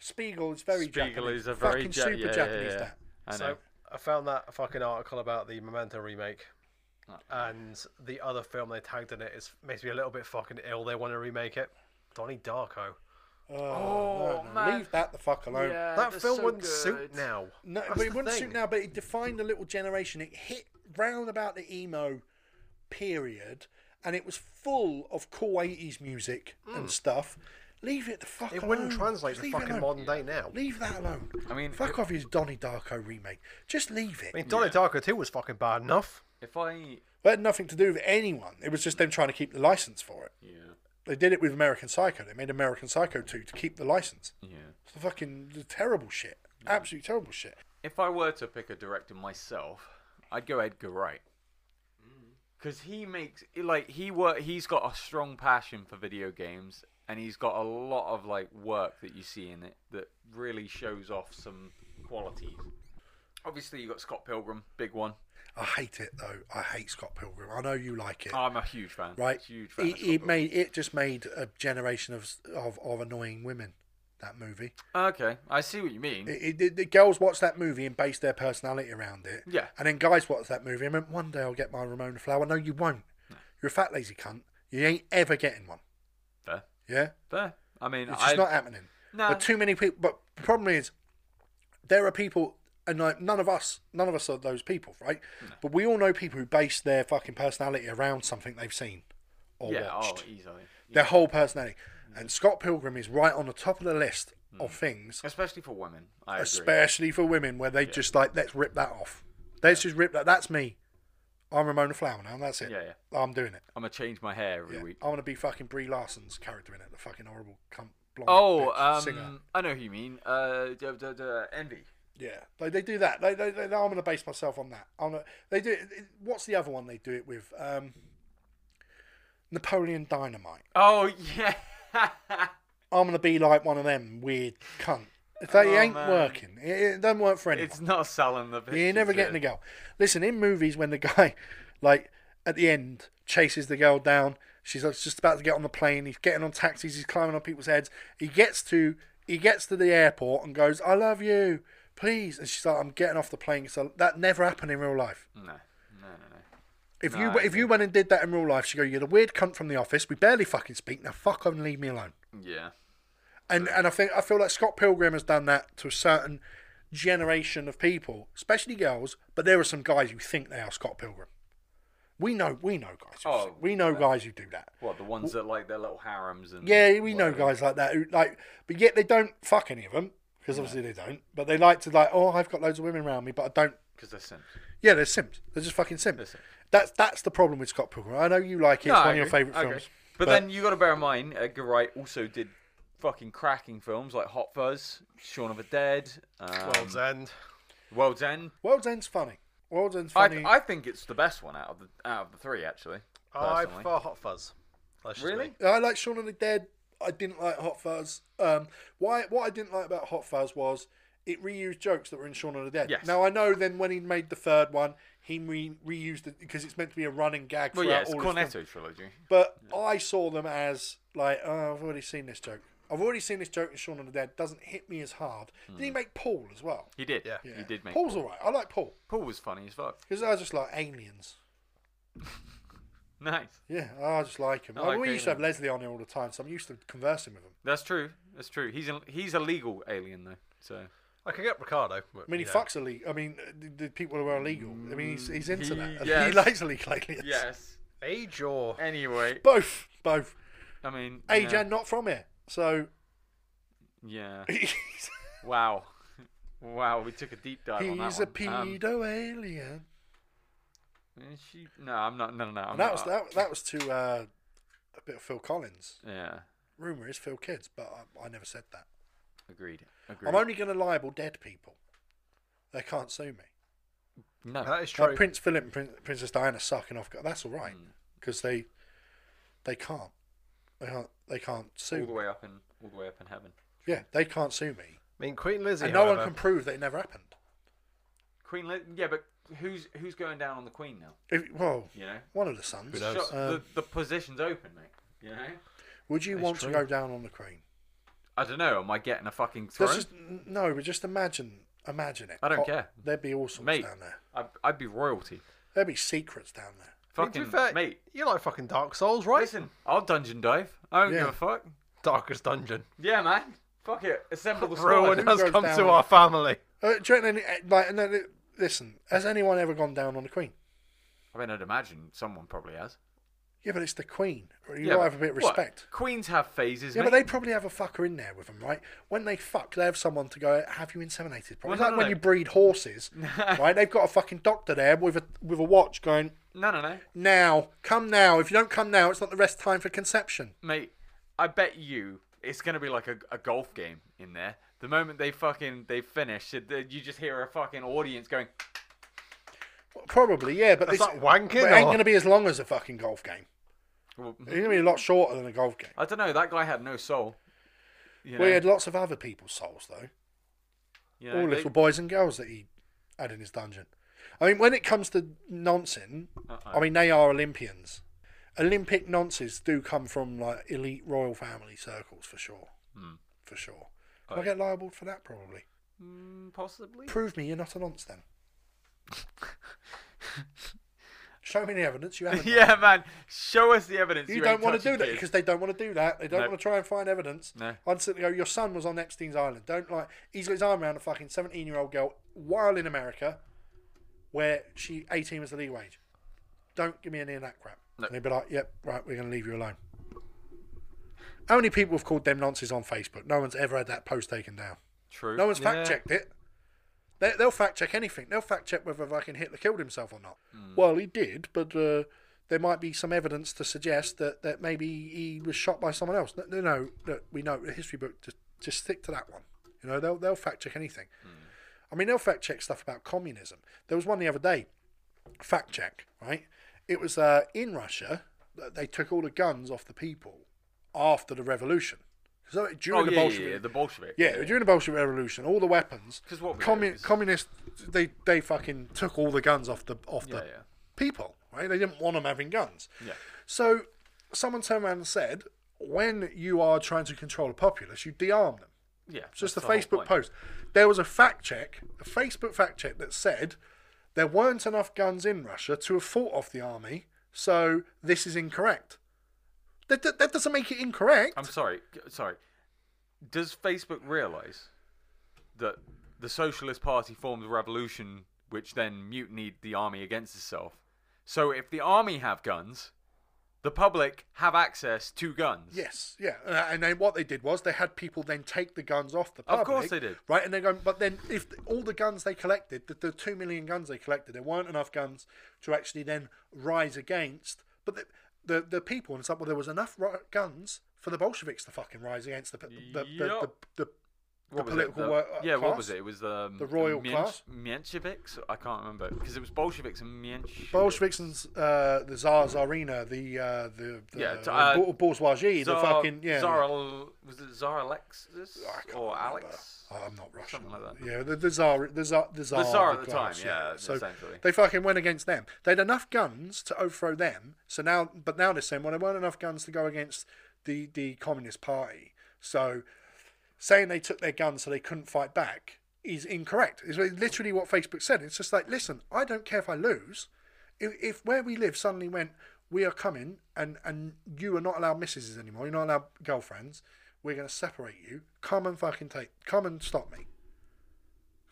S1: Spiegel is very
S2: Spiegel
S1: Japanese.
S2: is a very
S1: fucking
S2: Ja-
S1: super
S2: yeah, yeah,
S1: Japanese.
S2: yeah.
S1: That.
S2: I know.
S3: So I found that fucking article about the Memento remake,
S2: Oh.
S3: and the other film they tagged in it is makes me a little bit fucking ill. They want to remake it. Donnie Darko.
S1: Oh, no,
S2: Oh,
S1: no,
S2: man.
S1: Leave that the fuck alone.
S3: that film wouldn't suit now.
S1: No,
S3: That's
S1: but
S3: the
S1: it wouldn't
S3: thing.
S1: suit now. But it defined a little generation. It hit round about the emo period, and it was full of cool eighties music and stuff. Leave it the fuck.
S3: Hmm. It
S1: alone.
S3: wouldn't translate
S1: Just
S3: to
S1: leave it
S3: fucking
S1: alone.
S3: modern day now.
S1: Leave that alone.
S2: I mean,
S1: fuck
S2: it-
S1: off his Donnie Darko remake. Just leave
S3: I
S1: it.
S3: mean, Donnie Darko 2 was fucking bad enough.
S2: If I,
S1: It had nothing to do with anyone. It was just them trying to keep the license for it.
S2: yeah,
S1: They did it with American Psycho. They made American Psycho 2 to keep the license.
S2: yeah.
S1: It's the fucking the terrible shit. Absolute terrible shit.
S2: If I were to pick a director myself, I'd go Edgar Wright. Because he makes like he work. He's got a strong passion for video games, and he's got a lot of like work that you see in it that really shows off some qualities. Obviously, you got Scott Pilgrim, big one.
S1: I hate it though. I hate Scott Pilgrim. I know you like it.
S2: I'm a huge fan.
S1: right?
S2: huge fan. of
S1: It,
S2: Scott
S1: it
S2: Pilgrim.
S1: made it just made a generation of of, of annoying women. That movie,
S2: Okay, I see what you mean.
S1: it, it, the girls watch that movie and base their personality around it.
S2: Yeah.
S1: and then guys watch that movie and went, "One day I'll get my Ramona flower." No, you won't. You're a fat lazy cunt. You ain't ever getting one.
S2: Fair,
S1: Yeah,
S2: fair. I mean,
S1: it's just
S2: I
S1: not happening.
S2: Nah.
S1: But too many people. But the problem is, there are people, and like none of us, none of us are those people, right? But we all know people who base their fucking personality around something they've seen or
S2: yeah,
S1: watched.
S2: oh, easily.
S1: their whole personality. And Scott Pilgrim is right on the top of the list
S2: Mm.
S1: of things,
S2: Especially for women, I agree.
S1: especially for women, where they just like let's rip that off. Let's just rip that. That's me. I'm Ramona Flower now. and That's it.
S2: Yeah, yeah.
S1: I'm doing it.
S2: I'm gonna change my hair every
S1: Yeah.
S2: week.
S1: I want to be fucking Brie Larson's character in it, the fucking horrible cunt blonde
S2: Oh,
S1: bitch singer.
S2: um, I know who you mean. Uh, d- d- d- envy.
S1: Yeah, like they do that. They, they, they, I'm going to base myself on that. I'm gonna, they do. It, what's the other one they do it with? Um, Napoleon Dynamite.
S2: Oh yeah.
S1: I'm gonna be like one of them weird cunt. That
S2: Oh,
S1: ain't
S2: man.
S1: working. It, it doesn't work for anyone.
S2: it's not selling the. Pictures,
S1: You're never getting
S2: the.
S1: a girl. Listen, in movies, when the guy, like at the end, chases the girl down, she's like, just about to get on the plane. He's getting on taxis. He's climbing on people's heads. He gets to he gets to the airport and goes, "I love you, please." And she's like, "I'm getting off the plane." So that never happened in real life.
S2: No. No, no, no.
S1: If
S2: No,
S1: you
S2: I
S1: if you went and did that in real life, she'd go, "You're the weird cunt from the office. We barely fucking speak. Now fuck off and leave me alone."
S2: Yeah.
S1: And and I think I feel like Scott Pilgrim has done that to a certain generation of people, especially girls. But there are some guys who think they are Scott Pilgrim. We know we know guys. Who,
S2: Oh,
S1: we know guys who do that.
S2: What the ones that like their little harems and
S1: Yeah, we know
S2: whatever.
S1: guys like that who like, but yet they don't fuck any of them because obviously they don't. But they like to like, oh, I've got loads of women around me, but I don't.
S2: because they're simps.
S1: Yeah, they're simps. They're just fucking simps.
S2: They're simps.
S1: That's that's the problem with Scott Pilgrim. I know you like it.
S2: No,
S1: it's
S2: I
S1: one of your
S2: agree,
S1: favorite
S2: I agree.
S1: films.
S2: But, then you got to bear in mind, Edgar Wright also did fucking cracking films like Hot Fuzz, Shaun of the Dead, um,
S3: World's End.
S2: World's End.
S1: World's End's funny. World's End's
S2: I,
S1: funny.
S2: I think it's the best one out of the out of the three actually.
S3: I
S2: personally.
S3: prefer uh, Hot Fuzz. That's just
S2: Really?
S3: me.
S1: I like Shaun of the Dead. I didn't like Hot Fuzz. Um, why? What I didn't like about Hot Fuzz was it reused jokes that were in Shaun of the Dead.
S2: Yes.
S1: Now I know. Then when he made the third one, he re- reused it because it's meant to be a running gag.
S2: Well,
S1: throughout
S2: yeah, it's
S1: all his films.
S2: Cornetto trilogy.
S1: But I saw them as like, oh, I've already seen this joke. I've already seen this joke in Shaun of the Dead. Doesn't hit me as hard. Did he make Paul as well?
S2: He did.
S3: Yeah.
S2: Hmm. He did make. Paul.
S1: Paul's all right. I like Paul
S2: Paul was funny as fuck.
S1: because I was just like aliens.
S2: Nice.
S1: Yeah, I just like him.
S2: I
S1: Like,
S2: like
S1: we used to have
S2: Alien.
S1: Leslie on here all the time, so I'm used to conversing with him.
S2: That's true. That's true. He's a, he's a legal alien though. So
S3: I could get Ricardo. but,
S1: I mean, he
S3: you know.
S1: fucks illegal. I mean, uh, the, the people who are illegal. I mean, he's, he's into
S2: He-
S1: that. He
S2: yes.
S1: likes illegal aliens.
S2: yes.
S3: Age or
S2: Anyway,
S1: Both, both.
S2: I mean,
S1: Age
S2: yeah.
S1: and not from here. So
S2: yeah.
S1: he's,
S2: Wow. Wow, we took a deep dive on that
S1: he's a
S2: one. Um,
S1: pedo alien.
S2: Eh, She, no, I'm not. No, no, no. I'm
S1: And that
S2: not,
S1: was that, that was to uh, a bit of Phil Collins.
S2: Yeah,
S1: rumor is Phil Kids, but I, I never said that.
S2: agreed. Agreed.
S1: I'm only going to libel dead people. They can't sue me.
S2: no.
S3: that is true.
S1: Like Prince Philip and Prin- Princess Diana sucking off. That's all right
S2: Hmm.
S1: because they they can't they can't they can't
S2: all
S1: sue.
S2: the
S1: Me.
S2: way up in all the way up in heaven.
S1: Yeah, they can't sue me,
S3: I mean, Queen Lizzie.
S1: and no one
S3: however-
S1: can prove that it never happened.
S2: Queen. Li- yeah, but who's who's going down on the Queen now?
S1: If, well,
S2: You know,
S1: one of the sons.
S3: Who knows?
S2: Shut-
S1: Um,
S2: the, the position's open, mate. You know,
S1: Would you
S3: That's
S1: want
S3: true.
S1: to go down on the Queen?
S2: I don't know. Am I getting a fucking
S1: That's
S2: throne?
S1: just no, but just imagine imagine it.
S2: I don't
S1: Oh,
S2: care.
S1: There'd be all sorts
S2: Mate.
S1: down there.
S2: I'd, I'd be royalty.
S1: There'd be secrets down there.
S3: I mean, to
S2: Fucking
S3: be fair,
S2: mate.
S3: You like fucking Dark Souls, right?
S2: Listen, I'll dungeon dive. I don't
S1: Yeah.
S2: give a fuck.
S3: Darkest Dungeon.
S2: Yeah, man. Fuck it. Assemble the squad.
S3: Ruin
S1: who
S3: has
S1: goes
S3: come
S1: down
S3: to
S1: on-
S3: our family.
S1: Uh, do you reckon any, like, and then, listen, has anyone ever gone down on the Queen?
S2: I mean, I'd imagine someone probably has.
S1: Yeah, but it's the Queen. You
S2: Yeah,
S1: gotta
S2: but
S1: have a bit of
S2: what?
S1: respect.
S2: Queens have phases.
S1: Yeah,
S2: mate.
S1: but they probably have a fucker in there with them, right? When they fuck, they have someone to go, "Have you inseminated?" Probably.
S2: Well,
S1: it's
S2: no,
S1: like
S2: no,
S1: when
S2: no.
S1: you breed horses, right? They've got a fucking doctor there with a with a watch going,
S2: No, no, no,
S1: "Now, come now. If you don't come now, it's not the rest time for conception."
S2: mate. I bet you it's gonna be like a, a golf game in there. The moment they fucking they finish, it, you just hear a fucking audience going.
S1: Well, Probably, yeah, but it's
S3: That's not wanking,
S1: It ain't
S3: or-
S1: going to be as long as a fucking golf game.
S2: "Well,
S1: It's going to be a lot shorter than a golf game.
S2: I don't know. That guy had no soul. You know,
S1: We had lots of other people's souls though.
S2: you know,
S1: all
S2: they-
S1: little boys and girls that he had in his dungeon. I mean, when it comes to nonsense, I mean they are Olympians. Olympic nonsense do come from like elite royal family circles for sure, for sure. Do I get liable for that probably.
S2: Mm, possibly.
S1: Prove me you're not a nonce then. Show me the evidence you haven't.
S2: yeah, man. Show us the evidence.
S1: You,
S2: You,
S1: don't want to do that
S2: kids.
S1: because they don't want to do that. They don't
S2: No.
S1: want to try and find evidence.
S2: No.
S1: I'd sit there and go, your son was on Epstein's island. Don't like, he's got his arm around a fucking 17 year old girl while in America where she, 18 was the legal age. Don't give me any of that crap.
S2: No.
S1: And he'd be like, yep, right, we're going to leave you alone. How many people have called them nonces on Facebook? No one's ever had that post taken down.
S2: True.
S1: No one's
S2: Yeah.
S1: fact checked it. They, they'll fact check anything. They'll fact check whether fucking Hitler killed himself or not.
S2: Hmm.
S1: Well, he did, but uh, there might be some evidence to suggest that, that maybe he was shot by someone else. No, no, no, no, we know the history book. Just, just stick to that one. You know, they'll they'll fact check anything.
S2: Hmm.
S1: I mean, they'll fact check stuff about communism. There was one the other day, fact check, right? It was uh, in Russia that they took all the guns off the people after the revolution. So during
S2: Oh,
S1: the
S2: yeah, yeah,
S1: Bolshevik,
S2: yeah, the Bolshevik.
S1: yeah, during the Bolshevik Revolution, all the weapons.
S2: 'Cause what we
S1: commu-
S2: do is-
S1: communists, they they fucking took all the guns off the off
S2: Yeah,
S1: the
S2: yeah.
S1: people, right? They didn't want them having guns.
S2: Yeah.
S1: So someone turned around and said, when you are trying to control a populace, you de-arm them.
S2: Yeah.
S1: It's just
S2: that's
S1: a
S2: whole
S1: Facebook
S2: point.
S1: post. There was a fact check, a Facebook fact check that said there weren't enough guns in Russia to have fought off the army, so this is incorrect. That, that, that doesn't make it incorrect.
S2: I'm sorry. g- Sorry. Does Facebook realize that the Socialist Party formed a revolution which then mutinied the army against itself? So if the army have guns, the public have access to guns.
S1: Yes, yeah, Uh, and then what they did was they had people then take the guns off the
S2: Of
S1: public.
S2: course they did.
S1: right? And they're going, but then if th- all the guns they collected, the, the two million guns they collected, there weren't enough guns to actually then rise against. But the the, the people, and it's like, well, there was enough ri- guns for the Bolsheviks to fucking rise against the the the, the,
S2: Yup.
S1: the, the the
S2: What was it?
S1: political
S2: The-
S1: wo- uh,
S2: yeah, what was
S1: class?
S2: it? It was um,
S1: The royal
S2: Mensh-
S1: class?
S2: Mensheviks? I can't remember because it was Bolsheviks and Mensheviks.
S1: Bolsheviks and uh, the Tsar Tsarina, the uh, the, the
S2: Yeah, t- uh,
S1: bour- bourgeoisie, the fucking yeah.
S2: Tsar Al- was it Tsar Alexis
S1: I can't
S2: or
S1: remember.
S2: Alex?
S1: Oh, I'm not Russian.
S2: Something like that.
S1: Yeah, the, the Tsar, the Tsar, the Tsar,
S2: Tsar
S1: of
S2: at the
S1: class,
S2: time, yeah,
S1: So
S2: essentially.
S1: they fucking went against them. They had enough guns to overthrow them. So now, but now they're saying, well, there weren't enough guns to go against the the Communist Party. So saying they took their guns so they couldn't fight back is incorrect. It's literally what Facebook said. It's just like, listen, I don't care if I lose. If, if where we live suddenly went, we are coming, and and you are not allowed missuses anymore. You're not allowed girlfriends. We're going to separate you. Come and fucking take. Come and stop me.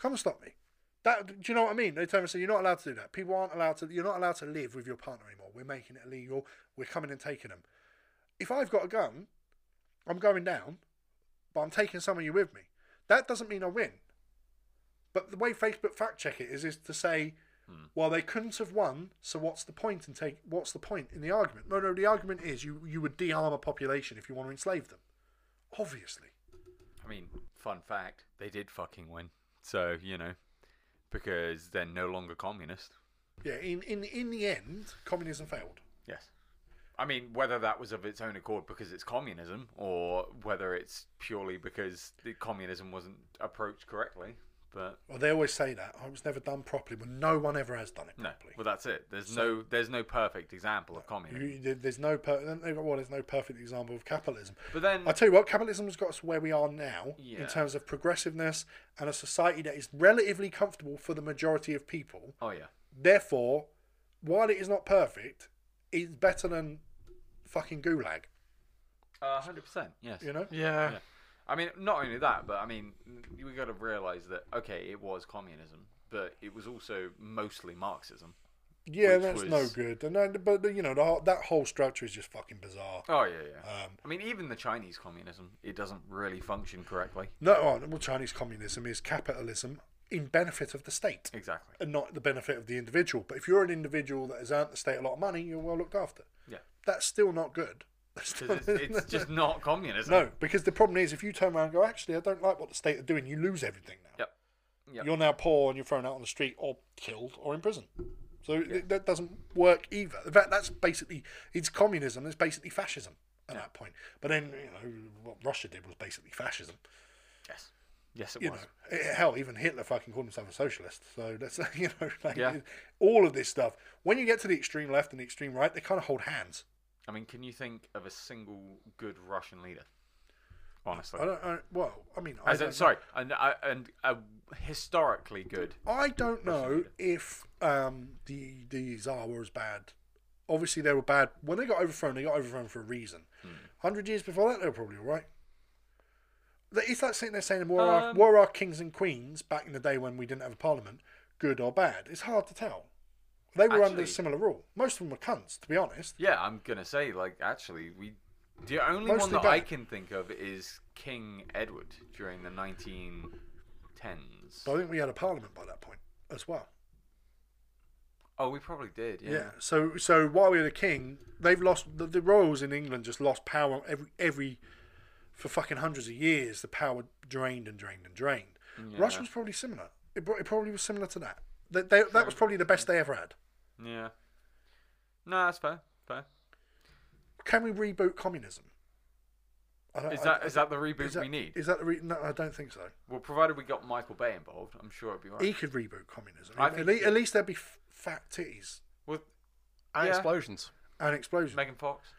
S1: Come and stop me. That do you know what I mean? They tell me so you're not allowed to do that. People aren't allowed to. You're not allowed to live with your partner anymore. We're making it illegal. We're coming and taking them. If I've got a gun, I'm going down, but I'm taking some of you with me. That doesn't mean I win. But the way Facebook fact check it is is to say, well, they couldn't have won, so what's the point in take? What's the point in the argument? No, no, the argument is you you would de-arm a population if you want to enslave them. Obviously,
S2: I mean, fun fact, they did fucking win. So, you know, because they're no longer communist.
S1: yeah. In in in the end, communism failed.
S2: Yes. I mean, whether that was of its own accord because it's communism or whether it's purely because the communism wasn't approached correctly. But
S1: Well, they always say that. Oh, it was never done properly, but no one ever has done it
S2: no,
S1: properly.
S2: well, that's it. There's no, there's no perfect example of communism.
S1: You- there- there's no per- then they've got, well, there's no perfect example of capitalism.
S2: but then,
S1: I tell you what, capitalism has got us where we are now
S2: Yeah.
S1: in terms of progressiveness and a society that is relatively comfortable for the majority of people.
S2: oh yeah,
S1: Therefore, while it is not perfect, it's better than fucking gulag.
S2: uh, hundred percent. Yes.
S1: You know?
S3: Yeah.
S2: Yeah. I mean, not only that, but I mean, we got to realize that okay, it was communism, but it was also mostly Marxism.
S1: Yeah,
S2: Which
S1: that's
S2: was-
S1: no good. And then, but you know, the, whole- that whole structure is just fucking bizarre.
S2: Oh yeah, yeah.
S1: Um,
S2: I mean, even the Chinese communism, it doesn't really function correctly.
S1: no, oh, well, Chinese communism is capitalism in benefit of the state.
S2: Exactly.
S1: and not the benefit of the individual. But if you're an individual that has earned the state a lot of money, you're well looked after.
S2: Yeah.
S1: That's still not good. That's still-
S2: 'Cause it's, it's just not communism.
S1: no, because the problem is if you turn around and go, actually, I don't like what the state are doing, you lose everything now.
S2: Yep. Yep.
S1: You're now poor and you're thrown out on the street or killed or in prison. So th- that doesn't work either. In fact, that's basically it's communism. It's basically fascism at that point. But then you know what Russia did was basically fascism.
S2: Yes. Yes, it
S1: you know,
S2: was.
S1: eh, hell, even Hitler fucking called himself a socialist. So that's you know, like,
S2: Yeah.
S1: all of this stuff. When you get to the extreme left and the extreme right, they kind of hold hands.
S2: I mean, can you think of a single good Russian leader? Honestly.
S1: I don't. I, well, I mean, I
S2: As
S1: don't,
S2: in, sorry, and, I- and a historically good.
S1: I don't know if um, the the Tsar were as bad. Obviously, they were bad when they got overthrown. They got overthrown for a reason.
S2: Hmm.
S1: Hundred years before that, they were probably all right. Th- It's like sitting there saying, "Were, our,
S2: Um,
S1: were our kings and queens back in the day when we didn't have a parliament good or bad?" It's hard to tell. They were under
S2: Actually-
S1: a similar rule. Most of them were cunts, to be honest.
S2: Yeah, I'm gonna say like actually we. The only one
S1: Mostly
S2: that I
S1: bad.
S2: can think of is King Edward during the 1910s.
S1: But I think we had a parliament by that point as well.
S2: Oh, we probably did.
S1: Yeah.
S2: Yeah.
S1: So so while we had a king, they've lost the, the royals in England just lost power every every for fucking hundreds of years. The power drained and drained and drained.
S2: Mm,
S1: Russia was probably similar. It, pro- it probably was similar to that. That they, that was probably the best they ever had.
S2: Yeah. No, that's fair. Fair.
S1: Can we reboot communism? I don't-
S2: Is
S1: Uh, I-
S2: that
S1: I-
S2: is that the reboot
S1: is that-
S2: we need?
S1: Is that the re- no? I don't think so.
S2: well, provided we got Michael Bay involved, I'm sure it'd be alright.
S1: He could reboot communism.
S2: I
S1: at,
S2: think
S1: le-
S2: he-
S1: at least there'd be f- fat titties
S2: With
S3: And
S2: Yeah.
S3: explosions.
S1: and explosions.
S2: Megan Fox.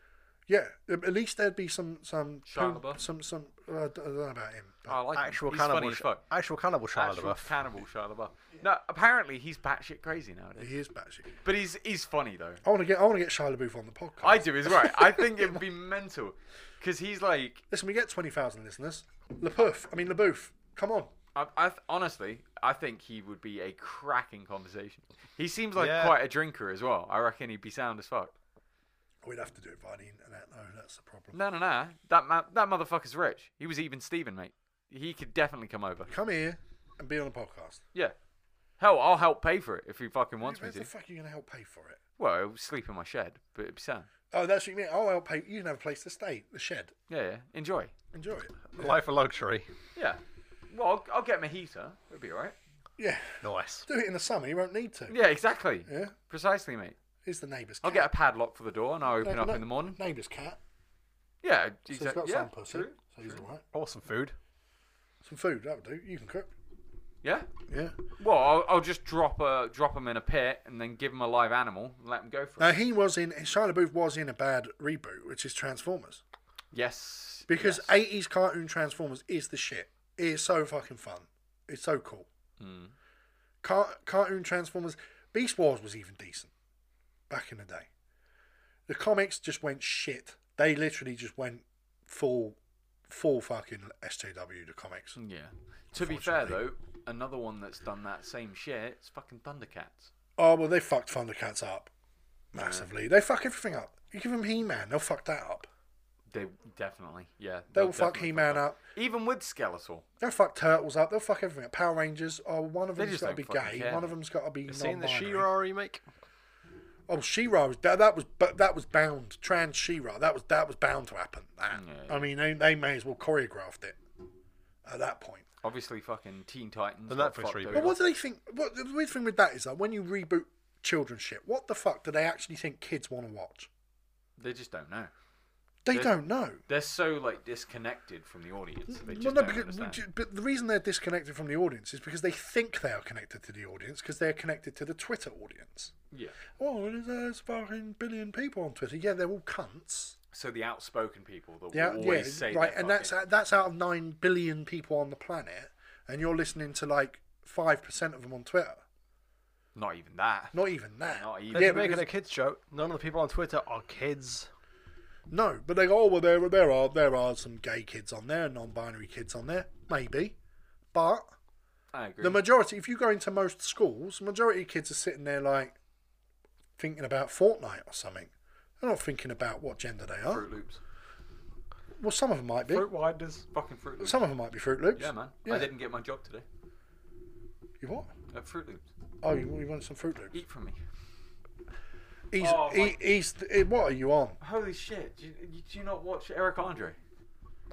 S1: Yeah, at at least there'd be some some
S2: Shia
S1: pun-
S2: LaBeouf?
S1: some some. Uh, I don't know about him. but-
S2: I like him.
S3: actual
S2: He's
S3: cannibal,
S2: funny as
S3: Sh-
S2: fuck.
S3: actual cannibal Shia
S2: Actual
S3: LaBeouf.
S2: cannibal Shia LaBeouf. No, apparently he's batshit crazy nowadays.
S1: He is batshit.
S2: But he's he's funny though.
S1: I want to get I want to get Shia LaBeouf on the podcast.
S2: I do as well. I think it would be mental because he's like,
S1: Listen, we get twenty thousand listeners. LaBeouf, I mean LaBeouf. Come on,
S2: I, I honestly, I think he would be a cracking conversation. He seems like
S3: Yeah.
S2: quite a drinker as well. I reckon he'd be sound as fuck.
S1: we'd have to do it via the internet though. That's the problem.
S2: No, no, no. That ma- that motherfucker's rich. He was even Steven, mate. He could definitely come over.
S1: Come here and be on the podcast.
S2: Yeah. Hell, I'll help pay for it if he fucking wants me
S1: Where the
S2: to.
S1: fuck are you gonna help pay for it?
S2: Well, I'll sleep in my shed, but it'd be sound.
S1: Oh, that's what you mean. I'll help pay. You can have a place to stay. The shed.
S2: Yeah, yeah. Enjoy.
S1: Enjoy it.
S3: Life of luxury.
S2: Yeah. Well, I'll, I'll get my heater. It'll be alright.
S1: Yeah,
S3: Nice.
S1: do it in the summer. You won't need to.
S2: Yeah, exactly.
S1: Yeah.
S2: Precisely, mate.
S1: Here's the neighbour's.
S2: I'll
S1: cat.
S2: get a padlock for the door and I'll open
S1: No,
S2: up
S1: no,
S2: in the morning.
S1: Neighbour's cat.
S2: Yeah,
S1: So
S2: exac-
S1: he's got
S2: yeah,
S1: some pussy.
S2: true.
S1: So he's alright.
S3: Awesome food.
S1: Some food that would do. You can cook.
S2: Yeah.
S1: Yeah.
S2: Well, I'll, I'll just drop a drop him in a pit and then give him a live animal and let him go for it.
S1: Now he was in. Shia LaBeouf was in a bad reboot, which is Transformers,
S2: Yes.
S1: because
S2: yes.
S1: eighties cartoon Transformers is the shit. It is so fucking fun. It's so cool. Hmm. Car- cartoon Transformers, Beast Wars was even decent back in the day. The comics just went shit. They literally just went full, full fucking SJW. The comics.
S2: yeah. To be fair though, another one that's done that same shit is fucking Thundercats.
S1: Oh well, they fucked Thundercats up massively. They fuck everything up. You give them He Man, they'll fuck that up.
S2: They definitely, yeah.
S1: They'll,
S2: they'll
S1: fuck
S2: definitely
S1: He Man
S2: that.
S1: up.
S2: Even with Skeletor.
S1: They'll fuck Turtles up. They'll fuck everything up. Power Rangers. Oh, one of
S2: They
S1: them's
S2: just
S1: got to be
S2: don't fucking
S1: gay.
S2: care.
S1: One of them's got to be
S3: You seen the
S1: non-binary.
S3: She-Ra remake?
S1: Oh, She-Ra was that, that was but that was bound trans She-Ra. That was that was bound to happen. That
S2: Yeah.
S1: I mean, they, they may as well choreographed it at that point.
S2: Obviously, fucking Teen Titans.
S3: The
S2: got
S3: Netflix
S2: fucked
S3: reboot.
S2: over.
S1: But what do they think? What the weird thing with that is that when you reboot children's shit, what the fuck do they actually think kids want to watch?
S2: They just don't know.
S1: They
S2: They-
S1: don't know.
S2: They're so like disconnected from the audience. They just
S1: Well, no,
S2: don't
S1: because,
S2: understand.
S1: but the reason they're disconnected from the audience is because they think they are connected to the audience because they're connected to the Twitter audience.
S2: Yeah.
S1: Oh, there's fucking billion people on Twitter. Yeah, they're all cunts.
S2: So the outspoken people that
S1: Yeah,
S2: will
S1: yeah,
S2: always say
S1: right.
S2: they're
S1: And that's
S2: fucking-
S1: out, that's out of nine billion people on the planet, and you're listening to like five percent of them on Twitter.
S2: not even that.
S1: Not even that.
S2: Not even.
S3: They're
S1: Yeah,
S3: just making
S1: because-
S3: a kids show. None of the people on Twitter are kids.
S1: No, but they go, oh well, there there are there are some gay kids on there, non-binary kids on there, maybe, but
S2: I agree.
S1: the majority. If you go into most schools, the majority of kids are sitting there like thinking about Fortnite or something. They're not thinking about what gender they are.
S2: Fruit Loops.
S1: Well, some of them
S3: Eh?
S1: might be.
S3: Widers.
S2: Fucking Fruit Loops.
S1: Some of them might be Fruit Loops.
S2: Yeah, man.
S1: Yeah.
S2: I didn't get my job today.
S1: You what?
S2: At Fruit Loops.
S1: Oh, you, you want some Fruit Loops?
S2: Eat from me.
S1: He's,
S2: Oh,
S1: he,
S2: my-
S1: he's, he- what are you on?
S2: Holy shit! Do you, you- do you not watch Eric Andre?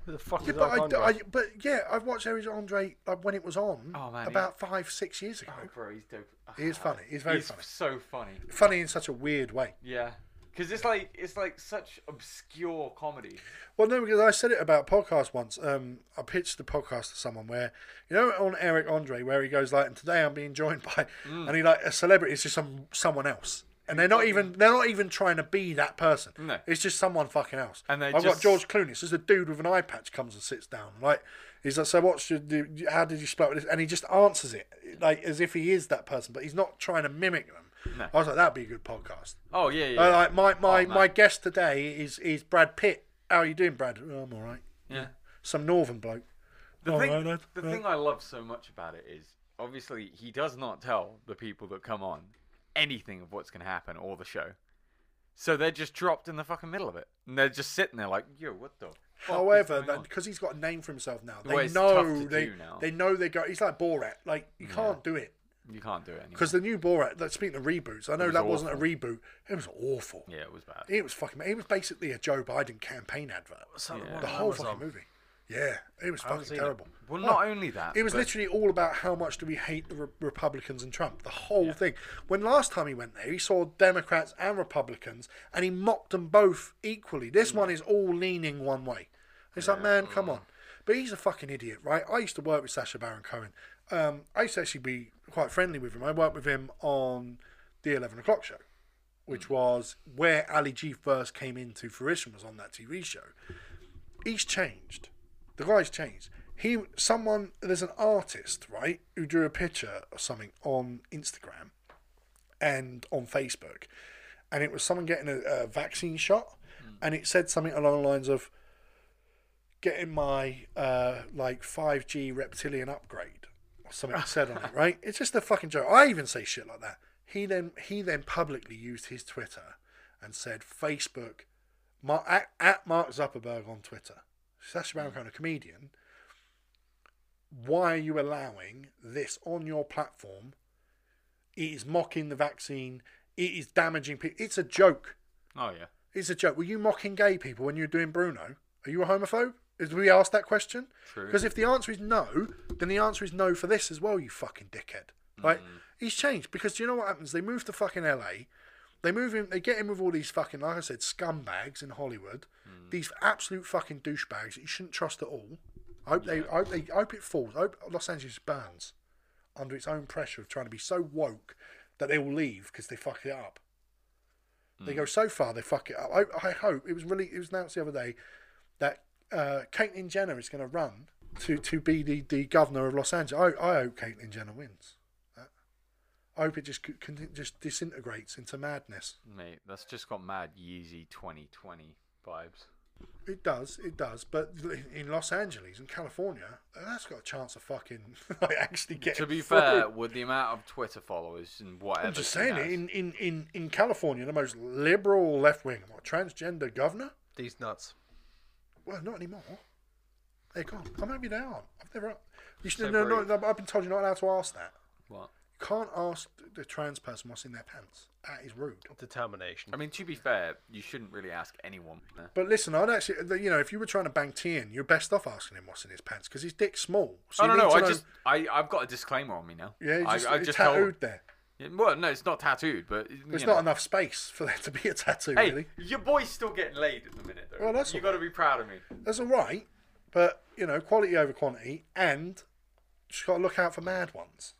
S3: Who the fuck
S1: Yeah,
S3: is
S1: but, I,
S3: Alexandra?
S1: I- but yeah, I've watched Eric Andre like, when it was on
S2: Oh, man,
S1: about five, six years ago.
S2: Oh, bro, he's dope. Ah.
S1: He is funny. He's very funny.
S2: so funny.
S1: Funny in such a weird way.
S2: Yeah. Because it's like it's like such obscure comedy.
S1: Well, no, because I said it about podcast once. Um, I pitched the podcast to someone where, you know, on Eric Andre, where he goes like, "And today I'm being joined by,"
S2: Mm.
S1: and he like a celebrity is just some someone else, and they're not even they're not even trying to be that person.
S2: No.
S1: it's just someone fucking else.
S2: And they
S1: I've got
S2: just-
S1: George Clooney. It's just a dude with an eye patch comes and sits down. Like he's like, "So what should you, how did you spell this?" And he just answers it like as if he is that person, but he's not trying to mimic them.
S2: No.
S1: I was like, "That'd be a good podcast."
S2: Oh yeah, yeah.
S1: Uh, like my my,
S2: Oh, man.
S1: my guest today is is Brad Pitt. How are you doing, Brad? "Oh, I'm all right.
S2: yeah.
S1: Some northern bloke.
S2: The
S1: "All
S2: thing,
S1: right, lad,
S2: the
S1: all right."
S2: thing I love so much about it is obviously he does not tell the people that come on anything of what's going to happen or the show. So they're just dropped in the fucking middle of it. And they're just sitting there like, yo, what the fuck is
S1: However,
S2: going on?
S1: because he's got a name for himself now, they
S2: Well, it's tough
S1: know
S2: to
S1: they
S2: do now.
S1: they know they go. He's like Borat. Like you can't do it
S2: you can't do it anymore.
S1: because the new Borat. Like, speaking of reboots, I know
S2: was
S1: that wasn't a reboot. It was awful.
S2: Yeah, it was bad.
S1: It was fucking. It was basically a Joe Biden campaign advert.
S3: So
S2: Yeah.
S3: what
S1: The
S3: I
S1: whole
S3: was
S1: fucking
S3: on.
S1: movie. Yeah, it was
S3: haven't
S1: fucking
S3: seen it.
S1: terrible.
S2: Well, not only that,
S1: Oh, It was
S2: but-
S1: literally all about how much do we hate the re- Republicans and Trump. The whole thing. When last time he went there, he saw Democrats and Republicans, and he mocked them both equally. This one is all leaning one way. It's like, man,
S2: Mm.
S1: come on. But he's a fucking idiot, right? I used to work with Sasha Baron Cohen. Um, I used to actually be quite friendly with him. I worked with him on the eleven o'clock show
S2: Mm.
S1: which was where Ali G first came into fruition, was on that TV show. He's changed. The guy's changed. He, someone, there's an artist, right, who drew a picture or something on Instagram and on Facebook, and it was someone getting a, a vaccine shot, and it said something along the lines of getting my uh, like 5G reptilian upgrade or something said on it, right? It's just a fucking joke. I even say shit like that. He then he then publicly used his Twitter and said Facebook Mar- at, at Mark Zuckerberg on Twitter. Sacha Baron Cohen, a comedian. Why are you allowing this on your platform? It is mocking the vaccine. It is damaging people. It's a joke.
S2: Oh yeah.
S1: It's a joke. Were you mocking gay people when you were doing Bruno? Are you a homophobe? Did we ask that question?
S2: True.
S1: Because if the answer is no, then the answer is no for this as well, you fucking dickhead. Right? He's changed because do you know what happens? They move to fucking LA. They move in, they get in with all these fucking, like I said, scumbags in Hollywood. These absolute fucking douchebags that you shouldn't trust at all. I hope they, I hope they, I hope it falls. I hope Los Angeles burns under its own pressure of trying to be so woke that they will leave because they fuck it up. They go so far, they fuck it up. I, I hope it was really. It was announced the other day that uh, Caitlyn Jenner is going to run to, to be the, the governor of Los Angeles. I, I hope Caitlyn Jenner wins. That- I hope it just c- con- just disintegrates into madness.
S2: Mate, that's just got mad Yeezy 2020 vibes.
S1: It does, it does. But in- in Los Angeles and California, that's got a chance of fucking like, actually getting.
S2: To be
S1: through.
S2: fair, with the amount of Twitter followers and whatever,
S1: I'm just
S2: she
S1: saying,
S2: has-
S1: in, in, in, in California, the most liberal left wing, what, transgender governor?
S3: These nuts.
S1: Well, not anymore. They're gone. I'm happy they aren't. I've never. You should,
S2: So
S1: no, no,
S2: brave.
S1: no, I've been told you're not allowed to ask that.
S2: What?
S1: You can't ask the trans person what's in their pants. That is rude.
S3: Determination.
S2: I mean, to be fair, you shouldn't really ask anyone. eh?
S1: But listen, I'd actually, the- you know, if you were trying to bang T in, you're best off asking him what's in his pants because his dick's small. So
S2: Oh
S1: you
S2: no,
S1: need
S2: no,
S1: to
S2: I
S1: know-
S2: just, I, I've got a disclaimer on me now.
S1: yeah, it's just,
S2: I, I
S1: it's
S2: just told-
S1: tattooed there.
S2: Yeah, Well, no, it's not tattooed, but you
S1: There's
S2: know.
S1: not enough space for there to be a tattoo.
S2: Hey,
S1: Really,
S2: your boy's still getting laid at the minute, though.
S1: Well, that's
S2: you
S1: all
S2: got to be proud of me.
S1: that's all right, but you know, quality over quantity, and just got to look out for mad ones.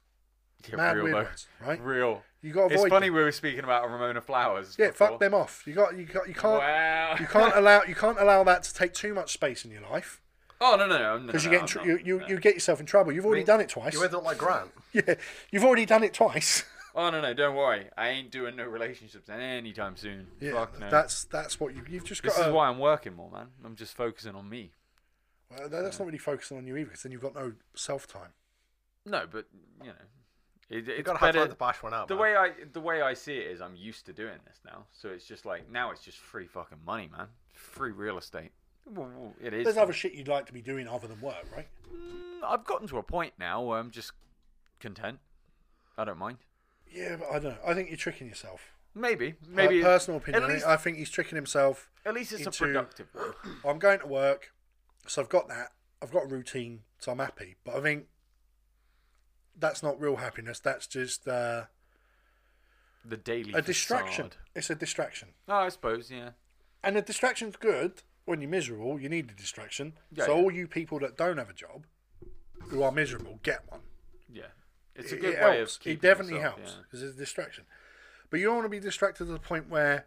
S1: Mad
S2: real, though.
S1: weirdos, right?
S2: Real.
S1: You gotta
S2: It's
S1: avoid
S2: funny
S1: them.
S2: we were speaking about Ramona Flowers.
S1: Yeah,
S2: before.
S1: fuck them off. You got, you got, you can't.
S2: Wow.
S1: You can't allow you can't allow that to take too much space in your life
S2: Oh no, no, no, no,
S1: because
S2: no,
S1: you get in
S2: I'm
S1: tr-
S2: not.
S1: you, you,
S2: No.
S1: you get yourself in trouble. You've already done it twice.
S3: You end up like Grant.
S1: Yeah, you've already done it twice.
S2: Oh no, no, don't worry. I ain't doing no relationships anytime soon.
S1: Yeah,
S2: Fuck no.
S1: that's that's what you you've just got.
S2: this
S1: To,
S2: is why I'm working more, man. I'm just focusing on me.
S1: well, that- that's not really focusing on you either, because then you've got no self time.
S2: No, but you know, it,
S3: You
S2: it's
S3: gotta have
S2: better.
S3: time to bash one out.
S2: the
S3: man.
S2: way I the way I see it is, I'm used to doing this now. So it's just like now it's just free fucking money, man. Free real estate. Well, well, It is.
S1: There's other shit you'd like to be doing other than work, right?
S2: Mm, I've gotten to a point now where I'm just content. I don't mind.
S1: Yeah, but I don't know. I think you're tricking yourself.
S2: Maybe, maybe
S1: My personal opinion.
S2: At least,
S1: I think he's tricking himself.
S2: at least it's a
S1: into-
S2: productive one.
S1: I'm going to work, so I've got that. I've got a routine, so I'm happy. But I think that's not real happiness. That's just uh,
S2: The daily
S1: a distraction.
S2: facade.
S1: It's a distraction,
S2: Oh, I suppose, yeah.
S1: and a distraction's good when you're miserable. You need a distraction.
S2: Yeah,
S1: so
S2: yeah.
S1: all you people that don't have a job, who are miserable, get one.
S2: Yeah. It's a
S1: It-
S2: good
S1: it
S2: way
S1: helps.
S2: of keeping
S1: It definitely
S2: yourself,
S1: helps
S2: yeah.
S1: because it's a distraction. But you don't want to be distracted to the point where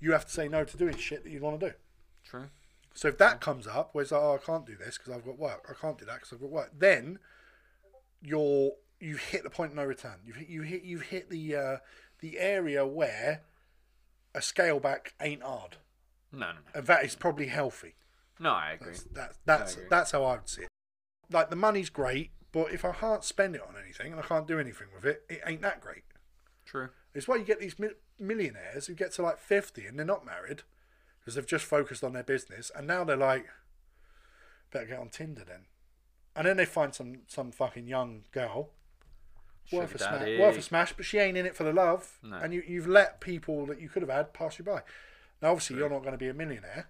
S1: you have to say no to doing shit that you want to do.
S2: True.
S1: So if that comes up, where it's like, oh, I can't do this because I've got work. I can't do that because I've got work. Then you're you hit the point of no return. You've hit, you hit you've hit the uh, the area where a scale back ain't hard,
S2: No, no, no.
S1: and that is probably healthy.
S2: No, I agree.
S1: That's that's that's,
S2: agree.
S1: that's how I would see it. Like the money's great, but if I can't spend it on anything and I can't do anything with it, it ain't that great.
S2: True.
S1: It's why you get these mi- millionaires who get to like 50 and they're not married because they've just focused on their business and now they're like, better get on Tinder then. And then they find some, some fucking young girl
S2: Sugar
S1: worth a, smash,
S2: daddy.
S1: worth a smash, but she ain't in it for the love.
S2: No.
S1: And you, you've let people that you could have had pass you by. Now, obviously, you're not going to be a millionaire,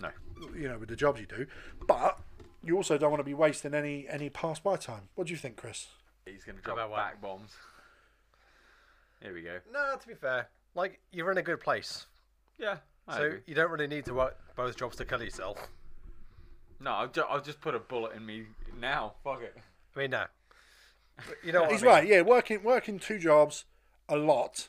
S2: No.
S1: you know, with the jobs you do, but you also don't want to be wasting any, any pass by time. What do you think, Chris?
S2: He's going to
S3: about
S2: drop
S3: one?
S2: back bombs. Here we go.
S3: No, to be fair, like you're in a good place,
S2: Yeah, I
S3: so
S2: agree.
S3: you don't really need to work both jobs to kill yourself.
S2: No, I'll, ju- I'll just put a bullet in me now. Fuck it.
S3: I mean, no. But you know what I
S1: He's
S3: mean.
S2: Hmm.
S1: right. Yeah, working working two jobs a lot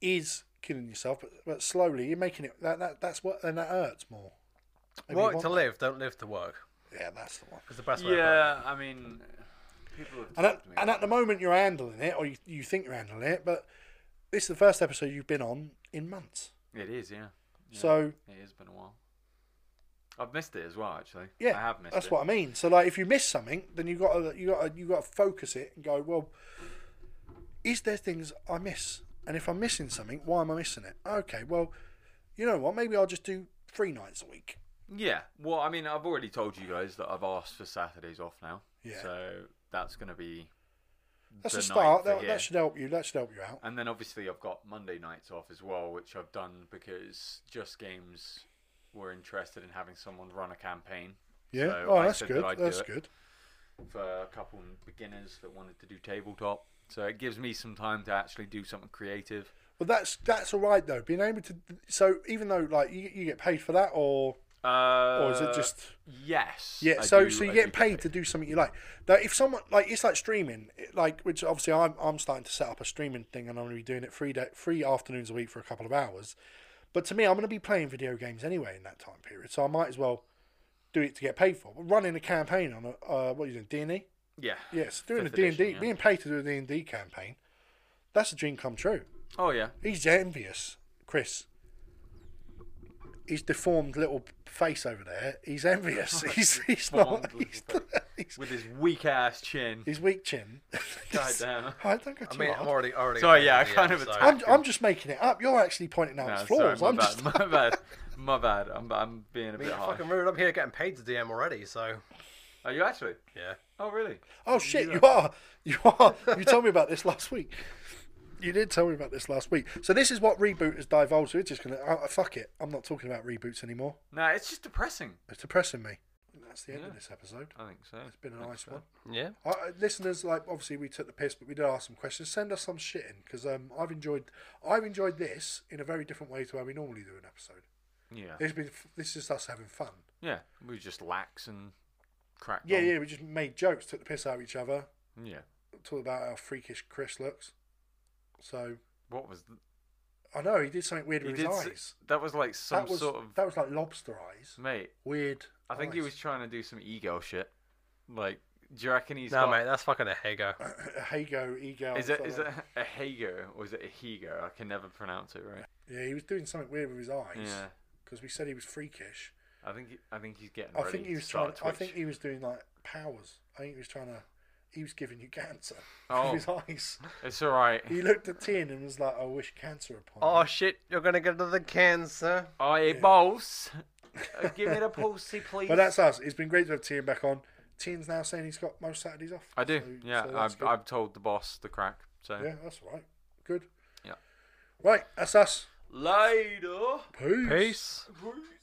S1: is killing yourself, but, but slowly you're making it. That, that that's what and that hurts more. Maybe you
S3: Work
S1: want
S3: to
S1: that.
S3: live, don't live to work.
S1: Yeah, that's the one.
S3: Is the best way. Of
S2: Yeah, I mean, people have
S1: And at,
S2: talked to me
S1: and
S2: about
S1: at the moment you're handling it, or you, you think you're handling it, but this is the first episode you've been on in months.
S2: it. it is, yeah. Yeah,
S1: So
S2: it has been a while. I've missed it as well, actually.
S1: yeah,
S2: I have missed
S1: that's
S2: it.
S1: what I mean. So like, if you miss something, then you got to you got to you got to focus it and go. Well, is there things I miss? And if I'm missing something, why am I missing it? Okay, well, you know what? Maybe I'll just do three nights a week.
S2: Yeah. Well, I mean, I've already told you guys that I've asked for Saturdays off now.
S1: Yeah.
S2: So that's going to be.
S1: That's
S2: the
S1: a
S2: night
S1: start.
S2: for
S1: That,
S2: here.
S1: that should help you. That should help you out.
S2: And then obviously I've got Monday nights off as well, which I've done because Just Games were interested in having someone run a campaign
S1: Yeah.
S2: So
S1: oh,
S2: I
S1: that's
S2: said
S1: good.
S2: that I'd do
S1: That's
S2: it.
S1: good.
S2: for a couple of beginners that wanted to do tabletop. So it gives me some time to actually do something creative.
S1: Well, that's that's all right though. Being able to. So even though like you, you get paid for that, or
S2: Uh,
S1: or is it just
S2: Yes.
S1: yeah?
S2: I
S1: so
S2: do-
S1: so you're
S2: I
S1: getting
S2: do
S1: paid to do something you like. Now, if someone like it's like streaming, it- like which obviously I'm I'm starting to set up a streaming thing, and I'm going to be doing it three day, three afternoons a week for a couple of hours. But to me, I'm going to be playing video games anyway in that time period, so I might as well do it to get paid for. But running a campaign on a uh, what are you doing D and D?
S2: Yeah.
S1: Yes, doing
S2: Fifth
S1: a D and D,
S2: edition, yeah.
S1: being paid to do a D and D campaign. That's a dream come true.
S2: Oh yeah.
S1: He's envious, Chris. His deformed little face over there. He's envious. He's, he's not.
S2: Deformed little
S1: He's, he's,
S2: With his weak ass chin.
S1: his weak chin.
S2: God damn.
S1: I don't go
S3: I
S1: too
S3: mean, I'm
S1: hard.
S3: already already.
S2: Sorry,
S3: offended
S2: yeah, I
S3: here,
S2: kind of
S3: so-
S2: attacked.
S1: I'm, I'm just making it up. You're actually pointing out his
S2: No,
S1: flaws.
S2: sorry, my
S1: I'm
S2: bad.
S1: just,
S2: My bad. My bad. I'm, I'm being a
S3: I mean,
S2: bit
S3: you're
S2: harsh.
S3: fucking rude. I'm here getting paid to DM already, so
S2: Are you actually?
S3: yeah.
S2: Oh really?
S1: oh shit, you are. You are. You told me about this last week. You did tell me about this last week. So this is what reboot has divulged. We're just gonna oh, fuck it. I'm not talking about reboots anymore.
S2: Nah, it's just depressing.
S1: It's depressing me. That's the end of
S2: Yeah.
S1: this episode.
S2: I think so.
S1: It's been a nice one.
S3: Yeah.
S1: I, I- listeners, like obviously we took the piss, but we did ask some questions. Send us some shit in because um, I've enjoyed I've enjoyed this in a very different way to how we normally do an episode.
S2: Yeah.
S1: It's been f- this is us having fun. Um,
S2: Yeah. We just lax and crack.
S1: Yeah, yeah. We just made jokes, took the piss out of each other,
S2: Yeah.
S1: talked about how freakish Chris looks. So
S2: What was th-
S1: I know he did something weird
S2: he
S1: with
S2: did?
S1: his
S2: s-
S1: eyes.
S2: That was like some
S1: that was
S2: sort of
S1: that was like lobster eyes.
S2: mate.
S1: Weird.
S2: I think he
S1: eyes.
S2: was trying to do some ego shit. Like, do you reckon he's
S3: No,
S2: got?
S3: mate, that's fucking a hago.
S1: a Hago ego.
S2: Is it
S1: something
S2: is it
S1: like-
S2: a Hago or is it a Higo? I can never pronounce it right.
S1: Yeah, he was doing something weird with his eyes
S2: Yeah.
S1: because we said he was freakish.
S2: I think he- I think he's getting.
S1: I
S2: ready
S1: think he
S2: to
S1: was trying.
S2: start
S1: I
S2: Twitch.
S1: think he was doing like powers. I think he was trying to. He was giving you cancer
S2: Oh.
S1: with his eyes.
S2: it's all right.
S1: He looked at Tin and was like, "I wish cancer upon."
S3: Oh
S1: me."
S3: shit, you're gonna get another cancer.
S2: I boss. Uh, Give me the pulsey, please.
S1: But that's us. It's been great to have Tin back on. Tin's now saying he's got most Saturdays off.
S2: I do.
S1: So-
S2: yeah,
S1: so that's
S2: I've,
S1: good.
S2: I've told the boss the crack. So
S1: yeah, that's all right. Good.
S2: Yeah.
S1: Right, that's us.
S2: later.
S1: Peace.
S3: Peace.
S2: Peace.